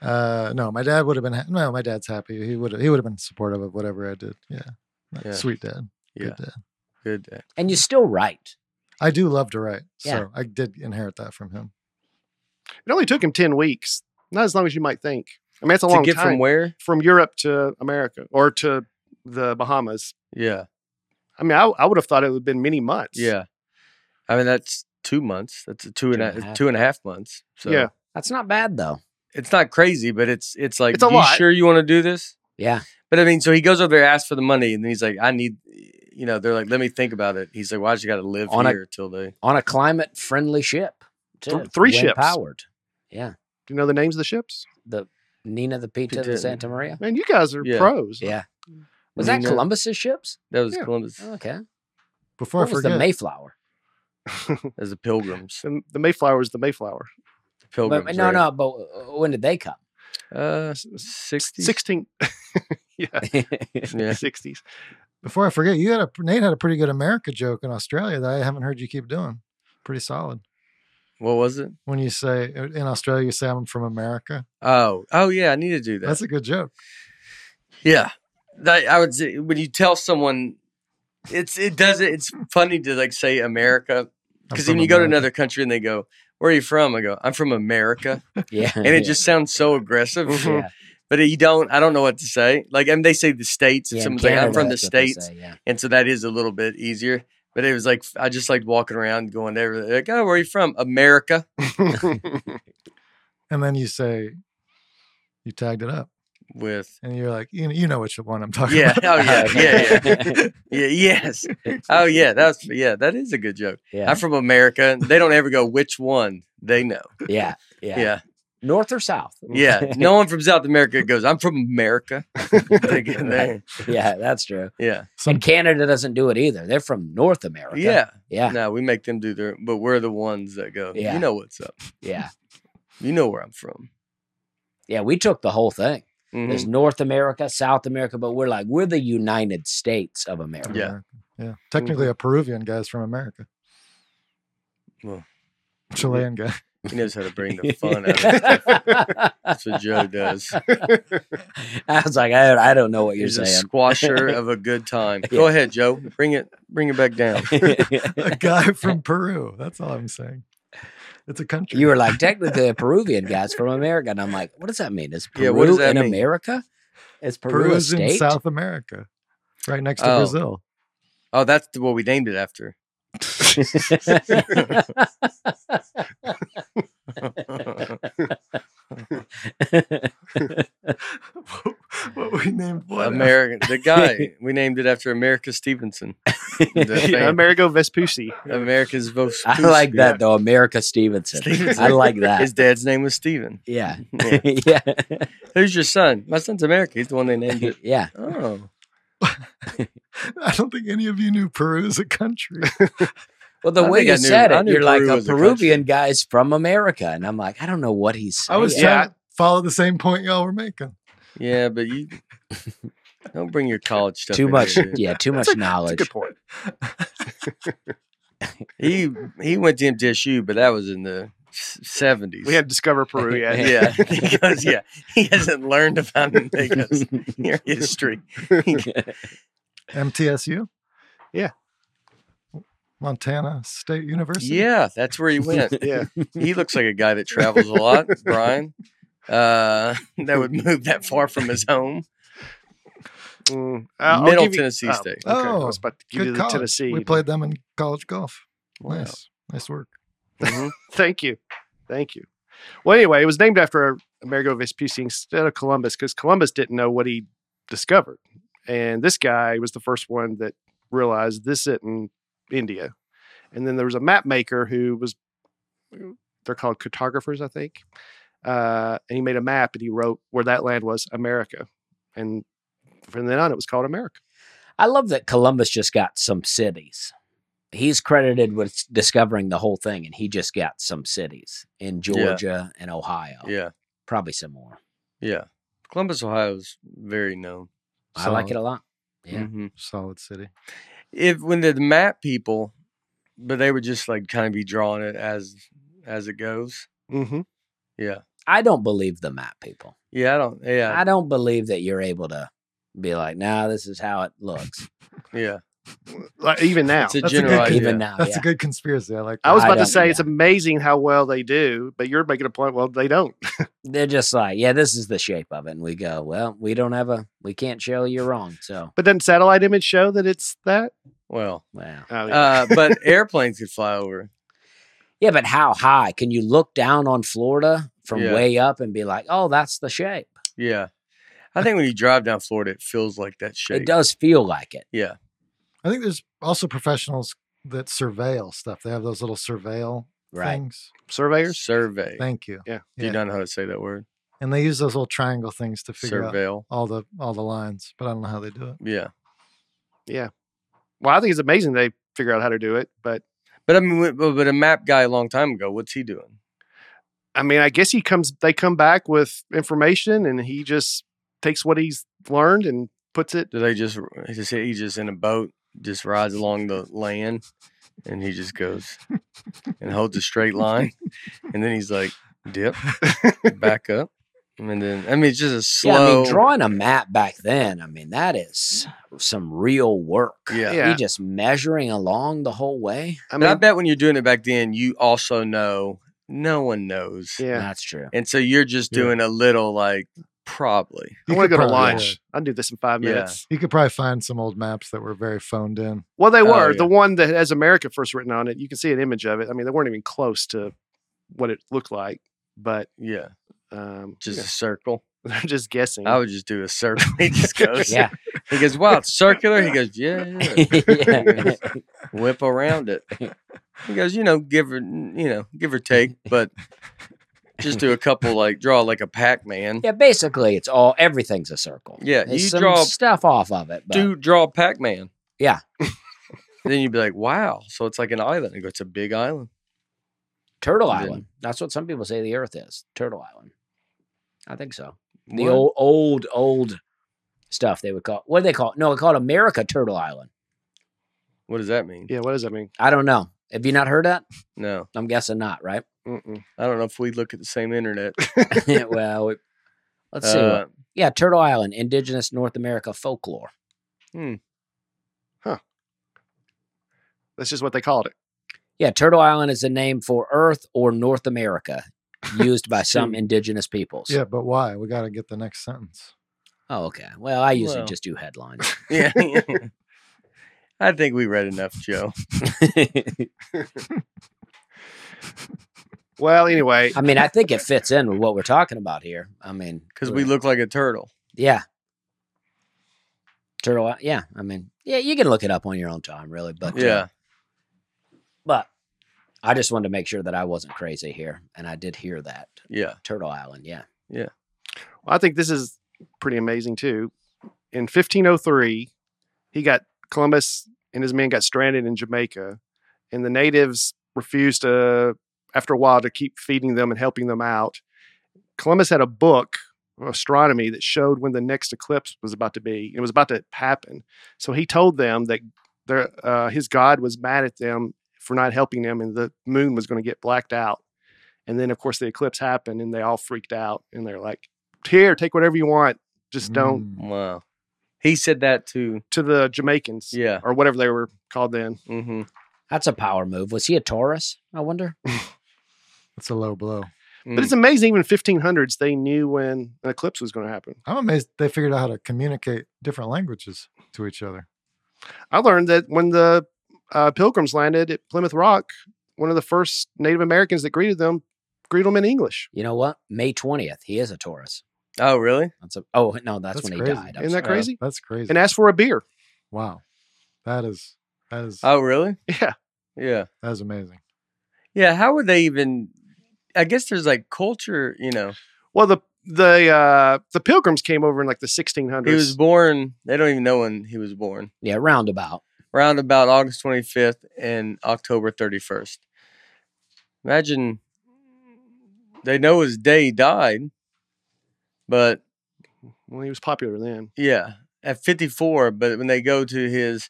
Speaker 4: Uh, no, my dad would have been. Ha- no, my dad's happy. He would. He would have been supportive of whatever I did. Yeah. Like,
Speaker 1: Yeah.
Speaker 4: Sweet dad.
Speaker 1: Yeah.
Speaker 4: Good dad.
Speaker 1: Good uh, day.
Speaker 3: And you still write.
Speaker 4: I do love to write.
Speaker 3: Yeah.
Speaker 4: So I did inherit that from him.
Speaker 2: It only took him 10 weeks. Not as long as you might think. I mean, that's a
Speaker 1: To
Speaker 2: long
Speaker 1: get
Speaker 2: time.
Speaker 1: from where?
Speaker 2: from Europe to America or to the Bahamas.
Speaker 1: Yeah.
Speaker 2: I mean, I, I would have thought it would have been many months.
Speaker 1: Yeah. I mean that's two months. That's a two and a two and a half months. So
Speaker 2: Yeah.
Speaker 3: That's not bad though.
Speaker 1: it's not crazy, but it's it's like
Speaker 2: It's a
Speaker 1: you
Speaker 2: lot."
Speaker 1: sure you want to do this?
Speaker 3: Yeah,
Speaker 1: But I mean, so he goes over there, asks for the money, and he's like, "I need," you know. They're like, "Let me think about it." He's like, "Why well, I just got to live
Speaker 3: On a-
Speaker 1: here till they?"
Speaker 3: on a climate friendly ship. Too,
Speaker 2: Th- three
Speaker 3: wind
Speaker 2: ships.
Speaker 3: powered. Yeah,
Speaker 2: Do you know the names of the ships?
Speaker 3: the Nina, the Pita,
Speaker 1: Pita.
Speaker 3: the Santa Maria.
Speaker 2: Man, you guys are
Speaker 1: Yeah.
Speaker 2: pros.
Speaker 3: Yeah, was that
Speaker 1: Nina-
Speaker 3: Columbus's ships?
Speaker 1: That was
Speaker 2: Yeah.
Speaker 1: Columbus.
Speaker 3: Okay,
Speaker 4: Before
Speaker 3: what
Speaker 4: I
Speaker 3: was
Speaker 4: forget,
Speaker 3: the Mayflower?
Speaker 1: As the Pilgrims.
Speaker 2: The, the Mayflower is the Mayflower.
Speaker 1: The Pilgrims.
Speaker 3: But, no, no. But uh, when did they come?
Speaker 1: no. Uh, sixty.
Speaker 2: 16th. yeah,
Speaker 1: Yeah.
Speaker 2: 60s.
Speaker 4: before I forget, you had a Nate had a pretty good America joke in Australia that I haven't heard you keep doing. Pretty solid.
Speaker 1: What was it?
Speaker 4: When you say uh, in Australia, you say I'm from America.
Speaker 1: Oh, oh yeah. I need to do that.
Speaker 4: That's a good joke.
Speaker 1: Yeah, that, I would say when you tell someone, it's it does it. It's funny to like say America
Speaker 4: I'm
Speaker 1: because
Speaker 4: from
Speaker 1: when you go to
Speaker 4: America.
Speaker 1: another country and they go, "Where are you from?" I go, "I'm from America,"
Speaker 3: yeah, Mm-hmm.
Speaker 1: and it just sounds so aggressive.
Speaker 3: yeah.
Speaker 1: But you don't. I don't know what to say. Like, I mean, they say the states, and
Speaker 3: Yeah, in
Speaker 1: someone's like, "I'm
Speaker 3: Canada,
Speaker 1: from the
Speaker 3: that's what they
Speaker 1: states,"
Speaker 3: say, yeah.
Speaker 1: and so that is a little bit easier. But it was like I just liked walking around, going to everywhere. Like, oh, where are you from? America.
Speaker 4: and then you say you tagged it up,
Speaker 1: With
Speaker 4: and you're like, you, you know which one I'm talking
Speaker 1: yeah,
Speaker 4: about.
Speaker 1: oh yeah, yeah, yeah,
Speaker 3: yeah.
Speaker 1: yeah, yes, oh yeah. That's yeah, that is a good joke.
Speaker 3: yeah.
Speaker 1: I'm from America. They don't ever go which one. They know.
Speaker 3: yeah, yeah,
Speaker 1: Yeah,
Speaker 3: North or South?
Speaker 1: yeah. no one from South America goes. I'm from America. They get in there.
Speaker 3: yeah, that's true.
Speaker 1: Yeah,
Speaker 4: Some
Speaker 3: and Canada doesn't do it either. They're from North America.
Speaker 1: yeah.
Speaker 3: yeah,
Speaker 1: No, we make them do their, but we're the ones that go.
Speaker 3: Ah. Yeah.
Speaker 1: You know what's up.
Speaker 3: yeah,
Speaker 1: You know where I'm from.
Speaker 3: yeah. We took the whole thing.
Speaker 1: Mhm.
Speaker 3: There's North America, South America, but we're like we're the United States of America.
Speaker 1: yeah.
Speaker 4: America. yeah. Technically, a Peruvian guy's from America.
Speaker 1: Well,
Speaker 4: Chilean guy.
Speaker 1: He knows how to bring the fun out of it. That's what Joe does.
Speaker 3: I was like, I, I don't know what you're
Speaker 1: He's a
Speaker 3: saying.
Speaker 1: squasher of a good time. Go
Speaker 3: Yeah.
Speaker 1: ahead, Joe. Bring it bring it back down.
Speaker 4: a guy from Peru. That's all I'm saying. It's a country.
Speaker 3: you were like, technically, a Peruvian guy's from America, and I'm like, what does that mean? Is Peru
Speaker 1: Yeah, what does that
Speaker 3: in
Speaker 1: mean?
Speaker 3: America? Is Peru,
Speaker 4: Peru
Speaker 3: a
Speaker 4: is in
Speaker 3: state?
Speaker 4: South America, right next to
Speaker 1: Oh.
Speaker 4: Brazil.
Speaker 1: Oh, that's the- what we named it after.
Speaker 4: what we named what?
Speaker 1: American the guy. We named it after America Stevenson. The
Speaker 2: Yeah,
Speaker 1: fam-
Speaker 2: Amerigo Vespucci.
Speaker 1: America's most
Speaker 3: I like that though, America Stevenson.
Speaker 1: Stevenson.
Speaker 3: I like that.
Speaker 1: His dad's name was Steven.
Speaker 3: Yeah,
Speaker 1: Yeah.
Speaker 3: yeah,
Speaker 1: Who's your son? My son's America. He's the one they named it.
Speaker 3: yeah.
Speaker 1: Oh.
Speaker 4: I don't think any of you knew Peru is a country.
Speaker 3: Well, the
Speaker 1: I
Speaker 3: way
Speaker 1: think
Speaker 3: you
Speaker 1: I knew-
Speaker 3: said
Speaker 1: I
Speaker 3: it,
Speaker 1: knew
Speaker 3: you're like
Speaker 1: Peru
Speaker 3: a
Speaker 1: was a country.
Speaker 3: Peruvian guy's from America, and I'm like, I don't know what he's
Speaker 4: I
Speaker 3: saying.
Speaker 4: was
Speaker 2: Yeah.
Speaker 4: trying to follow the same point y'all were making.
Speaker 1: Yeah, but you don't bring your college stuff.
Speaker 3: too
Speaker 1: in
Speaker 3: much,
Speaker 1: here, dude.
Speaker 3: yeah, too much
Speaker 2: That's a
Speaker 3: knowledge.
Speaker 2: good point.
Speaker 1: he he went to MTSU, but that was in the seventies.
Speaker 2: We hadn't discovered Peru yet.
Speaker 1: yeah, because yeah, he hasn't learned about Vegas near history.
Speaker 4: MTSU?
Speaker 2: Yeah.
Speaker 4: Montana State University?
Speaker 1: yeah, that's where he went.
Speaker 2: yeah.
Speaker 1: He looks like a guy that travels a lot, Brian. Uh, that would move that far from his home.
Speaker 2: Mm. I'll- I'll
Speaker 1: Middle
Speaker 2: give you-
Speaker 1: Tennessee
Speaker 2: oh,
Speaker 1: State.
Speaker 2: Okay. I
Speaker 4: Oh,
Speaker 2: was about to give you
Speaker 4: Good
Speaker 2: the
Speaker 4: college.
Speaker 2: Tennessee.
Speaker 4: We played them in college golf.
Speaker 1: Wow.
Speaker 4: Nice. Nice work.
Speaker 1: Mhm.
Speaker 2: Mm-hmm. Thank you. Thank you. Well, anyway, it was named after Amerigo Vespucci instead of Columbus because Columbus didn't know what he discovered. And this guy was the first one that realized this isn't India. And then there was a map maker who was, they're called cartographers, I think. Uh, and he made a map and he wrote where that land was America. And from then on, it was called America.
Speaker 3: I love that Columbus just got some cities. He's credited with discovering the whole thing, and he just got some cities in Georgia and Ohio.
Speaker 1: Yeah,
Speaker 3: Probably some more.
Speaker 1: yeah. Columbus, Ohio is very known.
Speaker 3: I like it a
Speaker 4: Solid-
Speaker 3: lot. Yeah.
Speaker 1: Mhm.
Speaker 4: Solid city.
Speaker 1: if when the map people, but they would just like kind of be drawing it as as it goes.
Speaker 2: Mm-hmm.
Speaker 1: Yeah,
Speaker 3: I don't believe the map people.
Speaker 1: yeah. I don't. Yeah,
Speaker 3: I don't believe that you're able to be like, nah, this is how it looks.
Speaker 1: yeah.
Speaker 2: Like, even now.
Speaker 1: It's a
Speaker 4: That's a
Speaker 1: general
Speaker 4: good
Speaker 1: idea.
Speaker 3: Even now,
Speaker 4: That's
Speaker 3: yeah.
Speaker 4: a good conspiracy. I like that.
Speaker 2: I was
Speaker 3: I
Speaker 2: about to
Speaker 3: don't-
Speaker 2: say
Speaker 3: yeah.
Speaker 2: it's amazing how well they do, but you're making a point. Well, they don't.
Speaker 3: They're just like, yeah, this is the shape of it. And we go, well, we don't have a, we can't show you're wrong. So,
Speaker 2: But doesn't satellite image show that it's that?
Speaker 1: Well,
Speaker 3: wow.
Speaker 2: Oh, yeah.
Speaker 1: uh, but airplanes could fly over.
Speaker 3: Yeah, but how high? Can you look down on Florida from
Speaker 1: Yeah.
Speaker 3: way up and be like, oh, that's the shape?
Speaker 1: Yeah, I think when you drive down Florida, it feels like that shape.
Speaker 3: It does feel like it.
Speaker 1: Yeah,
Speaker 4: I think there's also professionals that surveil stuff. They have those little surveil
Speaker 3: Right.
Speaker 4: things.
Speaker 2: Surveyors?
Speaker 1: survey.
Speaker 4: Thank you.
Speaker 2: Yeah.
Speaker 1: Do you not know how to say that word?
Speaker 4: And they use those little triangle things to figure out
Speaker 1: Surveil.
Speaker 4: all the all the lines, but I don't know how they do it.
Speaker 1: Yeah,
Speaker 2: Well, I think it's amazing they figure out how to do it, but
Speaker 1: but I mean, but but a map guy a long time ago. What's he doing?
Speaker 2: I mean, I guess he comes. They come back with information, and he just takes what he's learned and puts it.
Speaker 1: Do they just is he just in a boat, just rides along the land, and he just goes and holds a straight line, and then he's like, dip, back up, and then I mean it's just a slow.
Speaker 3: Yeah, I mean, drawing a map back then, I mean, that is some real work.
Speaker 1: yeah.
Speaker 2: Yeah.
Speaker 3: You're just measuring along the whole way.
Speaker 2: I
Speaker 1: But I
Speaker 2: mean,
Speaker 1: bet when you're doing it back then, you also know no one knows,
Speaker 2: yeah.
Speaker 3: That's true.
Speaker 1: and so you're just
Speaker 4: Yeah.
Speaker 1: doing a little like probably.
Speaker 2: I
Speaker 4: You
Speaker 2: want to
Speaker 4: could
Speaker 2: go to
Speaker 4: probably-
Speaker 2: lunch. I can do this in five
Speaker 1: Yeah.
Speaker 2: minutes.
Speaker 4: You could probably find some old maps that were very phoned in.
Speaker 2: Well, they
Speaker 1: Oh,
Speaker 2: were the
Speaker 1: yeah.
Speaker 2: one that has America first written on it. You can see an image of it. I mean, they weren't even close to what it looked like, but
Speaker 1: Yeah,
Speaker 2: um,
Speaker 1: just
Speaker 2: yeah,
Speaker 1: a circle.
Speaker 2: they're just guessing.
Speaker 1: I would just do a circle. He just goes.
Speaker 3: Yeah.
Speaker 1: He goes, wow, it's circular. He goes, yeah. yeah.
Speaker 3: Yeah.
Speaker 1: whip around it. He goes, you know, give or you know, give or take, but just do a couple like draw like a Pac-Man.
Speaker 3: yeah, basically, it's all, everything's a circle.
Speaker 1: Yeah,
Speaker 3: There's
Speaker 1: you
Speaker 3: some
Speaker 1: draw-
Speaker 3: stuff off of it. But
Speaker 1: Do draw Pac-Man.
Speaker 3: Yeah.
Speaker 1: then you'd be like, wow, so it's like an island. I go, it's a big island.
Speaker 3: Turtle
Speaker 1: Yeah.
Speaker 3: Island. That's what some people say the Earth is. Turtle Island. I think so. The
Speaker 1: What?
Speaker 3: old, old, old stuff they would call. What do they call? it? No, they call it America Turtle Island.
Speaker 1: What does that mean?
Speaker 2: yeah, what does that mean?
Speaker 3: I don't know. Have you not heard that?
Speaker 1: No,
Speaker 3: I'm guessing not, right?
Speaker 2: Mm-mm.
Speaker 1: I don't know if we look at the same internet.
Speaker 3: well, we, let's see. what-
Speaker 1: Uh,
Speaker 3: yeah, Turtle Island, indigenous North America folklore.
Speaker 2: That's just what they called it.
Speaker 3: Yeah, Turtle Island is a name for Earth or North America, used by some indigenous peoples.
Speaker 4: Yeah, but why? We got to get the next sentence.
Speaker 3: Oh, okay. Well, I usually
Speaker 1: Well.
Speaker 3: just do headlines.
Speaker 1: yeah. I think we read enough, Joe.
Speaker 2: Well, anyway,
Speaker 3: I mean, I think it fits in with what we're talking about here. I mean,
Speaker 1: Because we
Speaker 3: we're-
Speaker 1: look like a turtle.
Speaker 3: Yeah. Turtle. Isle- Yeah. I mean, yeah, you can look it up on your own time, really. But uh,
Speaker 1: Yeah.
Speaker 3: but I just wanted to make sure that I wasn't crazy here, and I did hear that
Speaker 1: Yeah.
Speaker 3: Turtle Island. Yeah.
Speaker 2: Well, I think this is pretty amazing too. In 1503, he got Columbus and his men got stranded in Jamaica, and the natives refused to, after a while, to keep feeding them and helping them out. Columbus had a book, astronomy, that showed when the next eclipse was about to be. It was about to happen. So he told them that their, uh, his God was mad at them for not helping them, and the moon was going to get blacked out. And then, of course, the eclipse happened, and they all freaked out, and they're like, "Here, take whatever you want, just don't."
Speaker 4: Mm.
Speaker 1: Wow. He said that too.
Speaker 2: To the Jamaicans,
Speaker 1: Yeah.
Speaker 2: or whatever they were called then.
Speaker 1: hmm
Speaker 3: That's a power move. Was he a Taurus? I wonder.
Speaker 4: That's a low blow.
Speaker 2: But
Speaker 1: Mm.
Speaker 2: it's amazing, even 1500s, they knew when an eclipse was going to happen.
Speaker 4: I'm amazed they figured out how to communicate different languages to each other.
Speaker 2: I learned that when the uh, Pilgrims landed at Plymouth Rock, one of the first Native Americans that greeted them greeted them in English.
Speaker 3: You know what? May 20th. He is a Taurus.
Speaker 1: Oh, really?
Speaker 3: That's a, oh, no, that's,
Speaker 4: That's
Speaker 3: when
Speaker 4: crazy.
Speaker 3: he died. I'm
Speaker 2: Isn't that
Speaker 1: sorry.
Speaker 2: crazy?
Speaker 4: That's crazy.
Speaker 2: And asked for a beer.
Speaker 4: wow, that is that is
Speaker 1: Oh, really?
Speaker 2: Yeah.
Speaker 1: Yeah.
Speaker 4: that is amazing.
Speaker 1: Yeah. How would they even? I guess there's like culture, you know.
Speaker 2: Well, the the uh, the Pilgrims came over in like the 1600s.
Speaker 1: He was born, they don't even know when he was born,
Speaker 3: Yeah, roundabout.
Speaker 1: around about August 25th and October 31st. Imagine they know his day he died, but
Speaker 2: well, he was popular then.
Speaker 1: yeah, at 54. But when they go to his,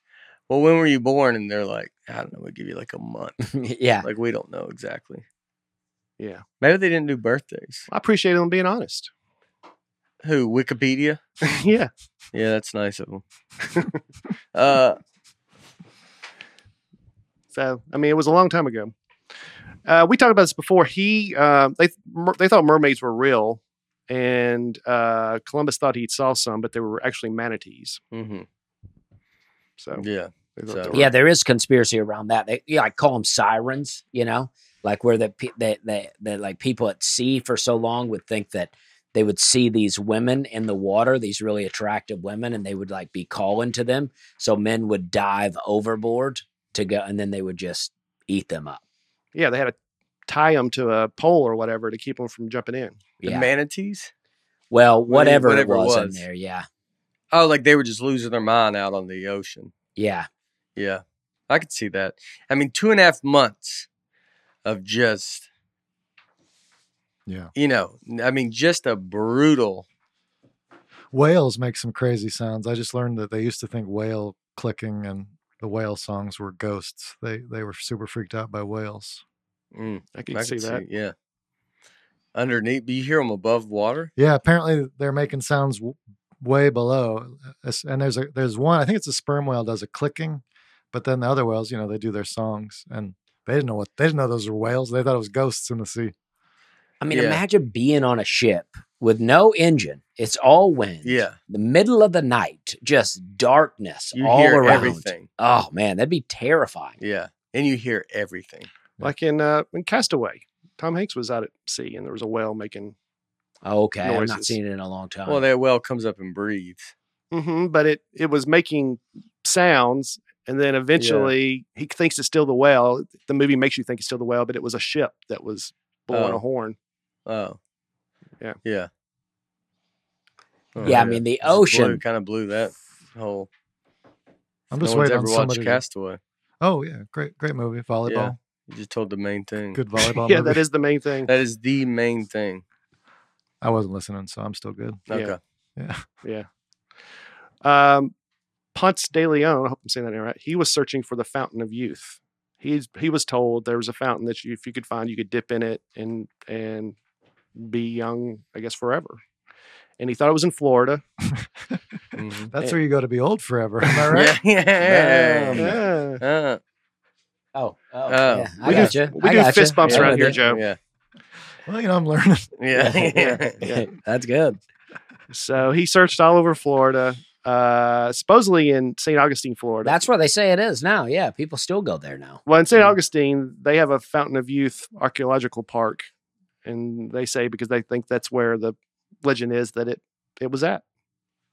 Speaker 1: well, when were you born? And they're like, I don't know, we'll give you like a month.
Speaker 3: yeah.
Speaker 1: Like, we don't know exactly.
Speaker 2: Yeah,
Speaker 1: Maybe they didn't do birthdays.
Speaker 2: I appreciate them being honest.
Speaker 1: Who? Wikipedia?
Speaker 2: yeah,
Speaker 1: Yeah, that's nice of them. uh,
Speaker 2: so I mean, it was a long time ago. Uh, we talked about this before. He uh, they mer- they thought mermaids were real, and uh, Columbus thought he saw some, but they were actually manatees.
Speaker 1: mhm,
Speaker 2: So
Speaker 1: Yeah.
Speaker 2: they thought they
Speaker 1: So-
Speaker 2: were-
Speaker 3: Yeah, there is conspiracy around that. They, yeah, I call them sirens, you know, like where the, pe- the, the, the like people at sea for so long would think that they would see these women in the water, these really attractive women, and they would like be calling to them. So men would dive overboard to go, and then they would just eat them up.
Speaker 2: yeah, they had to tie them to a pole or whatever to keep them from jumping in.
Speaker 1: The
Speaker 3: Yeah.
Speaker 1: manatees?
Speaker 3: well, whatever,
Speaker 1: whatever it
Speaker 3: it, was
Speaker 1: was.
Speaker 3: in there. Yeah.
Speaker 1: Oh, like they were just losing their mind out on the ocean.
Speaker 3: Yeah.
Speaker 1: Yeah. I could see that. I mean, two and a half months of just,
Speaker 4: Yeah,
Speaker 1: you know, I mean, just a brutal.
Speaker 4: whales make some crazy sounds. I just learned that they used to think whale clicking and the whale songs were ghosts. They they were super freaked out by whales.
Speaker 1: Mm,
Speaker 2: I
Speaker 1: I
Speaker 2: can
Speaker 1: could
Speaker 2: see that.
Speaker 1: yeah. Underneath, but you hear them above water.
Speaker 4: Yeah, apparently they're making sounds w- way below. As- And there's a there's one. I think it's a sperm whale does a clicking, but then the other whales, you know, they do their songs, and they didn't know what they didn't know those were whales. They thought it was ghosts in the sea.
Speaker 3: I mean,
Speaker 1: Yeah.
Speaker 3: imagine being on a ship with no engine. It's all wind.
Speaker 1: Yeah.
Speaker 3: The middle of the night, just darkness
Speaker 1: You
Speaker 3: all
Speaker 1: hear
Speaker 3: around.
Speaker 1: everything.
Speaker 3: Oh man, that'd be terrifying.
Speaker 1: Yeah. And you hear everything.
Speaker 2: Like in uh, in Castaway, Tom Hanks was out at sea and there was a whale making.
Speaker 3: Okay, I've not
Speaker 2: Noises.
Speaker 3: seen it in a long time.
Speaker 1: Well, that well comes up and breathes.
Speaker 2: hmm but it it was making sounds, and then eventually he thinks it's still the whale. The movie makes you think it's still the whale, but it was a ship that was blowing
Speaker 1: Oh.
Speaker 2: a horn.
Speaker 1: Oh.
Speaker 2: Yeah.
Speaker 1: Yeah.
Speaker 2: Oh,
Speaker 3: yeah, I mean the ocean.
Speaker 1: kind of blew that whole.
Speaker 4: I'm
Speaker 1: no
Speaker 4: just
Speaker 1: one's
Speaker 4: waiting
Speaker 1: ever
Speaker 4: on
Speaker 1: watched
Speaker 4: somebody. to-
Speaker 1: Castaway.
Speaker 4: oh yeah, great great movie, volleyball,
Speaker 1: You just told the main thing.
Speaker 4: good volleyball.
Speaker 2: yeah,
Speaker 4: movie.
Speaker 2: that is the main thing.
Speaker 1: That is the main thing.
Speaker 4: I wasn't listening, so I'm still good.
Speaker 2: Yeah.
Speaker 1: Okay.
Speaker 4: Yeah,
Speaker 2: Yeah. Um, Ponce de Leon, I hope I'm saying that right. He was searching for the fountain of youth. He's he was told there was a fountain that you, if you could find, you could dip in it and and be young, I guess, forever. And he thought it was in Florida.
Speaker 1: Mhm.
Speaker 4: that's
Speaker 2: Eh.
Speaker 4: where you go to be old forever. Am I right?
Speaker 1: Yeah. Um,
Speaker 3: Damn.
Speaker 2: Yeah.
Speaker 1: Uh,
Speaker 3: Oh, oh,
Speaker 1: Oh,
Speaker 3: yeah, I
Speaker 2: we do-
Speaker 3: gotcha.
Speaker 2: we
Speaker 3: I
Speaker 2: do
Speaker 3: gotcha.
Speaker 2: fist bumps
Speaker 3: I'm
Speaker 2: around
Speaker 3: with
Speaker 2: here,
Speaker 3: it.
Speaker 2: Joe.
Speaker 1: Yeah.
Speaker 4: Well, you know, I'm learning.
Speaker 1: Yeah.
Speaker 2: Yeah. Yeah.
Speaker 3: That's good.
Speaker 2: So he searched all over Florida, uh, supposedly in St. Augustine, Florida.
Speaker 3: That's where they say it is now. Yeah, people still go there now.
Speaker 2: Well, in St.
Speaker 1: Mhm.
Speaker 2: Augustine, they have a Fountain of Youth archaeological park, and they say because they think that's where the legend is that it it was at,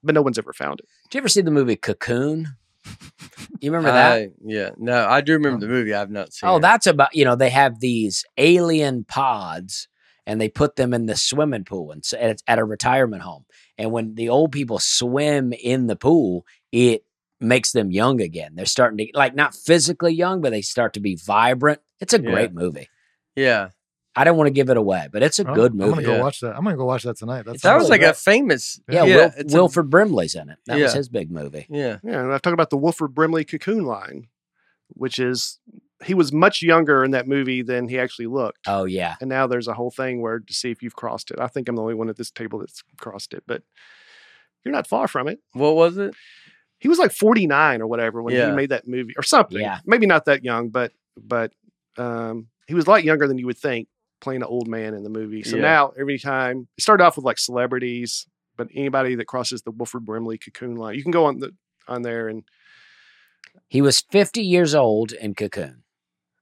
Speaker 2: but no one's ever found it.
Speaker 3: Did you ever see the movie Cocoon? You remember that?
Speaker 1: I- yeah. No, I do remember the movie. I've not seen.
Speaker 3: Oh,
Speaker 1: it.
Speaker 3: that's about you know they have these alien pods and they put them in the swimming pool and so it's at a retirement home. And when the old people swim in the pool, it makes them young again. They're starting to like not physically young, but they start to be vibrant. It's a
Speaker 1: Yeah.
Speaker 3: great movie.
Speaker 1: Yeah.
Speaker 3: I don't want to give it away, but it's a
Speaker 4: Oh,
Speaker 3: good
Speaker 4: I'm gonna
Speaker 3: movie.
Speaker 4: go
Speaker 1: Yeah.
Speaker 4: watch that. I'm gonna go watch that tonight. That's
Speaker 1: That was
Speaker 4: awesome.
Speaker 1: like a famous.
Speaker 3: Yeah,
Speaker 1: yeah
Speaker 3: Wil-
Speaker 1: it's a-
Speaker 3: Wilford Brimley's in it. That was
Speaker 1: Yeah.
Speaker 3: his big movie.
Speaker 1: Yeah.
Speaker 2: Yeah, and I've talked about the Wolford Brimley cocoon line, which is he was much younger in that movie than he actually looked.
Speaker 3: Oh yeah.
Speaker 2: And now there's a whole thing where to see if you've crossed it. I think I'm the only one at this table that's crossed it, but you're not far from it.
Speaker 1: What was it?
Speaker 2: He was like 49 or whatever when
Speaker 1: Yeah.
Speaker 2: he made that movie or something.
Speaker 3: Yeah.
Speaker 2: Maybe not that young, but but um, he was a lot younger than you would think playing an old man in the movie. So
Speaker 1: Yeah.
Speaker 2: now every time it started off with like celebrities, but anybody that crosses the Wilford Brimley cocoon line, you can go on the on there and
Speaker 3: He was 50 years old in Cocoon,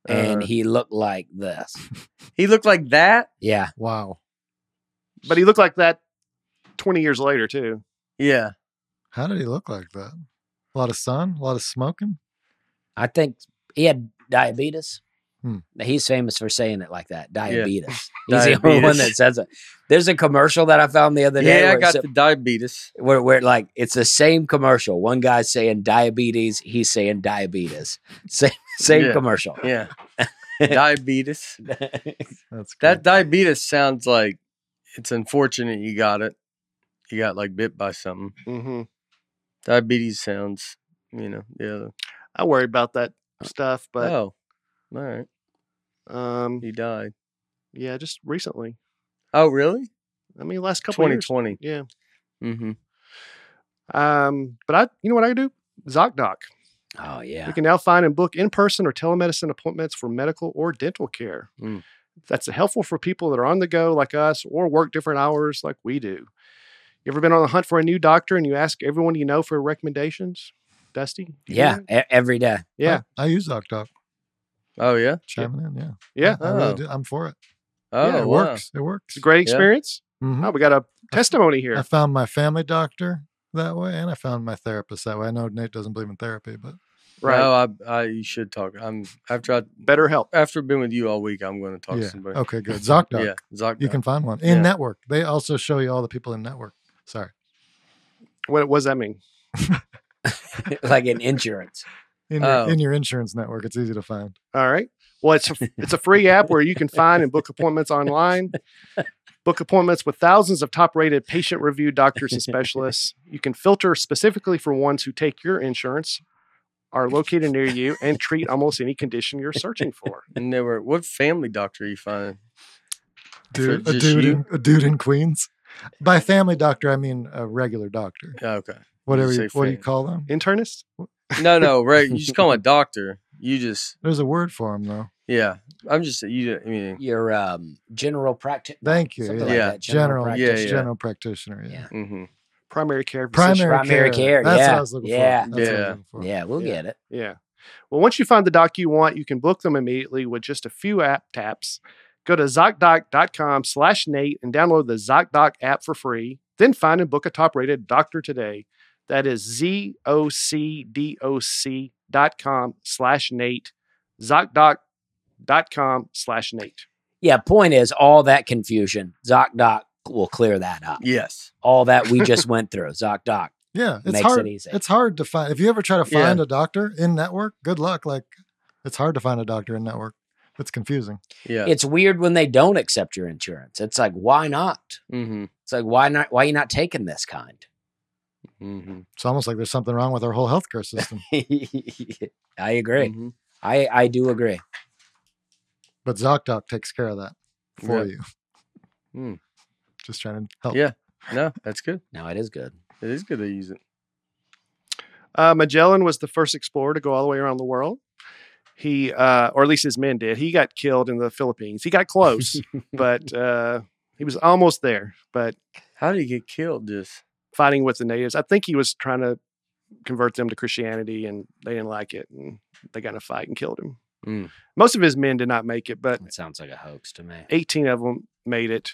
Speaker 3: and
Speaker 2: uh,
Speaker 3: he looked like this.
Speaker 1: He looked like that.
Speaker 3: Yeah,
Speaker 4: Wow.
Speaker 2: but he looked like that 20 years later too.
Speaker 1: Yeah.
Speaker 4: How did he look like that? A lot of sun, a lot of smoking.
Speaker 3: I think he had diabetes.
Speaker 4: Hmm.
Speaker 3: He's famous for saying it like that. Diabetes. He's the only
Speaker 1: Diabetes.
Speaker 3: one that says it. There's a commercial that I found the other day.
Speaker 1: yeah,
Speaker 3: where
Speaker 1: I
Speaker 3: it
Speaker 1: got
Speaker 3: said-
Speaker 1: the diabetes.
Speaker 3: where, where like it's the same commercial. One guy's saying diabetes, he's saying diabetes. Same same
Speaker 1: Yeah.
Speaker 3: commercial.
Speaker 1: Yeah. diabetes.
Speaker 4: That's good.
Speaker 1: That diabetes sounds like it's unfortunate you got it. You got like bit by something.
Speaker 2: Mm-hmm.
Speaker 1: Diabetes sounds, you know, the other.
Speaker 2: I worry about that stuff, but
Speaker 1: oh, all right. oh.
Speaker 2: um,
Speaker 1: He died.
Speaker 2: yeah, just recently.
Speaker 1: Oh, really?
Speaker 2: I mean, last couple
Speaker 1: Twenty
Speaker 2: years.
Speaker 1: twenty.
Speaker 2: Yeah.
Speaker 1: Mm-hmm.
Speaker 2: Um, but I, you know what I do? ZocDoc.
Speaker 3: Oh yeah.
Speaker 2: You can now find and book in person or telemedicine appointments for medical or dental care.
Speaker 1: Mm.
Speaker 2: That's helpful for people that are on the go like us or work different hours like we do. You ever been on the hunt for a new doctor and you ask everyone you know for recommendations? Dusty? you do
Speaker 3: Yeah,
Speaker 2: that?
Speaker 3: e- every day.
Speaker 2: Yeah.
Speaker 1: uh
Speaker 4: I, I use ZocDoc.
Speaker 1: Oh yeah.
Speaker 4: Chiming in, yeah.
Speaker 2: Yeah.
Speaker 4: I, I really
Speaker 1: Oh.
Speaker 4: do. I'm for it.
Speaker 1: Oh,
Speaker 4: yeah, it
Speaker 1: wow.
Speaker 4: works. It works.
Speaker 2: It's a great
Speaker 1: Yeah.
Speaker 2: experience.
Speaker 4: Mhm.
Speaker 2: Oh, we got a testimony here.
Speaker 4: I found my family doctor that way, and I found my therapist that way. I know Nate doesn't believe in therapy, but
Speaker 2: Right.
Speaker 1: No, I, I. You should talk. I'm after I
Speaker 2: Better help.
Speaker 1: after I've been with you all week. I'm going to talk
Speaker 4: yeah.
Speaker 1: to somebody.
Speaker 4: Okay, good. ZocDoc.
Speaker 1: Yeah. Zocdoc.
Speaker 4: You can find one in
Speaker 1: Yeah.
Speaker 4: network. They also show you all the people in network. Sorry.
Speaker 2: What, what does that mean?
Speaker 3: like in insurance.
Speaker 4: In your,
Speaker 1: Oh.
Speaker 4: in your insurance network, it's easy to find.
Speaker 2: All right. Well, it's a, it's a free app where you can find and book appointments online. Book appointments with thousands of top-rated patient-reviewed doctors and specialists. You can filter specifically for ones who take your insurance, are located near you, and treat almost any condition you're searching for.
Speaker 1: And they were. What family doctor are you finding? For
Speaker 4: Dude, a
Speaker 1: just
Speaker 4: dude,
Speaker 1: you?
Speaker 4: in, a dude in Queens. By family doctor, I mean a regular doctor.
Speaker 1: Oh, okay.
Speaker 4: Whatever.
Speaker 1: say
Speaker 4: You, what do you
Speaker 1: fam-
Speaker 4: call them?
Speaker 2: Internist?
Speaker 1: No, no. Right. You just call him a doctor. You just.
Speaker 4: There's a word for them though.
Speaker 1: Yeah. I'm just. You. I mean.
Speaker 3: Your um general practice.
Speaker 4: Thank you. Yeah.
Speaker 3: Something like
Speaker 1: Yeah.
Speaker 3: that.
Speaker 4: general,
Speaker 1: Yeah,
Speaker 3: practitioner.
Speaker 1: yeah.
Speaker 4: general practitioner. Yeah.
Speaker 3: Yeah.
Speaker 1: Mm-hmm.
Speaker 2: Primary care.
Speaker 4: Primary,
Speaker 2: physician.
Speaker 3: Primary care,
Speaker 4: That's what
Speaker 3: yeah,
Speaker 4: I was looking
Speaker 3: yeah.
Speaker 4: for. That's what I was
Speaker 1: Yeah.
Speaker 4: looking for.
Speaker 3: Yeah, we'll
Speaker 2: Yeah.
Speaker 3: get it.
Speaker 2: Yeah. Well, once you find the doc you want, you can book them immediately with just a few app taps. Go to ZocDoc.com slash Nate and download the ZocDoc app for free. Then find and book a top rated doctor today. That is Z-O-C-D-O-C dot com slash Nate. ZocDoc.com slash Nate.
Speaker 3: Yeah, point is all that confusion, ZocDoc will clear that up.
Speaker 1: Yes.
Speaker 3: All that we just went through, ZocDoc.
Speaker 4: Yeah, it's
Speaker 3: Makes it
Speaker 4: hard.
Speaker 3: easy.
Speaker 4: It's hard to find. If you ever try to
Speaker 1: Yeah.
Speaker 4: find a doctor in network, good luck. Like, it's hard to find a doctor in network. It's confusing.
Speaker 1: Yeah.
Speaker 3: It's weird when they don't accept your insurance. It's like, why not?
Speaker 1: mm-hmm.
Speaker 3: It's like, why not? Why are you not taking this kind?
Speaker 1: Mm-hmm.
Speaker 4: It's almost like there's something wrong with our whole healthcare system.
Speaker 3: I agree.
Speaker 1: mm-hmm.
Speaker 3: I I do agree.
Speaker 4: but ZocDoc takes care of that for
Speaker 1: Yeah.
Speaker 4: you.
Speaker 1: Hmm.
Speaker 4: Just trying to help.
Speaker 1: Yeah. No, that's good.
Speaker 3: No, it is good.
Speaker 1: It is good to use it.
Speaker 2: Uh, Magellan was the first explorer to go all the way around the world. He, uh, or at least his men did. He got killed in the Philippines. He got close, but uh, he was almost there. But
Speaker 1: How did he get killed? Just.
Speaker 2: fighting with the natives, I think he was trying to convert them to Christianity, and they didn't like it, and they got in a fight and killed him.
Speaker 1: Mm.
Speaker 2: Most of his men did not make it, but
Speaker 3: That sounds like a hoax to me.
Speaker 2: 18 of them made it.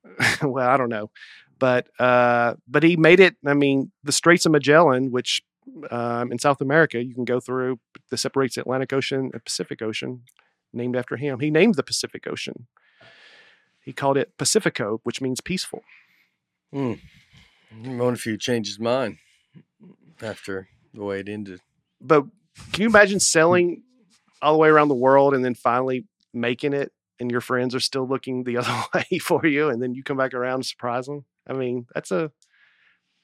Speaker 2: well, I don't know, but uh, but he made it. I mean, the Straits of Magellan, which um, in South America you can go through that separates the Atlantic Ocean and Pacific Ocean, named after him. He named the Pacific Ocean. He called it Pacifico, which means peaceful.
Speaker 1: Mm. I wonder if he changed his mind after the way it ended.
Speaker 2: But can you imagine selling all the way around the world and then finally making it, and your friends are still looking the other way for you, and then you come back around and surprise them? I mean, that's a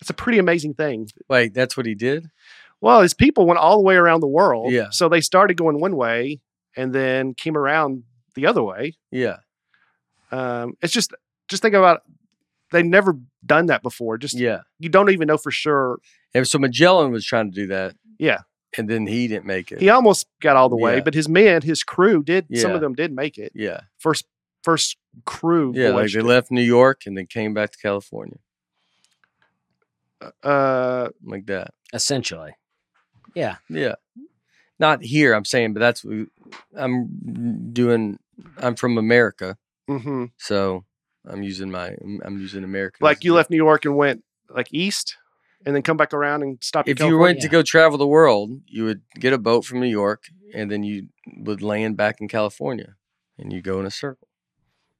Speaker 2: that's a pretty amazing thing.
Speaker 1: Wait, that's what he did?
Speaker 2: Well, his people went all the way around the world.
Speaker 1: Yeah.
Speaker 2: So they started going one way and then came around the other way.
Speaker 1: Yeah.
Speaker 2: Um, it's just just think about they've never done that before. Just
Speaker 1: Yeah.
Speaker 2: you don't even know for sure.
Speaker 1: And so Magellan was trying to do that.
Speaker 2: Yeah.
Speaker 1: And then he didn't make it.
Speaker 2: He almost got all the way,
Speaker 1: Yeah.
Speaker 2: but his men, his crew did. Some
Speaker 1: Yeah.
Speaker 2: of them did make it.
Speaker 1: yeah.
Speaker 2: First first crew.
Speaker 1: Yeah. Like
Speaker 2: voyaged
Speaker 1: they
Speaker 2: it.
Speaker 1: left New York and then came back to California
Speaker 2: Uh,
Speaker 1: like that.
Speaker 3: essentially. Yeah.
Speaker 1: Yeah. Not here, I'm saying, but that's what I'm doing. I'm from America,
Speaker 2: mhm.
Speaker 1: so I'm using my I'm using America.
Speaker 2: Like you left New York and went like east, and then come back around and stop. in
Speaker 1: If you
Speaker 2: California?
Speaker 1: went to go travel the world, you would get a boat from New York, and then you would land back in California, and you go in a circle.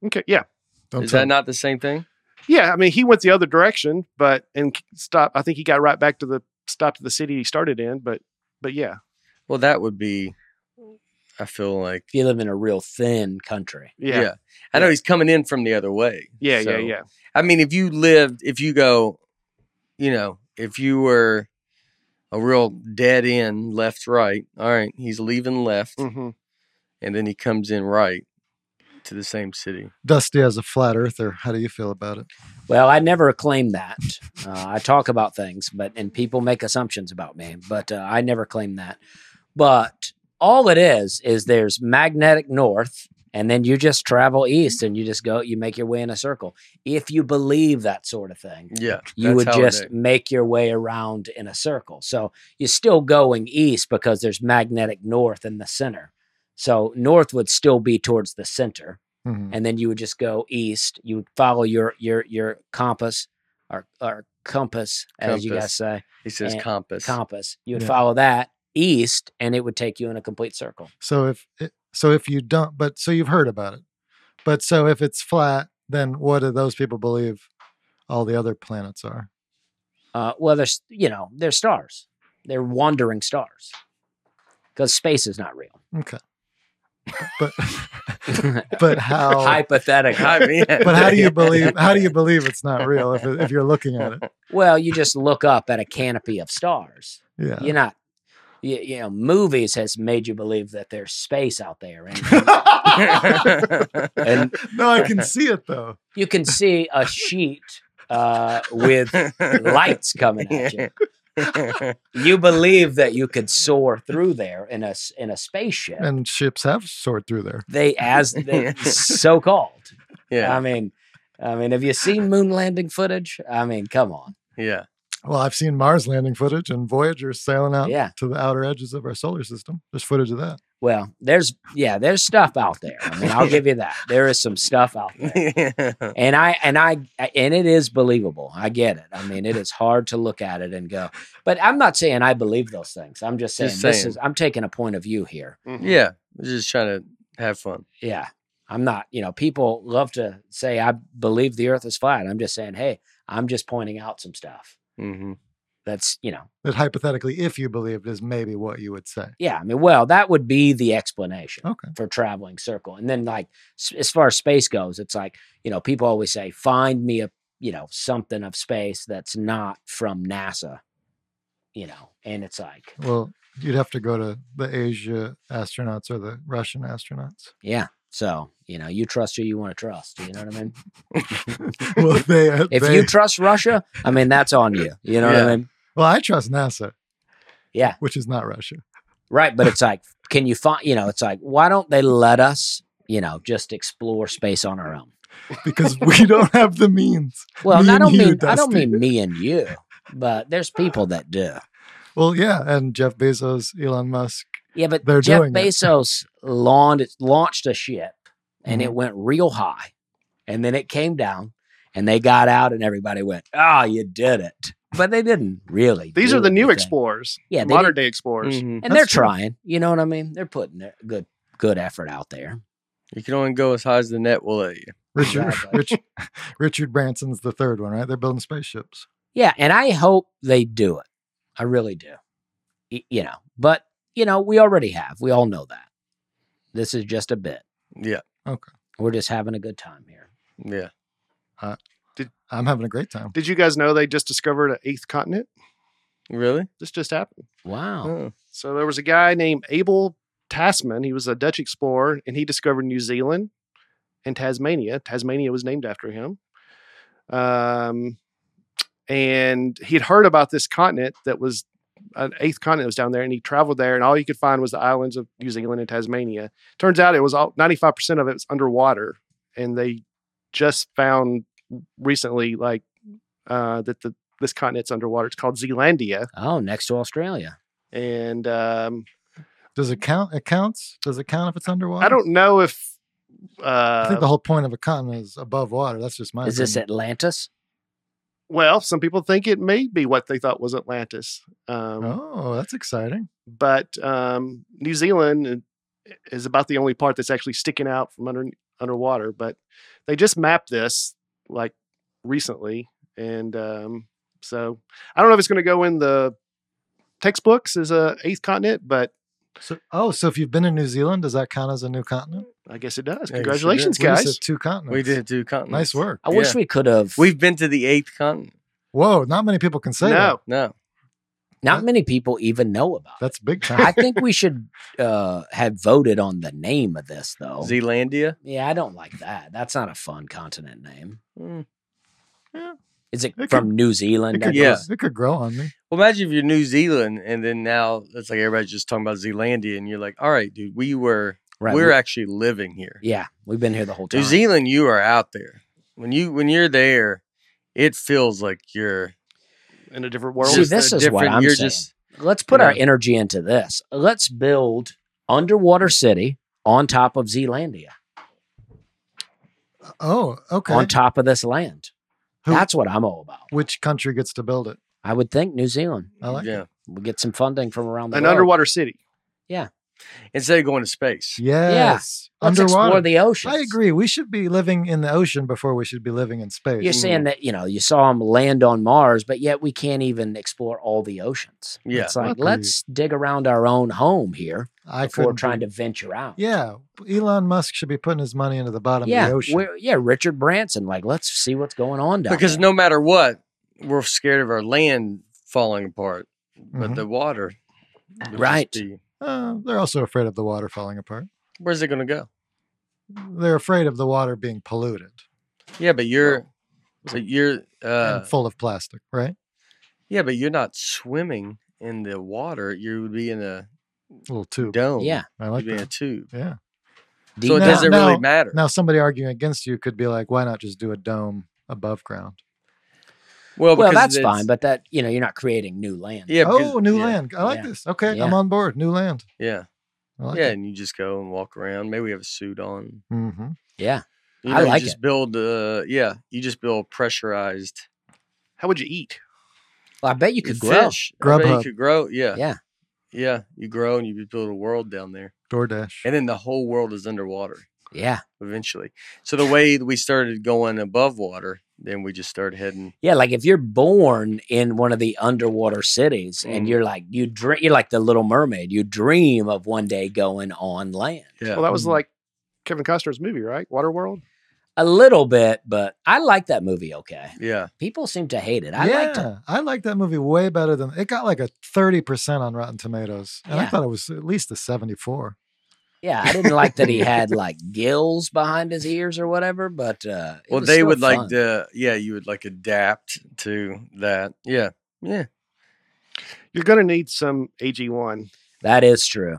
Speaker 2: okay, yeah,
Speaker 4: Don't
Speaker 1: Is
Speaker 4: tell
Speaker 1: that
Speaker 4: me.
Speaker 1: not the same thing?
Speaker 2: yeah. I mean, he went the other direction, but and stop. I think he got right back to the stop to the city he started in, but but yeah,
Speaker 1: Well, that would be. I feel like
Speaker 3: If you live in a real thin country.
Speaker 2: yeah, yeah,
Speaker 1: I know
Speaker 2: Yeah.
Speaker 1: he's coming in from the other way.
Speaker 2: yeah, yeah,
Speaker 1: so- I mean, if you lived, if you go, you know, if you were a real dead end, left, right, all right, he's leaving left
Speaker 4: Mm.
Speaker 2: hmm
Speaker 1: and then he comes in right to the same city.
Speaker 4: Dusty as a flat earther. How do you feel about it?
Speaker 3: Well, I never claim that. Uh, I talk about things, but and people make assumptions about me, but uh, I never claim that. But all it is is there's magnetic north, and then you just travel east, and you just go, you make your way in a circle. If you believe that sort of thing,
Speaker 1: Yeah.
Speaker 3: you would just make your way around in a circle. So you're still going east because there's magnetic north in the center. So north would still be towards the center,
Speaker 4: Mhm.
Speaker 3: and then you would just go east. You would follow your your your compass or or compass, as you guys
Speaker 1: Compass.
Speaker 3: say,
Speaker 1: he
Speaker 4: eh,
Speaker 1: says
Speaker 3: and-
Speaker 1: compass.
Speaker 3: compass. You would
Speaker 4: Yeah.
Speaker 3: follow that east, and it would take you in a complete circle.
Speaker 4: So if it, so, if you don't, but so you've heard about it. But so if it's flat, then what do those people believe all the other planets are?
Speaker 3: Uh, well, there's you know they're stars, they're wandering stars, because space is not real.
Speaker 4: Okay. But but how?
Speaker 3: Hypothetically,
Speaker 1: I mean-
Speaker 4: But how do you believe? How do you believe it's not real if, it- if you're looking at it?
Speaker 3: Well, you just look up at a canopy of stars.
Speaker 4: Yeah.
Speaker 3: You're not, you, you know, movies has made you believe that there's space out there, and
Speaker 1: and
Speaker 4: no, I can see it though.
Speaker 3: you can see a sheet uh, with lights coming at you. You believe that you could soar through there in a s- in a spaceship.
Speaker 4: And ships have soared through there.
Speaker 3: they as they, so called. I
Speaker 1: yeah.
Speaker 4: Um,
Speaker 3: mean, I mean, have you seen moon landing footage? I mean, come on.
Speaker 1: Yeah.
Speaker 4: Well, I've seen Mars landing footage and Voyager sailing out
Speaker 3: Yeah.
Speaker 4: to the outer edges of our solar system. There's footage of that.
Speaker 3: Well, there's yeah, there's stuff out there. I mean, I'll give you that. There is some stuff out there. and I and I and it is believable. I get it. I mean, it is hard to look at it and go. But I'm not saying I believe those things. I'm just saying,
Speaker 1: Just
Speaker 3: this
Speaker 1: saying.
Speaker 3: is. I'm taking a point of view here.
Speaker 2: mm-hmm.
Speaker 1: yeah. We're just trying to have fun.
Speaker 3: Yeah, I'm not. You know, people love to say I believe the Earth is flat. I'm just saying, hey, I'm just pointing out some stuff.
Speaker 1: hmm
Speaker 3: That's you know,
Speaker 4: That hypothetically, if you believed, is maybe what you would say.
Speaker 3: yeah. I mean, well, that would be the explanation.
Speaker 4: Okay.
Speaker 3: for traveling circle. And then like s- as far as space goes, it's like, you know, people always say find me a, you know, something of space that's not from NASA, you know. And it's like,
Speaker 4: Well, you'd have to go to the Asia astronauts or the Russian astronauts.
Speaker 3: yeah. So, you know, you trust who you want to trust, you know what I mean?
Speaker 4: Well, they, uh,
Speaker 3: If
Speaker 4: they-
Speaker 3: you trust Russia, I mean that's on you. You know what I
Speaker 1: Yeah.
Speaker 3: mean?
Speaker 4: well, I trust NASA.
Speaker 3: Yeah.
Speaker 4: which is not Russia.
Speaker 3: Right, but it's like can you find, you know, it's like why don't they let us, you know, just explore space on our own?
Speaker 4: because we don't have the means.
Speaker 3: Well,
Speaker 4: Me
Speaker 3: I
Speaker 4: and
Speaker 3: don't
Speaker 4: you,
Speaker 3: mean I don't
Speaker 4: Dusty.
Speaker 3: mean me and you, but there's people that do.
Speaker 4: Well, yeah, and Jeff Bezos, Elon Musk.
Speaker 3: Yeah, but
Speaker 4: They're
Speaker 3: Jeff
Speaker 4: doing it.
Speaker 3: Bezos launched, launched a ship and
Speaker 4: Mhm.
Speaker 3: it went real high. And then it came down and they got out and everybody went, Oh, you did it. But they didn't really.
Speaker 2: These
Speaker 3: do
Speaker 2: are the new
Speaker 3: anything.
Speaker 2: explorers.
Speaker 3: Yeah, they
Speaker 2: modern
Speaker 3: didn't-
Speaker 2: day explorers.
Speaker 1: Mm-hmm.
Speaker 3: And they're
Speaker 4: That's true.
Speaker 3: trying. You know what I mean? They're putting their good good effort out there.
Speaker 1: You can only go as high as the net will let you.
Speaker 4: Richard,
Speaker 3: Exactly.
Speaker 4: Rich, Richard Branson's the third one, right? They're building spaceships.
Speaker 3: Yeah, and I hope they do it. I really do. Y- you know, but you know, we already have. We all know that. This is just a bit.
Speaker 1: Yeah.
Speaker 3: We're just having a good time here.
Speaker 1: Yeah.
Speaker 4: I'm having a great time.
Speaker 2: Did you guys know they just discovered an eighth continent?
Speaker 1: Really?
Speaker 2: This just happened.
Speaker 3: Wow.
Speaker 1: Oh.
Speaker 2: So there was a guy named Abel Tasman. He was a Dutch explorer, and he discovered New Zealand and Tasmania. Tasmania was named after him. Um, and he had heard about this continent that was an eighth continent was down there, and he traveled there, and all he could find was the islands of New Zealand and Tasmania. Turns out it was all 95% of it was underwater, and they just found recently like uh, that the this continent's underwater. It's called Zealandia,
Speaker 3: Oh, next to Australia.
Speaker 2: and um,
Speaker 4: Does it count? It counts. Does it count if it's underwater?
Speaker 2: I don't know if
Speaker 4: I think the
Speaker 2: uh,
Speaker 4: whole point of a continent is above water. That's just my.
Speaker 3: Is this
Speaker 4: opinion.
Speaker 3: Atlantis?
Speaker 2: well, some people think it may be what they thought was Atlantis. Um,
Speaker 4: Oh, that's exciting.
Speaker 2: but um, New Zealand uh, is about the only part that's actually sticking out from under underwater. But they just mapped this like recently, and um, so I don't know if it's going to go in the textbooks as a eighth continent, but
Speaker 4: So, oh, so if you've been in New Zealand, does that count as a new continent?
Speaker 2: I guess it does.
Speaker 1: Yeah, you sure
Speaker 2: Congratulations,
Speaker 1: did.
Speaker 4: We just
Speaker 2: guys!
Speaker 4: said two continents.
Speaker 1: Oh, We did two continents.
Speaker 4: Nice work.
Speaker 3: I wish
Speaker 1: Yeah.
Speaker 3: we could have.
Speaker 1: We've been to the eighth continent.
Speaker 4: Whoa, not many people can say that.
Speaker 2: No,
Speaker 1: No,
Speaker 3: Not many people even know about. it.
Speaker 4: That's big time.
Speaker 3: I think we should uh, have voted on the name of this though.
Speaker 1: Zealandia.
Speaker 3: yeah, I don't like that. That's not a fun continent name.
Speaker 1: Mm.
Speaker 3: Is it,
Speaker 4: It
Speaker 3: from New Zealand?
Speaker 4: it, could,
Speaker 3: I
Speaker 1: yeah.
Speaker 4: yeah.
Speaker 3: guess?
Speaker 4: it could grow on me.
Speaker 1: Well, imagine if you're New Zealand, and then now it's like everybody's just talking about Zealandia, and you're like, "All right, dude, we were
Speaker 3: Right.
Speaker 1: we're
Speaker 3: we-
Speaker 1: actually living here.
Speaker 3: yeah, we've been here the whole time.
Speaker 1: New Zealand, you are out there. When you when you're there, it feels like you're
Speaker 2: in a different world.
Speaker 3: See,
Speaker 1: just a
Speaker 3: this is what
Speaker 1: different-
Speaker 3: I'm
Speaker 1: you're
Speaker 3: saying.
Speaker 1: just
Speaker 3: Let's put
Speaker 1: you
Speaker 3: our
Speaker 1: know.
Speaker 3: energy into this. Let's build Underwater City on top of Zealandia,
Speaker 4: Oh, okay.
Speaker 3: on top of this land.
Speaker 4: Who-
Speaker 3: That's what I'm all about.
Speaker 4: Which country gets to build it?
Speaker 3: I would think New Zealand.
Speaker 4: I like
Speaker 1: yeah.
Speaker 4: it.
Speaker 3: We get some funding from around the
Speaker 2: An
Speaker 3: world.
Speaker 2: underwater city.
Speaker 1: Instead of going to space,
Speaker 4: Yes.
Speaker 3: Let's
Speaker 4: Underwater.
Speaker 3: explore the ocean.
Speaker 4: I agree. We should be living in the ocean before we should be living in space.
Speaker 1: Mm-hmm.
Speaker 3: You're saying that you know you saw them land on Mars, but yet we can't even explore all the oceans.
Speaker 1: Yeah.
Speaker 3: it's like
Speaker 4: Agreed.
Speaker 3: let's dig around our own home here
Speaker 4: I
Speaker 3: before
Speaker 4: couldn't
Speaker 3: trying
Speaker 4: be-
Speaker 3: to venture out.
Speaker 4: Yeah, Elon Musk should be putting his money into the bottom of
Speaker 3: yeah,
Speaker 4: the ocean.
Speaker 3: we're- yeah. Richard Branson, like let's see what's going on down
Speaker 1: because
Speaker 3: there.
Speaker 1: no matter what, we're scared of our land falling apart, but
Speaker 4: Mhm.
Speaker 1: the water, would just
Speaker 3: Mm-hmm. Right.
Speaker 1: be-
Speaker 4: Uh, they're also afraid of the water falling apart.
Speaker 1: where's it going to go?
Speaker 4: They're afraid of the water being polluted
Speaker 1: Yeah, but you're, but you're, uh,
Speaker 4: and full of plastic, right?
Speaker 1: yeah, but you're not swimming in the water. You would be in a
Speaker 4: little tube.
Speaker 1: dome.
Speaker 3: yeah,
Speaker 4: I
Speaker 1: you'd
Speaker 4: like
Speaker 1: be in a
Speaker 4: that.
Speaker 1: tube.
Speaker 4: Yeah.
Speaker 3: deep
Speaker 1: so it
Speaker 4: Now-
Speaker 1: doesn't
Speaker 4: now-
Speaker 1: really matter.
Speaker 4: Now, somebody arguing against you could be like, "Why not just do a dome above ground?"
Speaker 1: well,
Speaker 3: well,
Speaker 1: Oh, because
Speaker 3: that's
Speaker 1: it's-
Speaker 3: fine, but that you know you're not creating new land.
Speaker 1: Yeah. because-
Speaker 4: oh, new
Speaker 1: yeah,
Speaker 4: land! I like
Speaker 3: yeah,
Speaker 4: this. Okay,
Speaker 3: yeah.
Speaker 4: I'm on board. New land.
Speaker 1: Yeah.
Speaker 4: I like
Speaker 1: yeah,
Speaker 4: It.
Speaker 1: and you just go and walk around. Maybe we have a suit on.
Speaker 4: hmm
Speaker 3: yeah.
Speaker 1: You
Speaker 3: I
Speaker 1: know, you
Speaker 3: like
Speaker 1: just build. Uh, yeah, you just build pressurized
Speaker 2: How would you eat?
Speaker 3: Well, I bet you could grow.
Speaker 1: fish. I bet
Speaker 4: Grubhub.
Speaker 1: You could grow. Yeah,
Speaker 3: Yeah,
Speaker 1: yeah. You grow and you just build a world down there,
Speaker 4: DoorDash.
Speaker 1: and then the whole world is underwater
Speaker 3: yeah,
Speaker 1: eventually. So the way that we started going above water, then we just started heading.
Speaker 3: yeah. Like if you're born in one of the underwater cities and
Speaker 1: Mm.
Speaker 3: you're like you dream, you're like the Little Mermaid. You dream of one day going on land.
Speaker 1: Yeah, Mm-hmm.
Speaker 2: Well, that was
Speaker 4: Mm.
Speaker 2: like Kevin Costner's movie, right? Waterworld.
Speaker 3: A little bit, but I like that movie. Okay,
Speaker 1: yeah.
Speaker 3: people seem to hate it. I
Speaker 4: yeah,
Speaker 3: liked it.
Speaker 4: I liked that movie way better than it got like a thirty percent on Rotten Tomatoes, and I
Speaker 3: Yeah.
Speaker 4: thought it was at least a seventy-four.
Speaker 3: Yeah, I didn't like that he had like gills behind his ears or whatever. But uh, it
Speaker 1: Well,
Speaker 3: was
Speaker 1: they
Speaker 3: still
Speaker 1: would
Speaker 3: fun.
Speaker 1: like to. Yeah, you would like adapt to that. Yeah, yeah.
Speaker 2: You're going to need some AG one.
Speaker 3: That is true.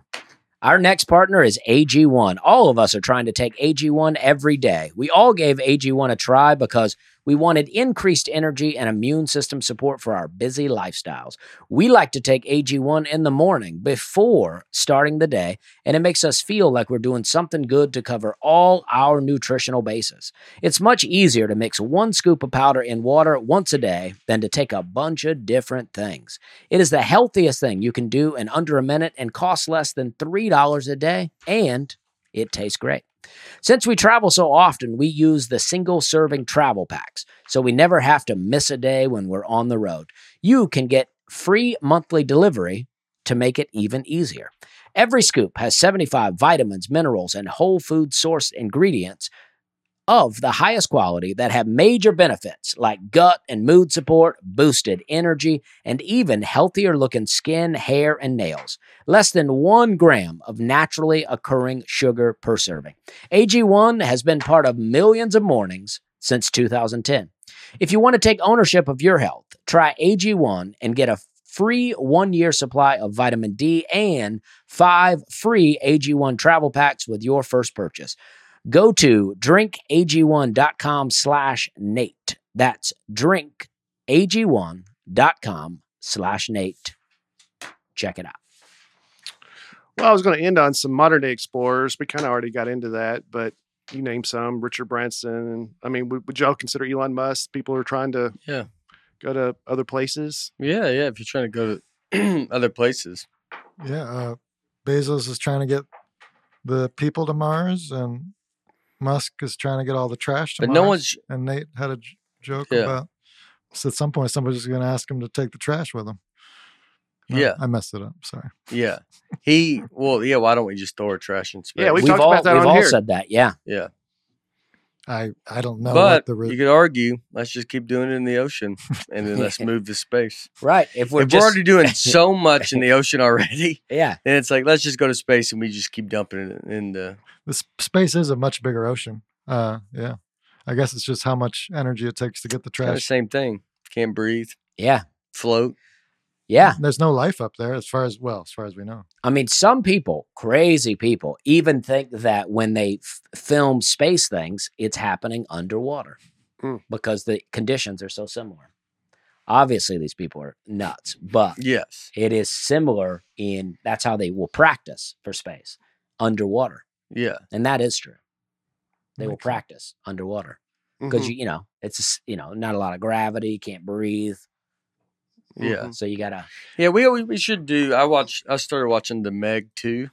Speaker 3: Our next partner is AG1. All of us are trying to take AG1 every day. We all gave AG1 a try because we wanted increased energy and immune system support for our busy lifestyles. We like to take AG1 in the morning before starting the day, and it makes us feel like we're doing something good to cover all our nutritional bases. It's much easier to mix one scoop of powder in water once a day than to take a bunch of different things. It is the healthiest thing you can do in under a minute and costs less than $3 a day, and it tastes great. Since we travel so often, we use the single serving travel packs, so we never have to miss a day when we're on the road. You can get free monthly delivery to make it even easier. Every scoop has 75 vitamins, minerals, and whole food source ingredients of the highest quality that have major benefits like gut and mood support, boosted energy, and even healthier looking skin, hair, and nails. Less than one gram of naturally occurring sugar per serving. AG1 has been part of millions of mornings since 2010. If you want to take ownership of your health, try AG1 and get a free one year supply of vitamin D and five free AG1 travel packs with your first purchase go to drinkag1.com slash nate that's drinkag1.com slash nate check it out
Speaker 2: Well, I was going to end on some modern day explorers. We kind of already got into that, but you name some Richard Branson. And I mean, would, would y'all consider Elon Musk? People are trying to
Speaker 1: Yeah.
Speaker 2: go to other places.
Speaker 1: Yeah, yeah. If you're trying to go to other places,
Speaker 4: Yeah, uh, Bezos is trying to get the people to Mars, and Musk is trying to get all the trash to
Speaker 1: but
Speaker 4: Mars.
Speaker 1: no one's.
Speaker 4: and Nate had a j- joke
Speaker 1: Yeah.
Speaker 4: about. So at some point, somebody's going to ask him to take the trash with him. No,
Speaker 1: Yeah.
Speaker 4: I messed it up. Sorry.
Speaker 1: Yeah, he. Well, yeah. Why don't we just throw our trash in space?
Speaker 2: Yeah, we've
Speaker 3: we've
Speaker 2: talked
Speaker 3: all,
Speaker 2: about that
Speaker 3: we've
Speaker 2: on
Speaker 3: all
Speaker 2: here.
Speaker 3: said that yeah
Speaker 1: yeah.
Speaker 4: I I don't know
Speaker 1: but
Speaker 4: what the re-
Speaker 1: you could argue, let's just keep doing it in the ocean, and then let's move to space.
Speaker 3: right if we're
Speaker 1: if
Speaker 3: just
Speaker 1: we're already doing so much in the ocean already,
Speaker 3: yeah
Speaker 1: then it's like let's just go to space and we just keep dumping it in the.
Speaker 4: the sp- space is a much bigger ocean. Uh, yeah. I guess it's just how much energy it takes to get the
Speaker 1: Kind of
Speaker 4: trash.
Speaker 1: same thing. Can't breathe,
Speaker 3: yeah
Speaker 1: float.
Speaker 3: yeah
Speaker 4: There's no life up there, as far as well, as far as we know.
Speaker 3: i mean some people crazy people even think that when they f- film space things it's happening underwater
Speaker 2: Hmm.
Speaker 3: because the conditions are so similar obviously these people are nuts but
Speaker 1: Yes.
Speaker 3: it is similar in that's how they will practice for space underwater
Speaker 1: Yeah.
Speaker 3: and that is true they will
Speaker 4: Makes sense.
Speaker 3: practice underwater because
Speaker 2: Mhm,
Speaker 3: you you know it's s- you know not a lot of gravity you can't breathe uh,
Speaker 1: Yeah.
Speaker 2: mhm.
Speaker 3: so you gotta
Speaker 1: Yeah. We always, we should do. I watched. I started watching the Meg too.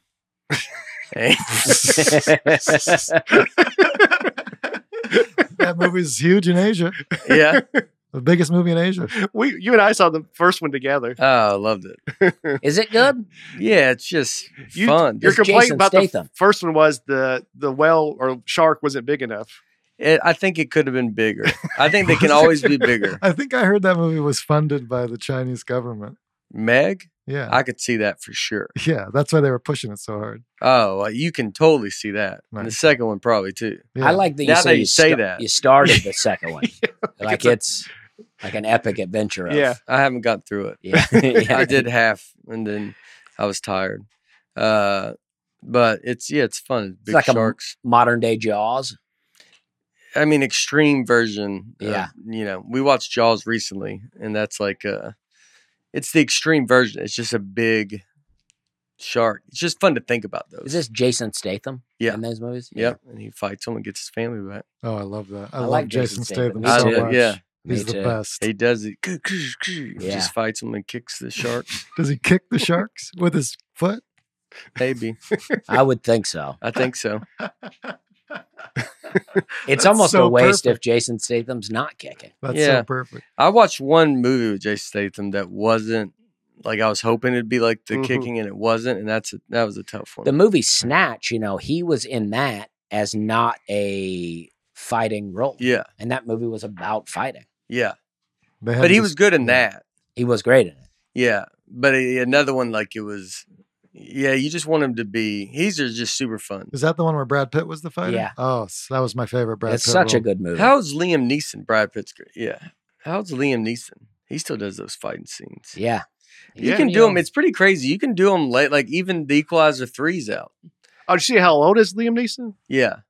Speaker 1: And-
Speaker 2: Mm-hmm.
Speaker 4: That movie's huge in Asia.
Speaker 1: yeah.
Speaker 4: The biggest movie in Asia.
Speaker 2: We, you and I saw the first one together.
Speaker 1: Oh, I loved it.
Speaker 3: is it good
Speaker 1: Yeah, it's just
Speaker 2: You-
Speaker 1: fun.
Speaker 2: Your
Speaker 3: It's
Speaker 2: complaint
Speaker 3: Jason
Speaker 2: about the
Speaker 3: Statham.
Speaker 2: f- first one was the the well or shark wasn't big enough.
Speaker 1: It, I think it could have been bigger. I think they can always be bigger.
Speaker 4: I think I heard that movie was funded by the Chinese government.
Speaker 1: Meg,
Speaker 4: Yeah.
Speaker 1: I could see that for sure.
Speaker 4: yeah. That's why they were pushing it so hard.
Speaker 1: Oh, well, you can totally see that. And the
Speaker 4: Nice.
Speaker 1: second one probably too.
Speaker 4: Yeah.
Speaker 3: i like that you
Speaker 1: Now
Speaker 3: say,
Speaker 1: that
Speaker 3: you,
Speaker 1: you say
Speaker 3: sta-
Speaker 1: that.
Speaker 3: you started the second one like
Speaker 2: it's a-
Speaker 3: it's like an epic adventure of,
Speaker 2: Yeah.
Speaker 1: I haven't gotten through it.
Speaker 3: yeah, yeah.
Speaker 1: I did half and then I was tired. Uh but it's yeah, it's fun. Big
Speaker 3: like a m-
Speaker 1: sharks.
Speaker 3: modern day jaws
Speaker 1: I mean extreme version. of,
Speaker 3: Yeah.
Speaker 1: you know, we watched Jaws recently and that's like uh it's the extreme version. It's just a big shark. It's just fun to think about those.
Speaker 3: is this jason statham
Speaker 1: Yeah.
Speaker 3: in those movies
Speaker 1: Yep. And he fights him and gets his family back.
Speaker 4: Oh, I love that. I,
Speaker 3: I
Speaker 4: love
Speaker 3: like Jason
Speaker 4: Jason
Speaker 3: Statham.
Speaker 4: Statham,
Speaker 3: Me
Speaker 4: so
Speaker 1: too.
Speaker 4: much.
Speaker 1: Yeah.
Speaker 3: Me
Speaker 4: He's the
Speaker 3: too.
Speaker 4: best.
Speaker 1: He does it.
Speaker 3: Yeah.
Speaker 1: Just fights him and kicks the shark.
Speaker 4: Does he kick the sharks with his foot?
Speaker 1: Maybe.
Speaker 3: i would think so
Speaker 1: I think so.
Speaker 3: it's
Speaker 4: That's
Speaker 3: almost
Speaker 4: so
Speaker 3: a waste if
Speaker 4: perfect.
Speaker 3: jason statham's not kicking
Speaker 4: That's
Speaker 1: Yeah.
Speaker 4: so perfect.
Speaker 1: I watched one movie with Jason Statham that wasn't like I was hoping it'd be like the
Speaker 2: Mhm.
Speaker 1: kicking, and it wasn't, and that's a, that was a tough one.
Speaker 3: Mm-hmm. the movie Snatch, you know, he was in that as not a fighting role.
Speaker 1: yeah,
Speaker 3: And that movie was about fighting.
Speaker 1: yeah,
Speaker 4: They had
Speaker 1: but he
Speaker 4: this-
Speaker 1: was good in
Speaker 4: yeah.
Speaker 1: that.
Speaker 3: He was great in it.
Speaker 1: Yeah, but a- another one like it was. Yeah, you just want him to be. He's are just super fun.
Speaker 4: Is that the one where Brad Pitt was the fighter?
Speaker 3: Yeah.
Speaker 4: Oh, s- that was my favorite Brad
Speaker 3: it's
Speaker 4: Pitt.
Speaker 3: such a
Speaker 4: role.
Speaker 3: good movie.
Speaker 1: How's Liam Neeson? Brad Pitt's great. Yeah, how's Liam Neeson? He still does those fighting scenes.
Speaker 3: yeah.
Speaker 1: You
Speaker 2: Yeah.
Speaker 1: can do them. It's pretty crazy. You can do them late. Like even The Equalizer three's out.
Speaker 2: Oh, did you see how old is Liam Neeson?
Speaker 1: Yeah,
Speaker 3: Oh,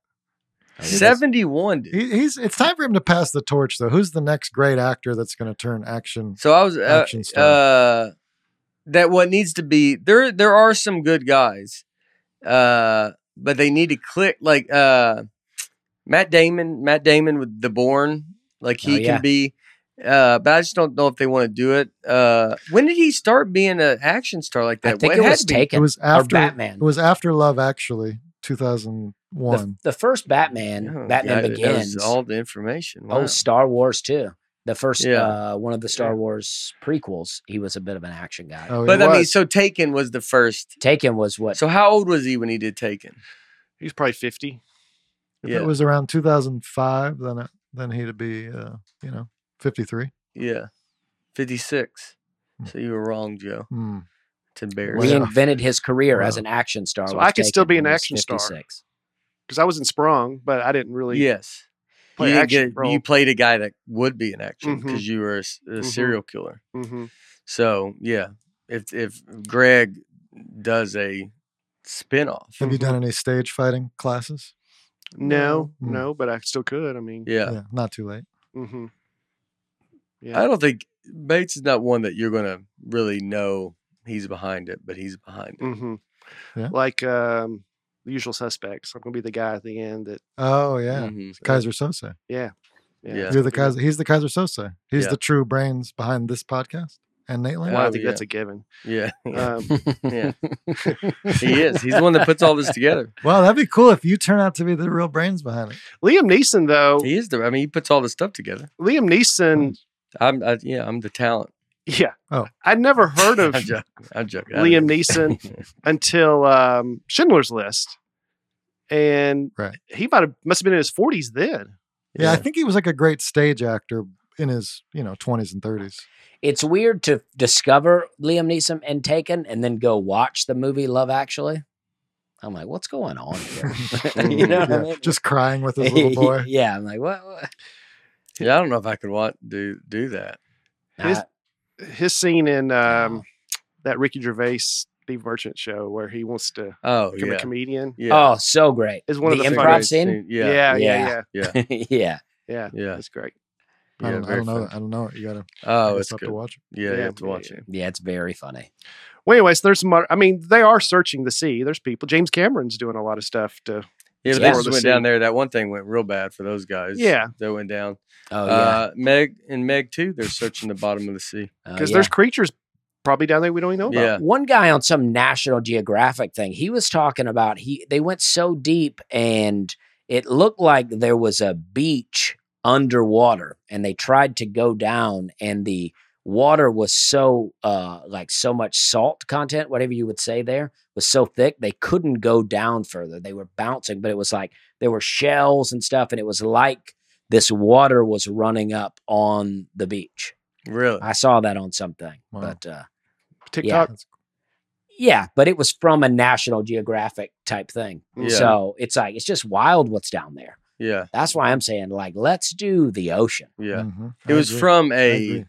Speaker 3: he was-
Speaker 1: seventy one.
Speaker 4: He, he's. It's time for him to pass the torch, though. Who's the next great actor that's going to turn action?
Speaker 1: So I was uh,
Speaker 4: Action star.
Speaker 1: uh that what needs to be there there are some good guys. Uh but they need to click like uh Matt Damon, Matt Damon with The Born, like he
Speaker 3: Oh, yeah.
Speaker 1: can be uh but I just don't know if they want to do it. Uh when did he start being an action star like
Speaker 3: I
Speaker 1: that?
Speaker 3: think
Speaker 1: Well,
Speaker 3: it
Speaker 1: had
Speaker 3: was
Speaker 1: to be-
Speaker 3: taken
Speaker 4: It was
Speaker 3: or
Speaker 4: after.
Speaker 3: Batman.
Speaker 4: It was after Love Actually, two thousand
Speaker 3: the,
Speaker 4: one.
Speaker 3: the first Batman,
Speaker 1: Oh,
Speaker 3: Batman
Speaker 1: God, that was
Speaker 3: Begins.
Speaker 1: all the information. Wow.
Speaker 3: Oh, Star Wars too. The first
Speaker 1: Yeah.
Speaker 3: uh, one of the Star
Speaker 1: Yeah.
Speaker 3: Wars prequels, he was a bit of an action guy.
Speaker 4: Oh,
Speaker 1: but
Speaker 4: yeah.
Speaker 1: I mean,
Speaker 2: was.
Speaker 1: so Taken was the first.
Speaker 3: Taken was what
Speaker 1: So how old was he when he did Taken?
Speaker 2: He's probably fifty.
Speaker 4: If
Speaker 1: Yeah.
Speaker 4: it was around 2005, then it, then he'd be, uh, you know, 53.
Speaker 1: Yeah. 56.
Speaker 4: Hmm.
Speaker 1: So you were wrong, Joe.
Speaker 4: Hmm.
Speaker 1: It's embarrassing.
Speaker 3: We
Speaker 4: Wow.
Speaker 3: invented his career as
Speaker 4: Wow.
Speaker 3: an action star.
Speaker 2: So
Speaker 3: was
Speaker 2: I could still
Speaker 3: taken
Speaker 2: be
Speaker 3: when
Speaker 2: an
Speaker 3: he was
Speaker 2: action star.
Speaker 3: 56.
Speaker 2: because I was in Sprung, but I didn't really.
Speaker 1: Yes.
Speaker 2: play
Speaker 1: you, didn't
Speaker 2: action
Speaker 1: get-
Speaker 2: role.
Speaker 1: you played a guy that would be an action
Speaker 2: Mhm.
Speaker 1: because you were a, s- a
Speaker 2: Mhm.
Speaker 1: serial killer.
Speaker 2: hmm
Speaker 1: So yeah, if if Greg does a spinoff,
Speaker 4: Have you
Speaker 2: Mhm.
Speaker 4: done any stage fighting classes?
Speaker 2: No,
Speaker 4: Mm.
Speaker 2: no, but I still could. I mean,
Speaker 1: yeah,
Speaker 4: not too late.
Speaker 2: hmm
Speaker 1: I don't think Bates is not one that you're gonna really know he's behind it, but he's behind it.
Speaker 2: hmm
Speaker 4: Yeah.
Speaker 2: like um, the usual suspects. I'm gonna be the guy at the end that.
Speaker 4: Oh yeah,
Speaker 1: Mhm.
Speaker 4: Kaiser Sosa.
Speaker 2: Yeah,
Speaker 1: Yeah.
Speaker 4: You're the
Speaker 2: guy.
Speaker 4: Kaiser. He's the Kaiser Sosa. He's
Speaker 1: Yeah.
Speaker 4: the true brains behind this podcast and Nate Land.
Speaker 2: Well, I
Speaker 1: Oh,
Speaker 2: think
Speaker 1: yeah.
Speaker 2: that's a given.
Speaker 1: Yeah,
Speaker 2: Um,
Speaker 1: yeah, he is. He's the one that puts all this together.
Speaker 4: Wow, that'd be cool if you turn out to be the real brains behind it.
Speaker 2: Liam Neeson, though.
Speaker 1: He is the. I mean, he puts all this stuff together.
Speaker 2: Liam Neeson.
Speaker 1: I'm. I, yeah, I'm the talent.
Speaker 2: Yeah.
Speaker 4: Oh.
Speaker 2: I'd never heard of
Speaker 1: I'm joking. I'm joking. I
Speaker 2: Liam
Speaker 1: don't-
Speaker 2: Neeson until um, Schindler's List, and
Speaker 4: Right.
Speaker 2: he might have must have been in his 40s then.
Speaker 4: Yeah, I
Speaker 1: Yeah.
Speaker 4: think he was like a great stage actor in his you know 20s and 30s.
Speaker 3: It's weird to discover Liam Neeson and Taken and then go watch the movie Love Actually. I'm like, what's going on here? you know what
Speaker 4: Yeah,
Speaker 3: I mean?
Speaker 4: just crying with his little boy.
Speaker 3: yeah, I'm like, what? what?
Speaker 1: Yeah, I don't know if I could want do do that.
Speaker 2: His-
Speaker 3: Uh,
Speaker 2: His scene in um,
Speaker 3: Oh.
Speaker 2: that Ricky Gervais Steve Merchant show where he wants to
Speaker 1: Oh
Speaker 2: become
Speaker 1: yeah,
Speaker 2: a comedian.
Speaker 1: yeah.
Speaker 3: Oh, so great.
Speaker 2: It's one of
Speaker 3: the,
Speaker 2: the
Speaker 3: improv
Speaker 2: funniest
Speaker 3: scene.
Speaker 1: Yeah, yeah,
Speaker 2: yeah, yeah, yeah.
Speaker 3: Yeah.
Speaker 2: yeah.
Speaker 1: yeah.
Speaker 3: yeah.
Speaker 2: Yeah,
Speaker 1: yeah.
Speaker 2: that's great.
Speaker 4: I
Speaker 1: Yeah,
Speaker 4: don't, I
Speaker 1: very
Speaker 4: don't know.
Speaker 1: funny.
Speaker 4: That. I don't know it. You gotta.
Speaker 1: Oh,
Speaker 4: you
Speaker 1: it's
Speaker 4: just have
Speaker 1: good.
Speaker 4: to watch it.
Speaker 1: Yeah, you
Speaker 2: Yeah,
Speaker 1: have to
Speaker 2: yeah,
Speaker 1: watch
Speaker 2: yeah.
Speaker 1: it.
Speaker 3: Yeah, it's very funny.
Speaker 2: Well, anyways, there's some. Other, I mean, they are searching the sea. There's people. James Cameron's doing a lot of stuff to.
Speaker 1: Yeah, but
Speaker 3: Yeah.
Speaker 1: they just
Speaker 2: Let's
Speaker 1: went
Speaker 2: see.
Speaker 1: down there. That one thing went real bad for those guys.
Speaker 2: Yeah.
Speaker 1: that went down.
Speaker 3: Oh, yeah.
Speaker 1: uh, Meg and Meg too. They're searching the bottom of the sea.
Speaker 3: Oh,
Speaker 2: Because
Speaker 3: yeah.
Speaker 2: there's creatures probably down there we don't even know about.
Speaker 1: Yeah,
Speaker 3: One guy on some National Geographic thing, he was talking about he they went so deep and it looked like there was a beach underwater and they tried to go down and the water was so uh like so much salt content whatever you would say there was so thick they couldn't go down further they were bouncing but it was like there were shells and stuff and it was like this water was running up on the beach
Speaker 1: really.
Speaker 3: i saw that on something
Speaker 4: Wow.
Speaker 3: but uh
Speaker 2: TikTok.
Speaker 4: That's-
Speaker 3: yeah, but it was from a National Geographic type thing.
Speaker 2: mm-hmm.
Speaker 1: Yeah.
Speaker 3: So it's like it's just wild what's down there.
Speaker 1: Yeah,
Speaker 3: That's why I'm saying like let's do the ocean.
Speaker 1: yeah.
Speaker 4: mhm.
Speaker 1: It
Speaker 4: I
Speaker 1: was
Speaker 4: agree.
Speaker 1: from
Speaker 4: I
Speaker 1: a
Speaker 4: agree.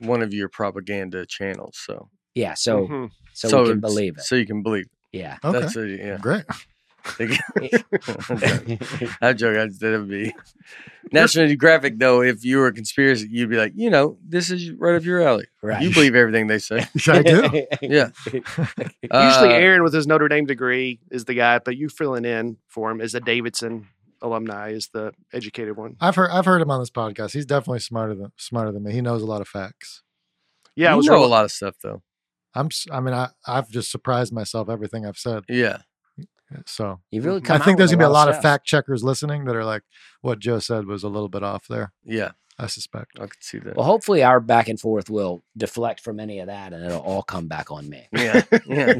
Speaker 1: one of your propaganda channels. So
Speaker 3: Yeah, so
Speaker 2: Mhm.
Speaker 3: so, we can
Speaker 1: it's-
Speaker 3: believe it.
Speaker 1: Mm-hmm. So you can believe. it.
Speaker 3: yeah.
Speaker 4: Okay.
Speaker 1: That's a, yeah.
Speaker 4: Great.
Speaker 1: I'm joking. I'm joking. I just- That would be National Geographic. Though, if you were a conspiracy, you'd be like, you know, this is right up your alley.
Speaker 3: right.
Speaker 1: You believe everything they say.
Speaker 4: I do.
Speaker 1: Yeah.
Speaker 2: Usually,
Speaker 1: Uh,
Speaker 2: Aaron with his Notre Dame degree is the guy, but you filling in for him is a Davidson alumni, is the educated one.
Speaker 4: I've heard. I've heard him on this podcast. He's definitely smarter than smarter than me. He knows a lot of facts.
Speaker 2: Yeah, I
Speaker 1: you
Speaker 2: was
Speaker 1: know
Speaker 2: real-
Speaker 1: a lot of stuff though.
Speaker 4: I'm. s- I mean, I, I've just surprised myself everything I've said.
Speaker 1: Yeah,
Speaker 4: So
Speaker 3: You've really
Speaker 2: I
Speaker 3: come
Speaker 4: I think
Speaker 3: out
Speaker 4: there's
Speaker 3: with
Speaker 4: gonna be a lot of
Speaker 3: stuff.
Speaker 4: fact checkers listening that are like, what Joe said was a little bit off there.
Speaker 1: yeah.
Speaker 4: I suspect.
Speaker 1: I could see that.
Speaker 3: Well, hopefully our back and forth will deflect from any of that and it'll all come back on me.
Speaker 1: yeah, yeah.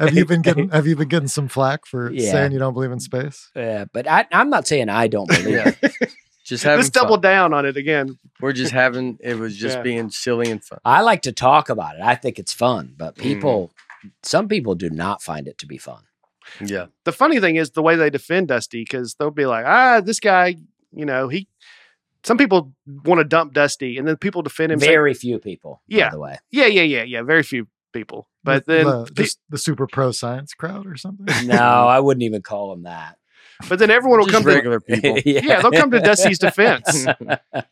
Speaker 4: Have you been getting? Have you been getting some flack for
Speaker 3: Yeah.
Speaker 4: saying you don't believe in space?
Speaker 3: Yeah, but I, I'm not saying I don't believe it.
Speaker 1: yeah. Just having
Speaker 2: Let's double
Speaker 1: fun.
Speaker 2: down on it again.
Speaker 1: We're just having. It was just
Speaker 2: Yeah.
Speaker 1: being silly and fun.
Speaker 3: I like to talk about it. I think it's fun, but
Speaker 1: Mhm.
Speaker 3: people, some people do not find it to be fun.
Speaker 1: Yeah,
Speaker 2: The funny thing is the way they defend Dusty, because they'll be like, ah, this guy, you know, he. Some people want to dump Dusty, and then people defend him. saying,
Speaker 3: Very few people,
Speaker 2: Yeah.
Speaker 3: by the way.
Speaker 2: yeah, yeah, yeah, yeah. Very few people, but
Speaker 4: The-
Speaker 2: then
Speaker 4: the,
Speaker 2: pe-
Speaker 4: just the super pro science crowd or something.
Speaker 3: No, I wouldn't even call him that.
Speaker 2: but then everyone will
Speaker 1: just
Speaker 2: come to
Speaker 1: regular people.
Speaker 2: yeah, they'll come to Dusty's defense.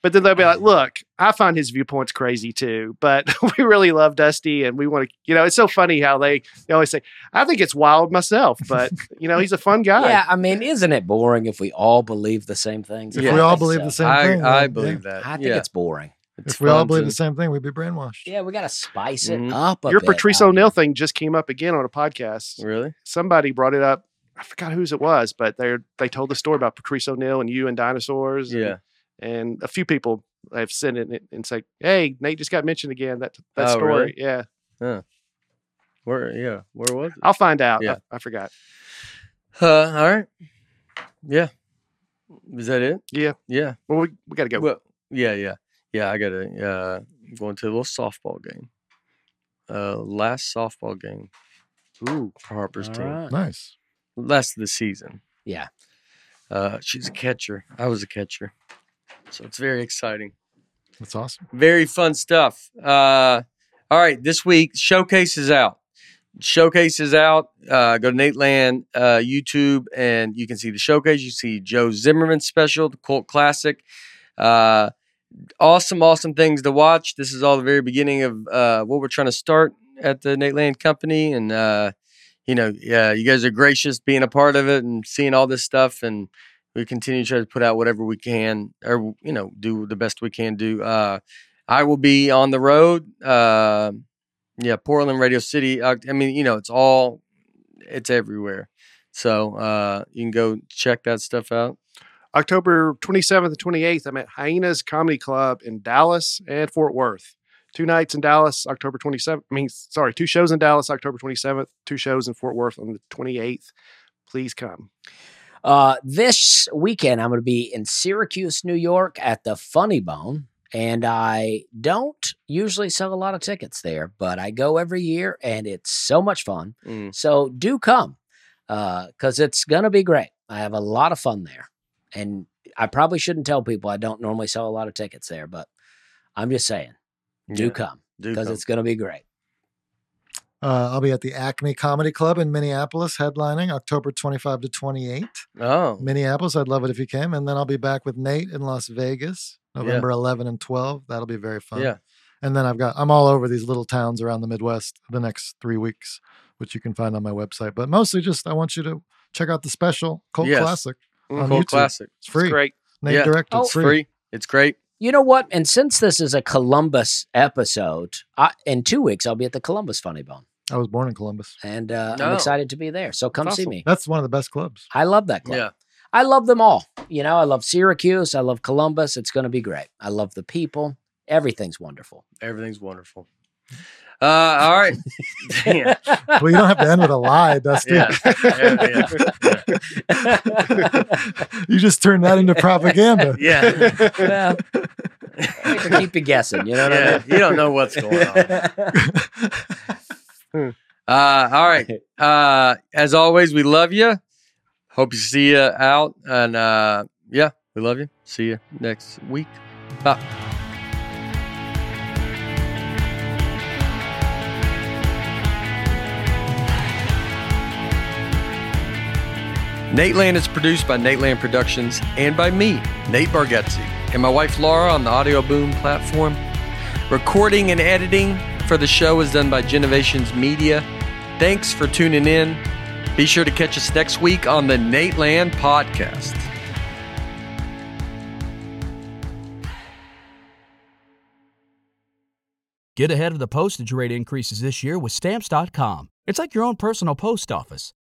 Speaker 2: But then they'll be like, look, I find his viewpoints crazy too, but we really love Dusty and we want to, you know, it's so funny how they, they always say, I think it's wild myself, but, you know, he's a fun guy.
Speaker 3: Yeah, I mean, isn't it boring if we all believe the same things?
Speaker 4: If
Speaker 1: Yeah,
Speaker 4: we
Speaker 3: I
Speaker 4: all
Speaker 3: think
Speaker 4: believe
Speaker 3: so.
Speaker 4: the same
Speaker 1: I,
Speaker 4: thing,
Speaker 1: I
Speaker 4: then,
Speaker 1: believe
Speaker 4: yeah.
Speaker 1: that.
Speaker 3: I think
Speaker 1: yeah.
Speaker 3: it's boring.
Speaker 1: It's
Speaker 4: If we all
Speaker 1: fun
Speaker 4: believe
Speaker 1: to-
Speaker 4: the same thing, we'd be brainwashed.
Speaker 3: Yeah, we got to spice it
Speaker 1: Mhm.
Speaker 3: up. A
Speaker 2: Your
Speaker 3: bit.
Speaker 2: Patrice
Speaker 3: I mean,
Speaker 2: O'Neill thing just came up again on a podcast.
Speaker 1: Really?
Speaker 2: Somebody brought it up. I forgot whose it was, but they they told the story about Patrice O'Neill and you and dinosaurs. and-
Speaker 1: Yeah.
Speaker 2: And a few people have sent it and- and say, hey, Nate just got mentioned again. That, that
Speaker 1: Oh,
Speaker 2: story.
Speaker 1: really?
Speaker 2: Yeah.
Speaker 1: Where? Yeah. Where was it?
Speaker 2: I'll find out.
Speaker 1: Yeah.
Speaker 2: I, I forgot.
Speaker 1: Uh, all right. Yeah. Is that it?
Speaker 2: Yeah.
Speaker 1: Yeah.
Speaker 2: Well, we, we got to go.
Speaker 1: Well, yeah, yeah, yeah. I gotta uh, going to a little softball game. Uh, last softball game
Speaker 2: Ooh,
Speaker 1: for Harper's
Speaker 3: All
Speaker 1: team,
Speaker 3: right.
Speaker 4: Nice.
Speaker 1: last of the season.
Speaker 3: Yeah.
Speaker 1: Uh, she's a catcher. I was a catcher, so it's very exciting.
Speaker 4: That's awesome.
Speaker 1: Very fun stuff. Uh, all right, this week showcase is out. Showcase is out. Uh, go to Nate Land uh, YouTube, and you can see the showcase. You see Joe Zimmerman's special, the cult classic. Uh, awesome, awesome things to watch. This is all the very beginning of uh, what we're trying to start at the Nate Land Company, and uh, you know, yeah, you guys are gracious being a part of it and seeing all this stuff, and we continue to try to put out whatever we can, or you know, do the best we can do. Uh, I will be on the road. Uh, yeah, Portland, Radio City. Uh, I mean, you know, it's all, it's everywhere. So uh, you can go check that stuff out.
Speaker 2: October 27th and 28th, I'm at Hyenas Comedy Club in Dallas and Fort Worth. Two nights in Dallas, October 27th. I mean, sorry, two shows in Dallas, October 27th, two shows in Fort Worth on the 28th. Please come.
Speaker 3: Uh, this weekend, I'm going to be in Syracuse, New York at the Funny Bone. And I don't usually sell a lot of tickets there, but I go every year and it's so much fun.
Speaker 1: Mm.
Speaker 3: So do come because it's going to be great. I have a lot of fun there. And I probably shouldn't tell people I don't normally sell a lot of tickets there, but I'm just saying, do
Speaker 1: Yeah,
Speaker 3: come
Speaker 1: do
Speaker 3: because
Speaker 1: come.
Speaker 3: it's going to be great.
Speaker 4: Uh, I'll be at the Acme Comedy Club in Minneapolis, headlining October 25 to 28.
Speaker 1: oh
Speaker 4: Minneapolis, I'd love it if you came. And then I'll be back with Nate in Las Vegas, November 11 and 12. That'll be very fun.
Speaker 1: yeah.
Speaker 4: And then I've got, I'm all over these little towns around the Midwest the next three weeks, which you can find on my website. But mostly just, I want you to check out the special Cult
Speaker 1: Yes.
Speaker 4: Classic.
Speaker 2: Mm,
Speaker 4: on
Speaker 1: Cult
Speaker 4: YouTube.
Speaker 1: classic.
Speaker 4: It's
Speaker 2: It's
Speaker 4: free.
Speaker 2: great.
Speaker 4: Nate
Speaker 1: Yeah.
Speaker 4: directed.
Speaker 3: Oh,
Speaker 4: it's
Speaker 1: It's
Speaker 4: free.
Speaker 1: free. It's great.
Speaker 3: You know what? And since this is a Columbus episode, I, in two weeks, I'll be at the Columbus Funny Bone.
Speaker 4: I was born in Columbus.
Speaker 3: and uh, I'm
Speaker 1: No.
Speaker 3: excited to be there. So come see
Speaker 2: awesome.
Speaker 3: me.
Speaker 4: That's one of the best clubs.
Speaker 3: I love that club.
Speaker 1: Yeah.
Speaker 3: I love them all. You know, I love Syracuse. I love Columbus. It's going to be great. I love the people. Everything's wonderful.
Speaker 1: Everything's wonderful. Uh, all right. yeah.
Speaker 4: Well, you don't have to end with a lie, Dusty.
Speaker 1: Yeah. Yeah. Yeah.
Speaker 4: you just turned that into propaganda.
Speaker 1: Yeah.
Speaker 3: well, I hate to keep you guessing. You know what
Speaker 1: yeah. You don't know what's going on.
Speaker 3: I mean?
Speaker 1: Uh, all right. Uh, as always, we love you. Hope you see you out. And uh, yeah, we love you. See you next week. Bye. Nate Land is produced by Nate Land Productions and by me, Nate Bargatze, and my wife Laura on the Audio Boom platform. Recording and editing for the show is done by Genovations Media. Thanks for tuning in. Be sure to catch us next week on the Nate Land Podcast.
Speaker 5: Get ahead of the postage rate increases this year with stamps.com. It's like your own personal post office.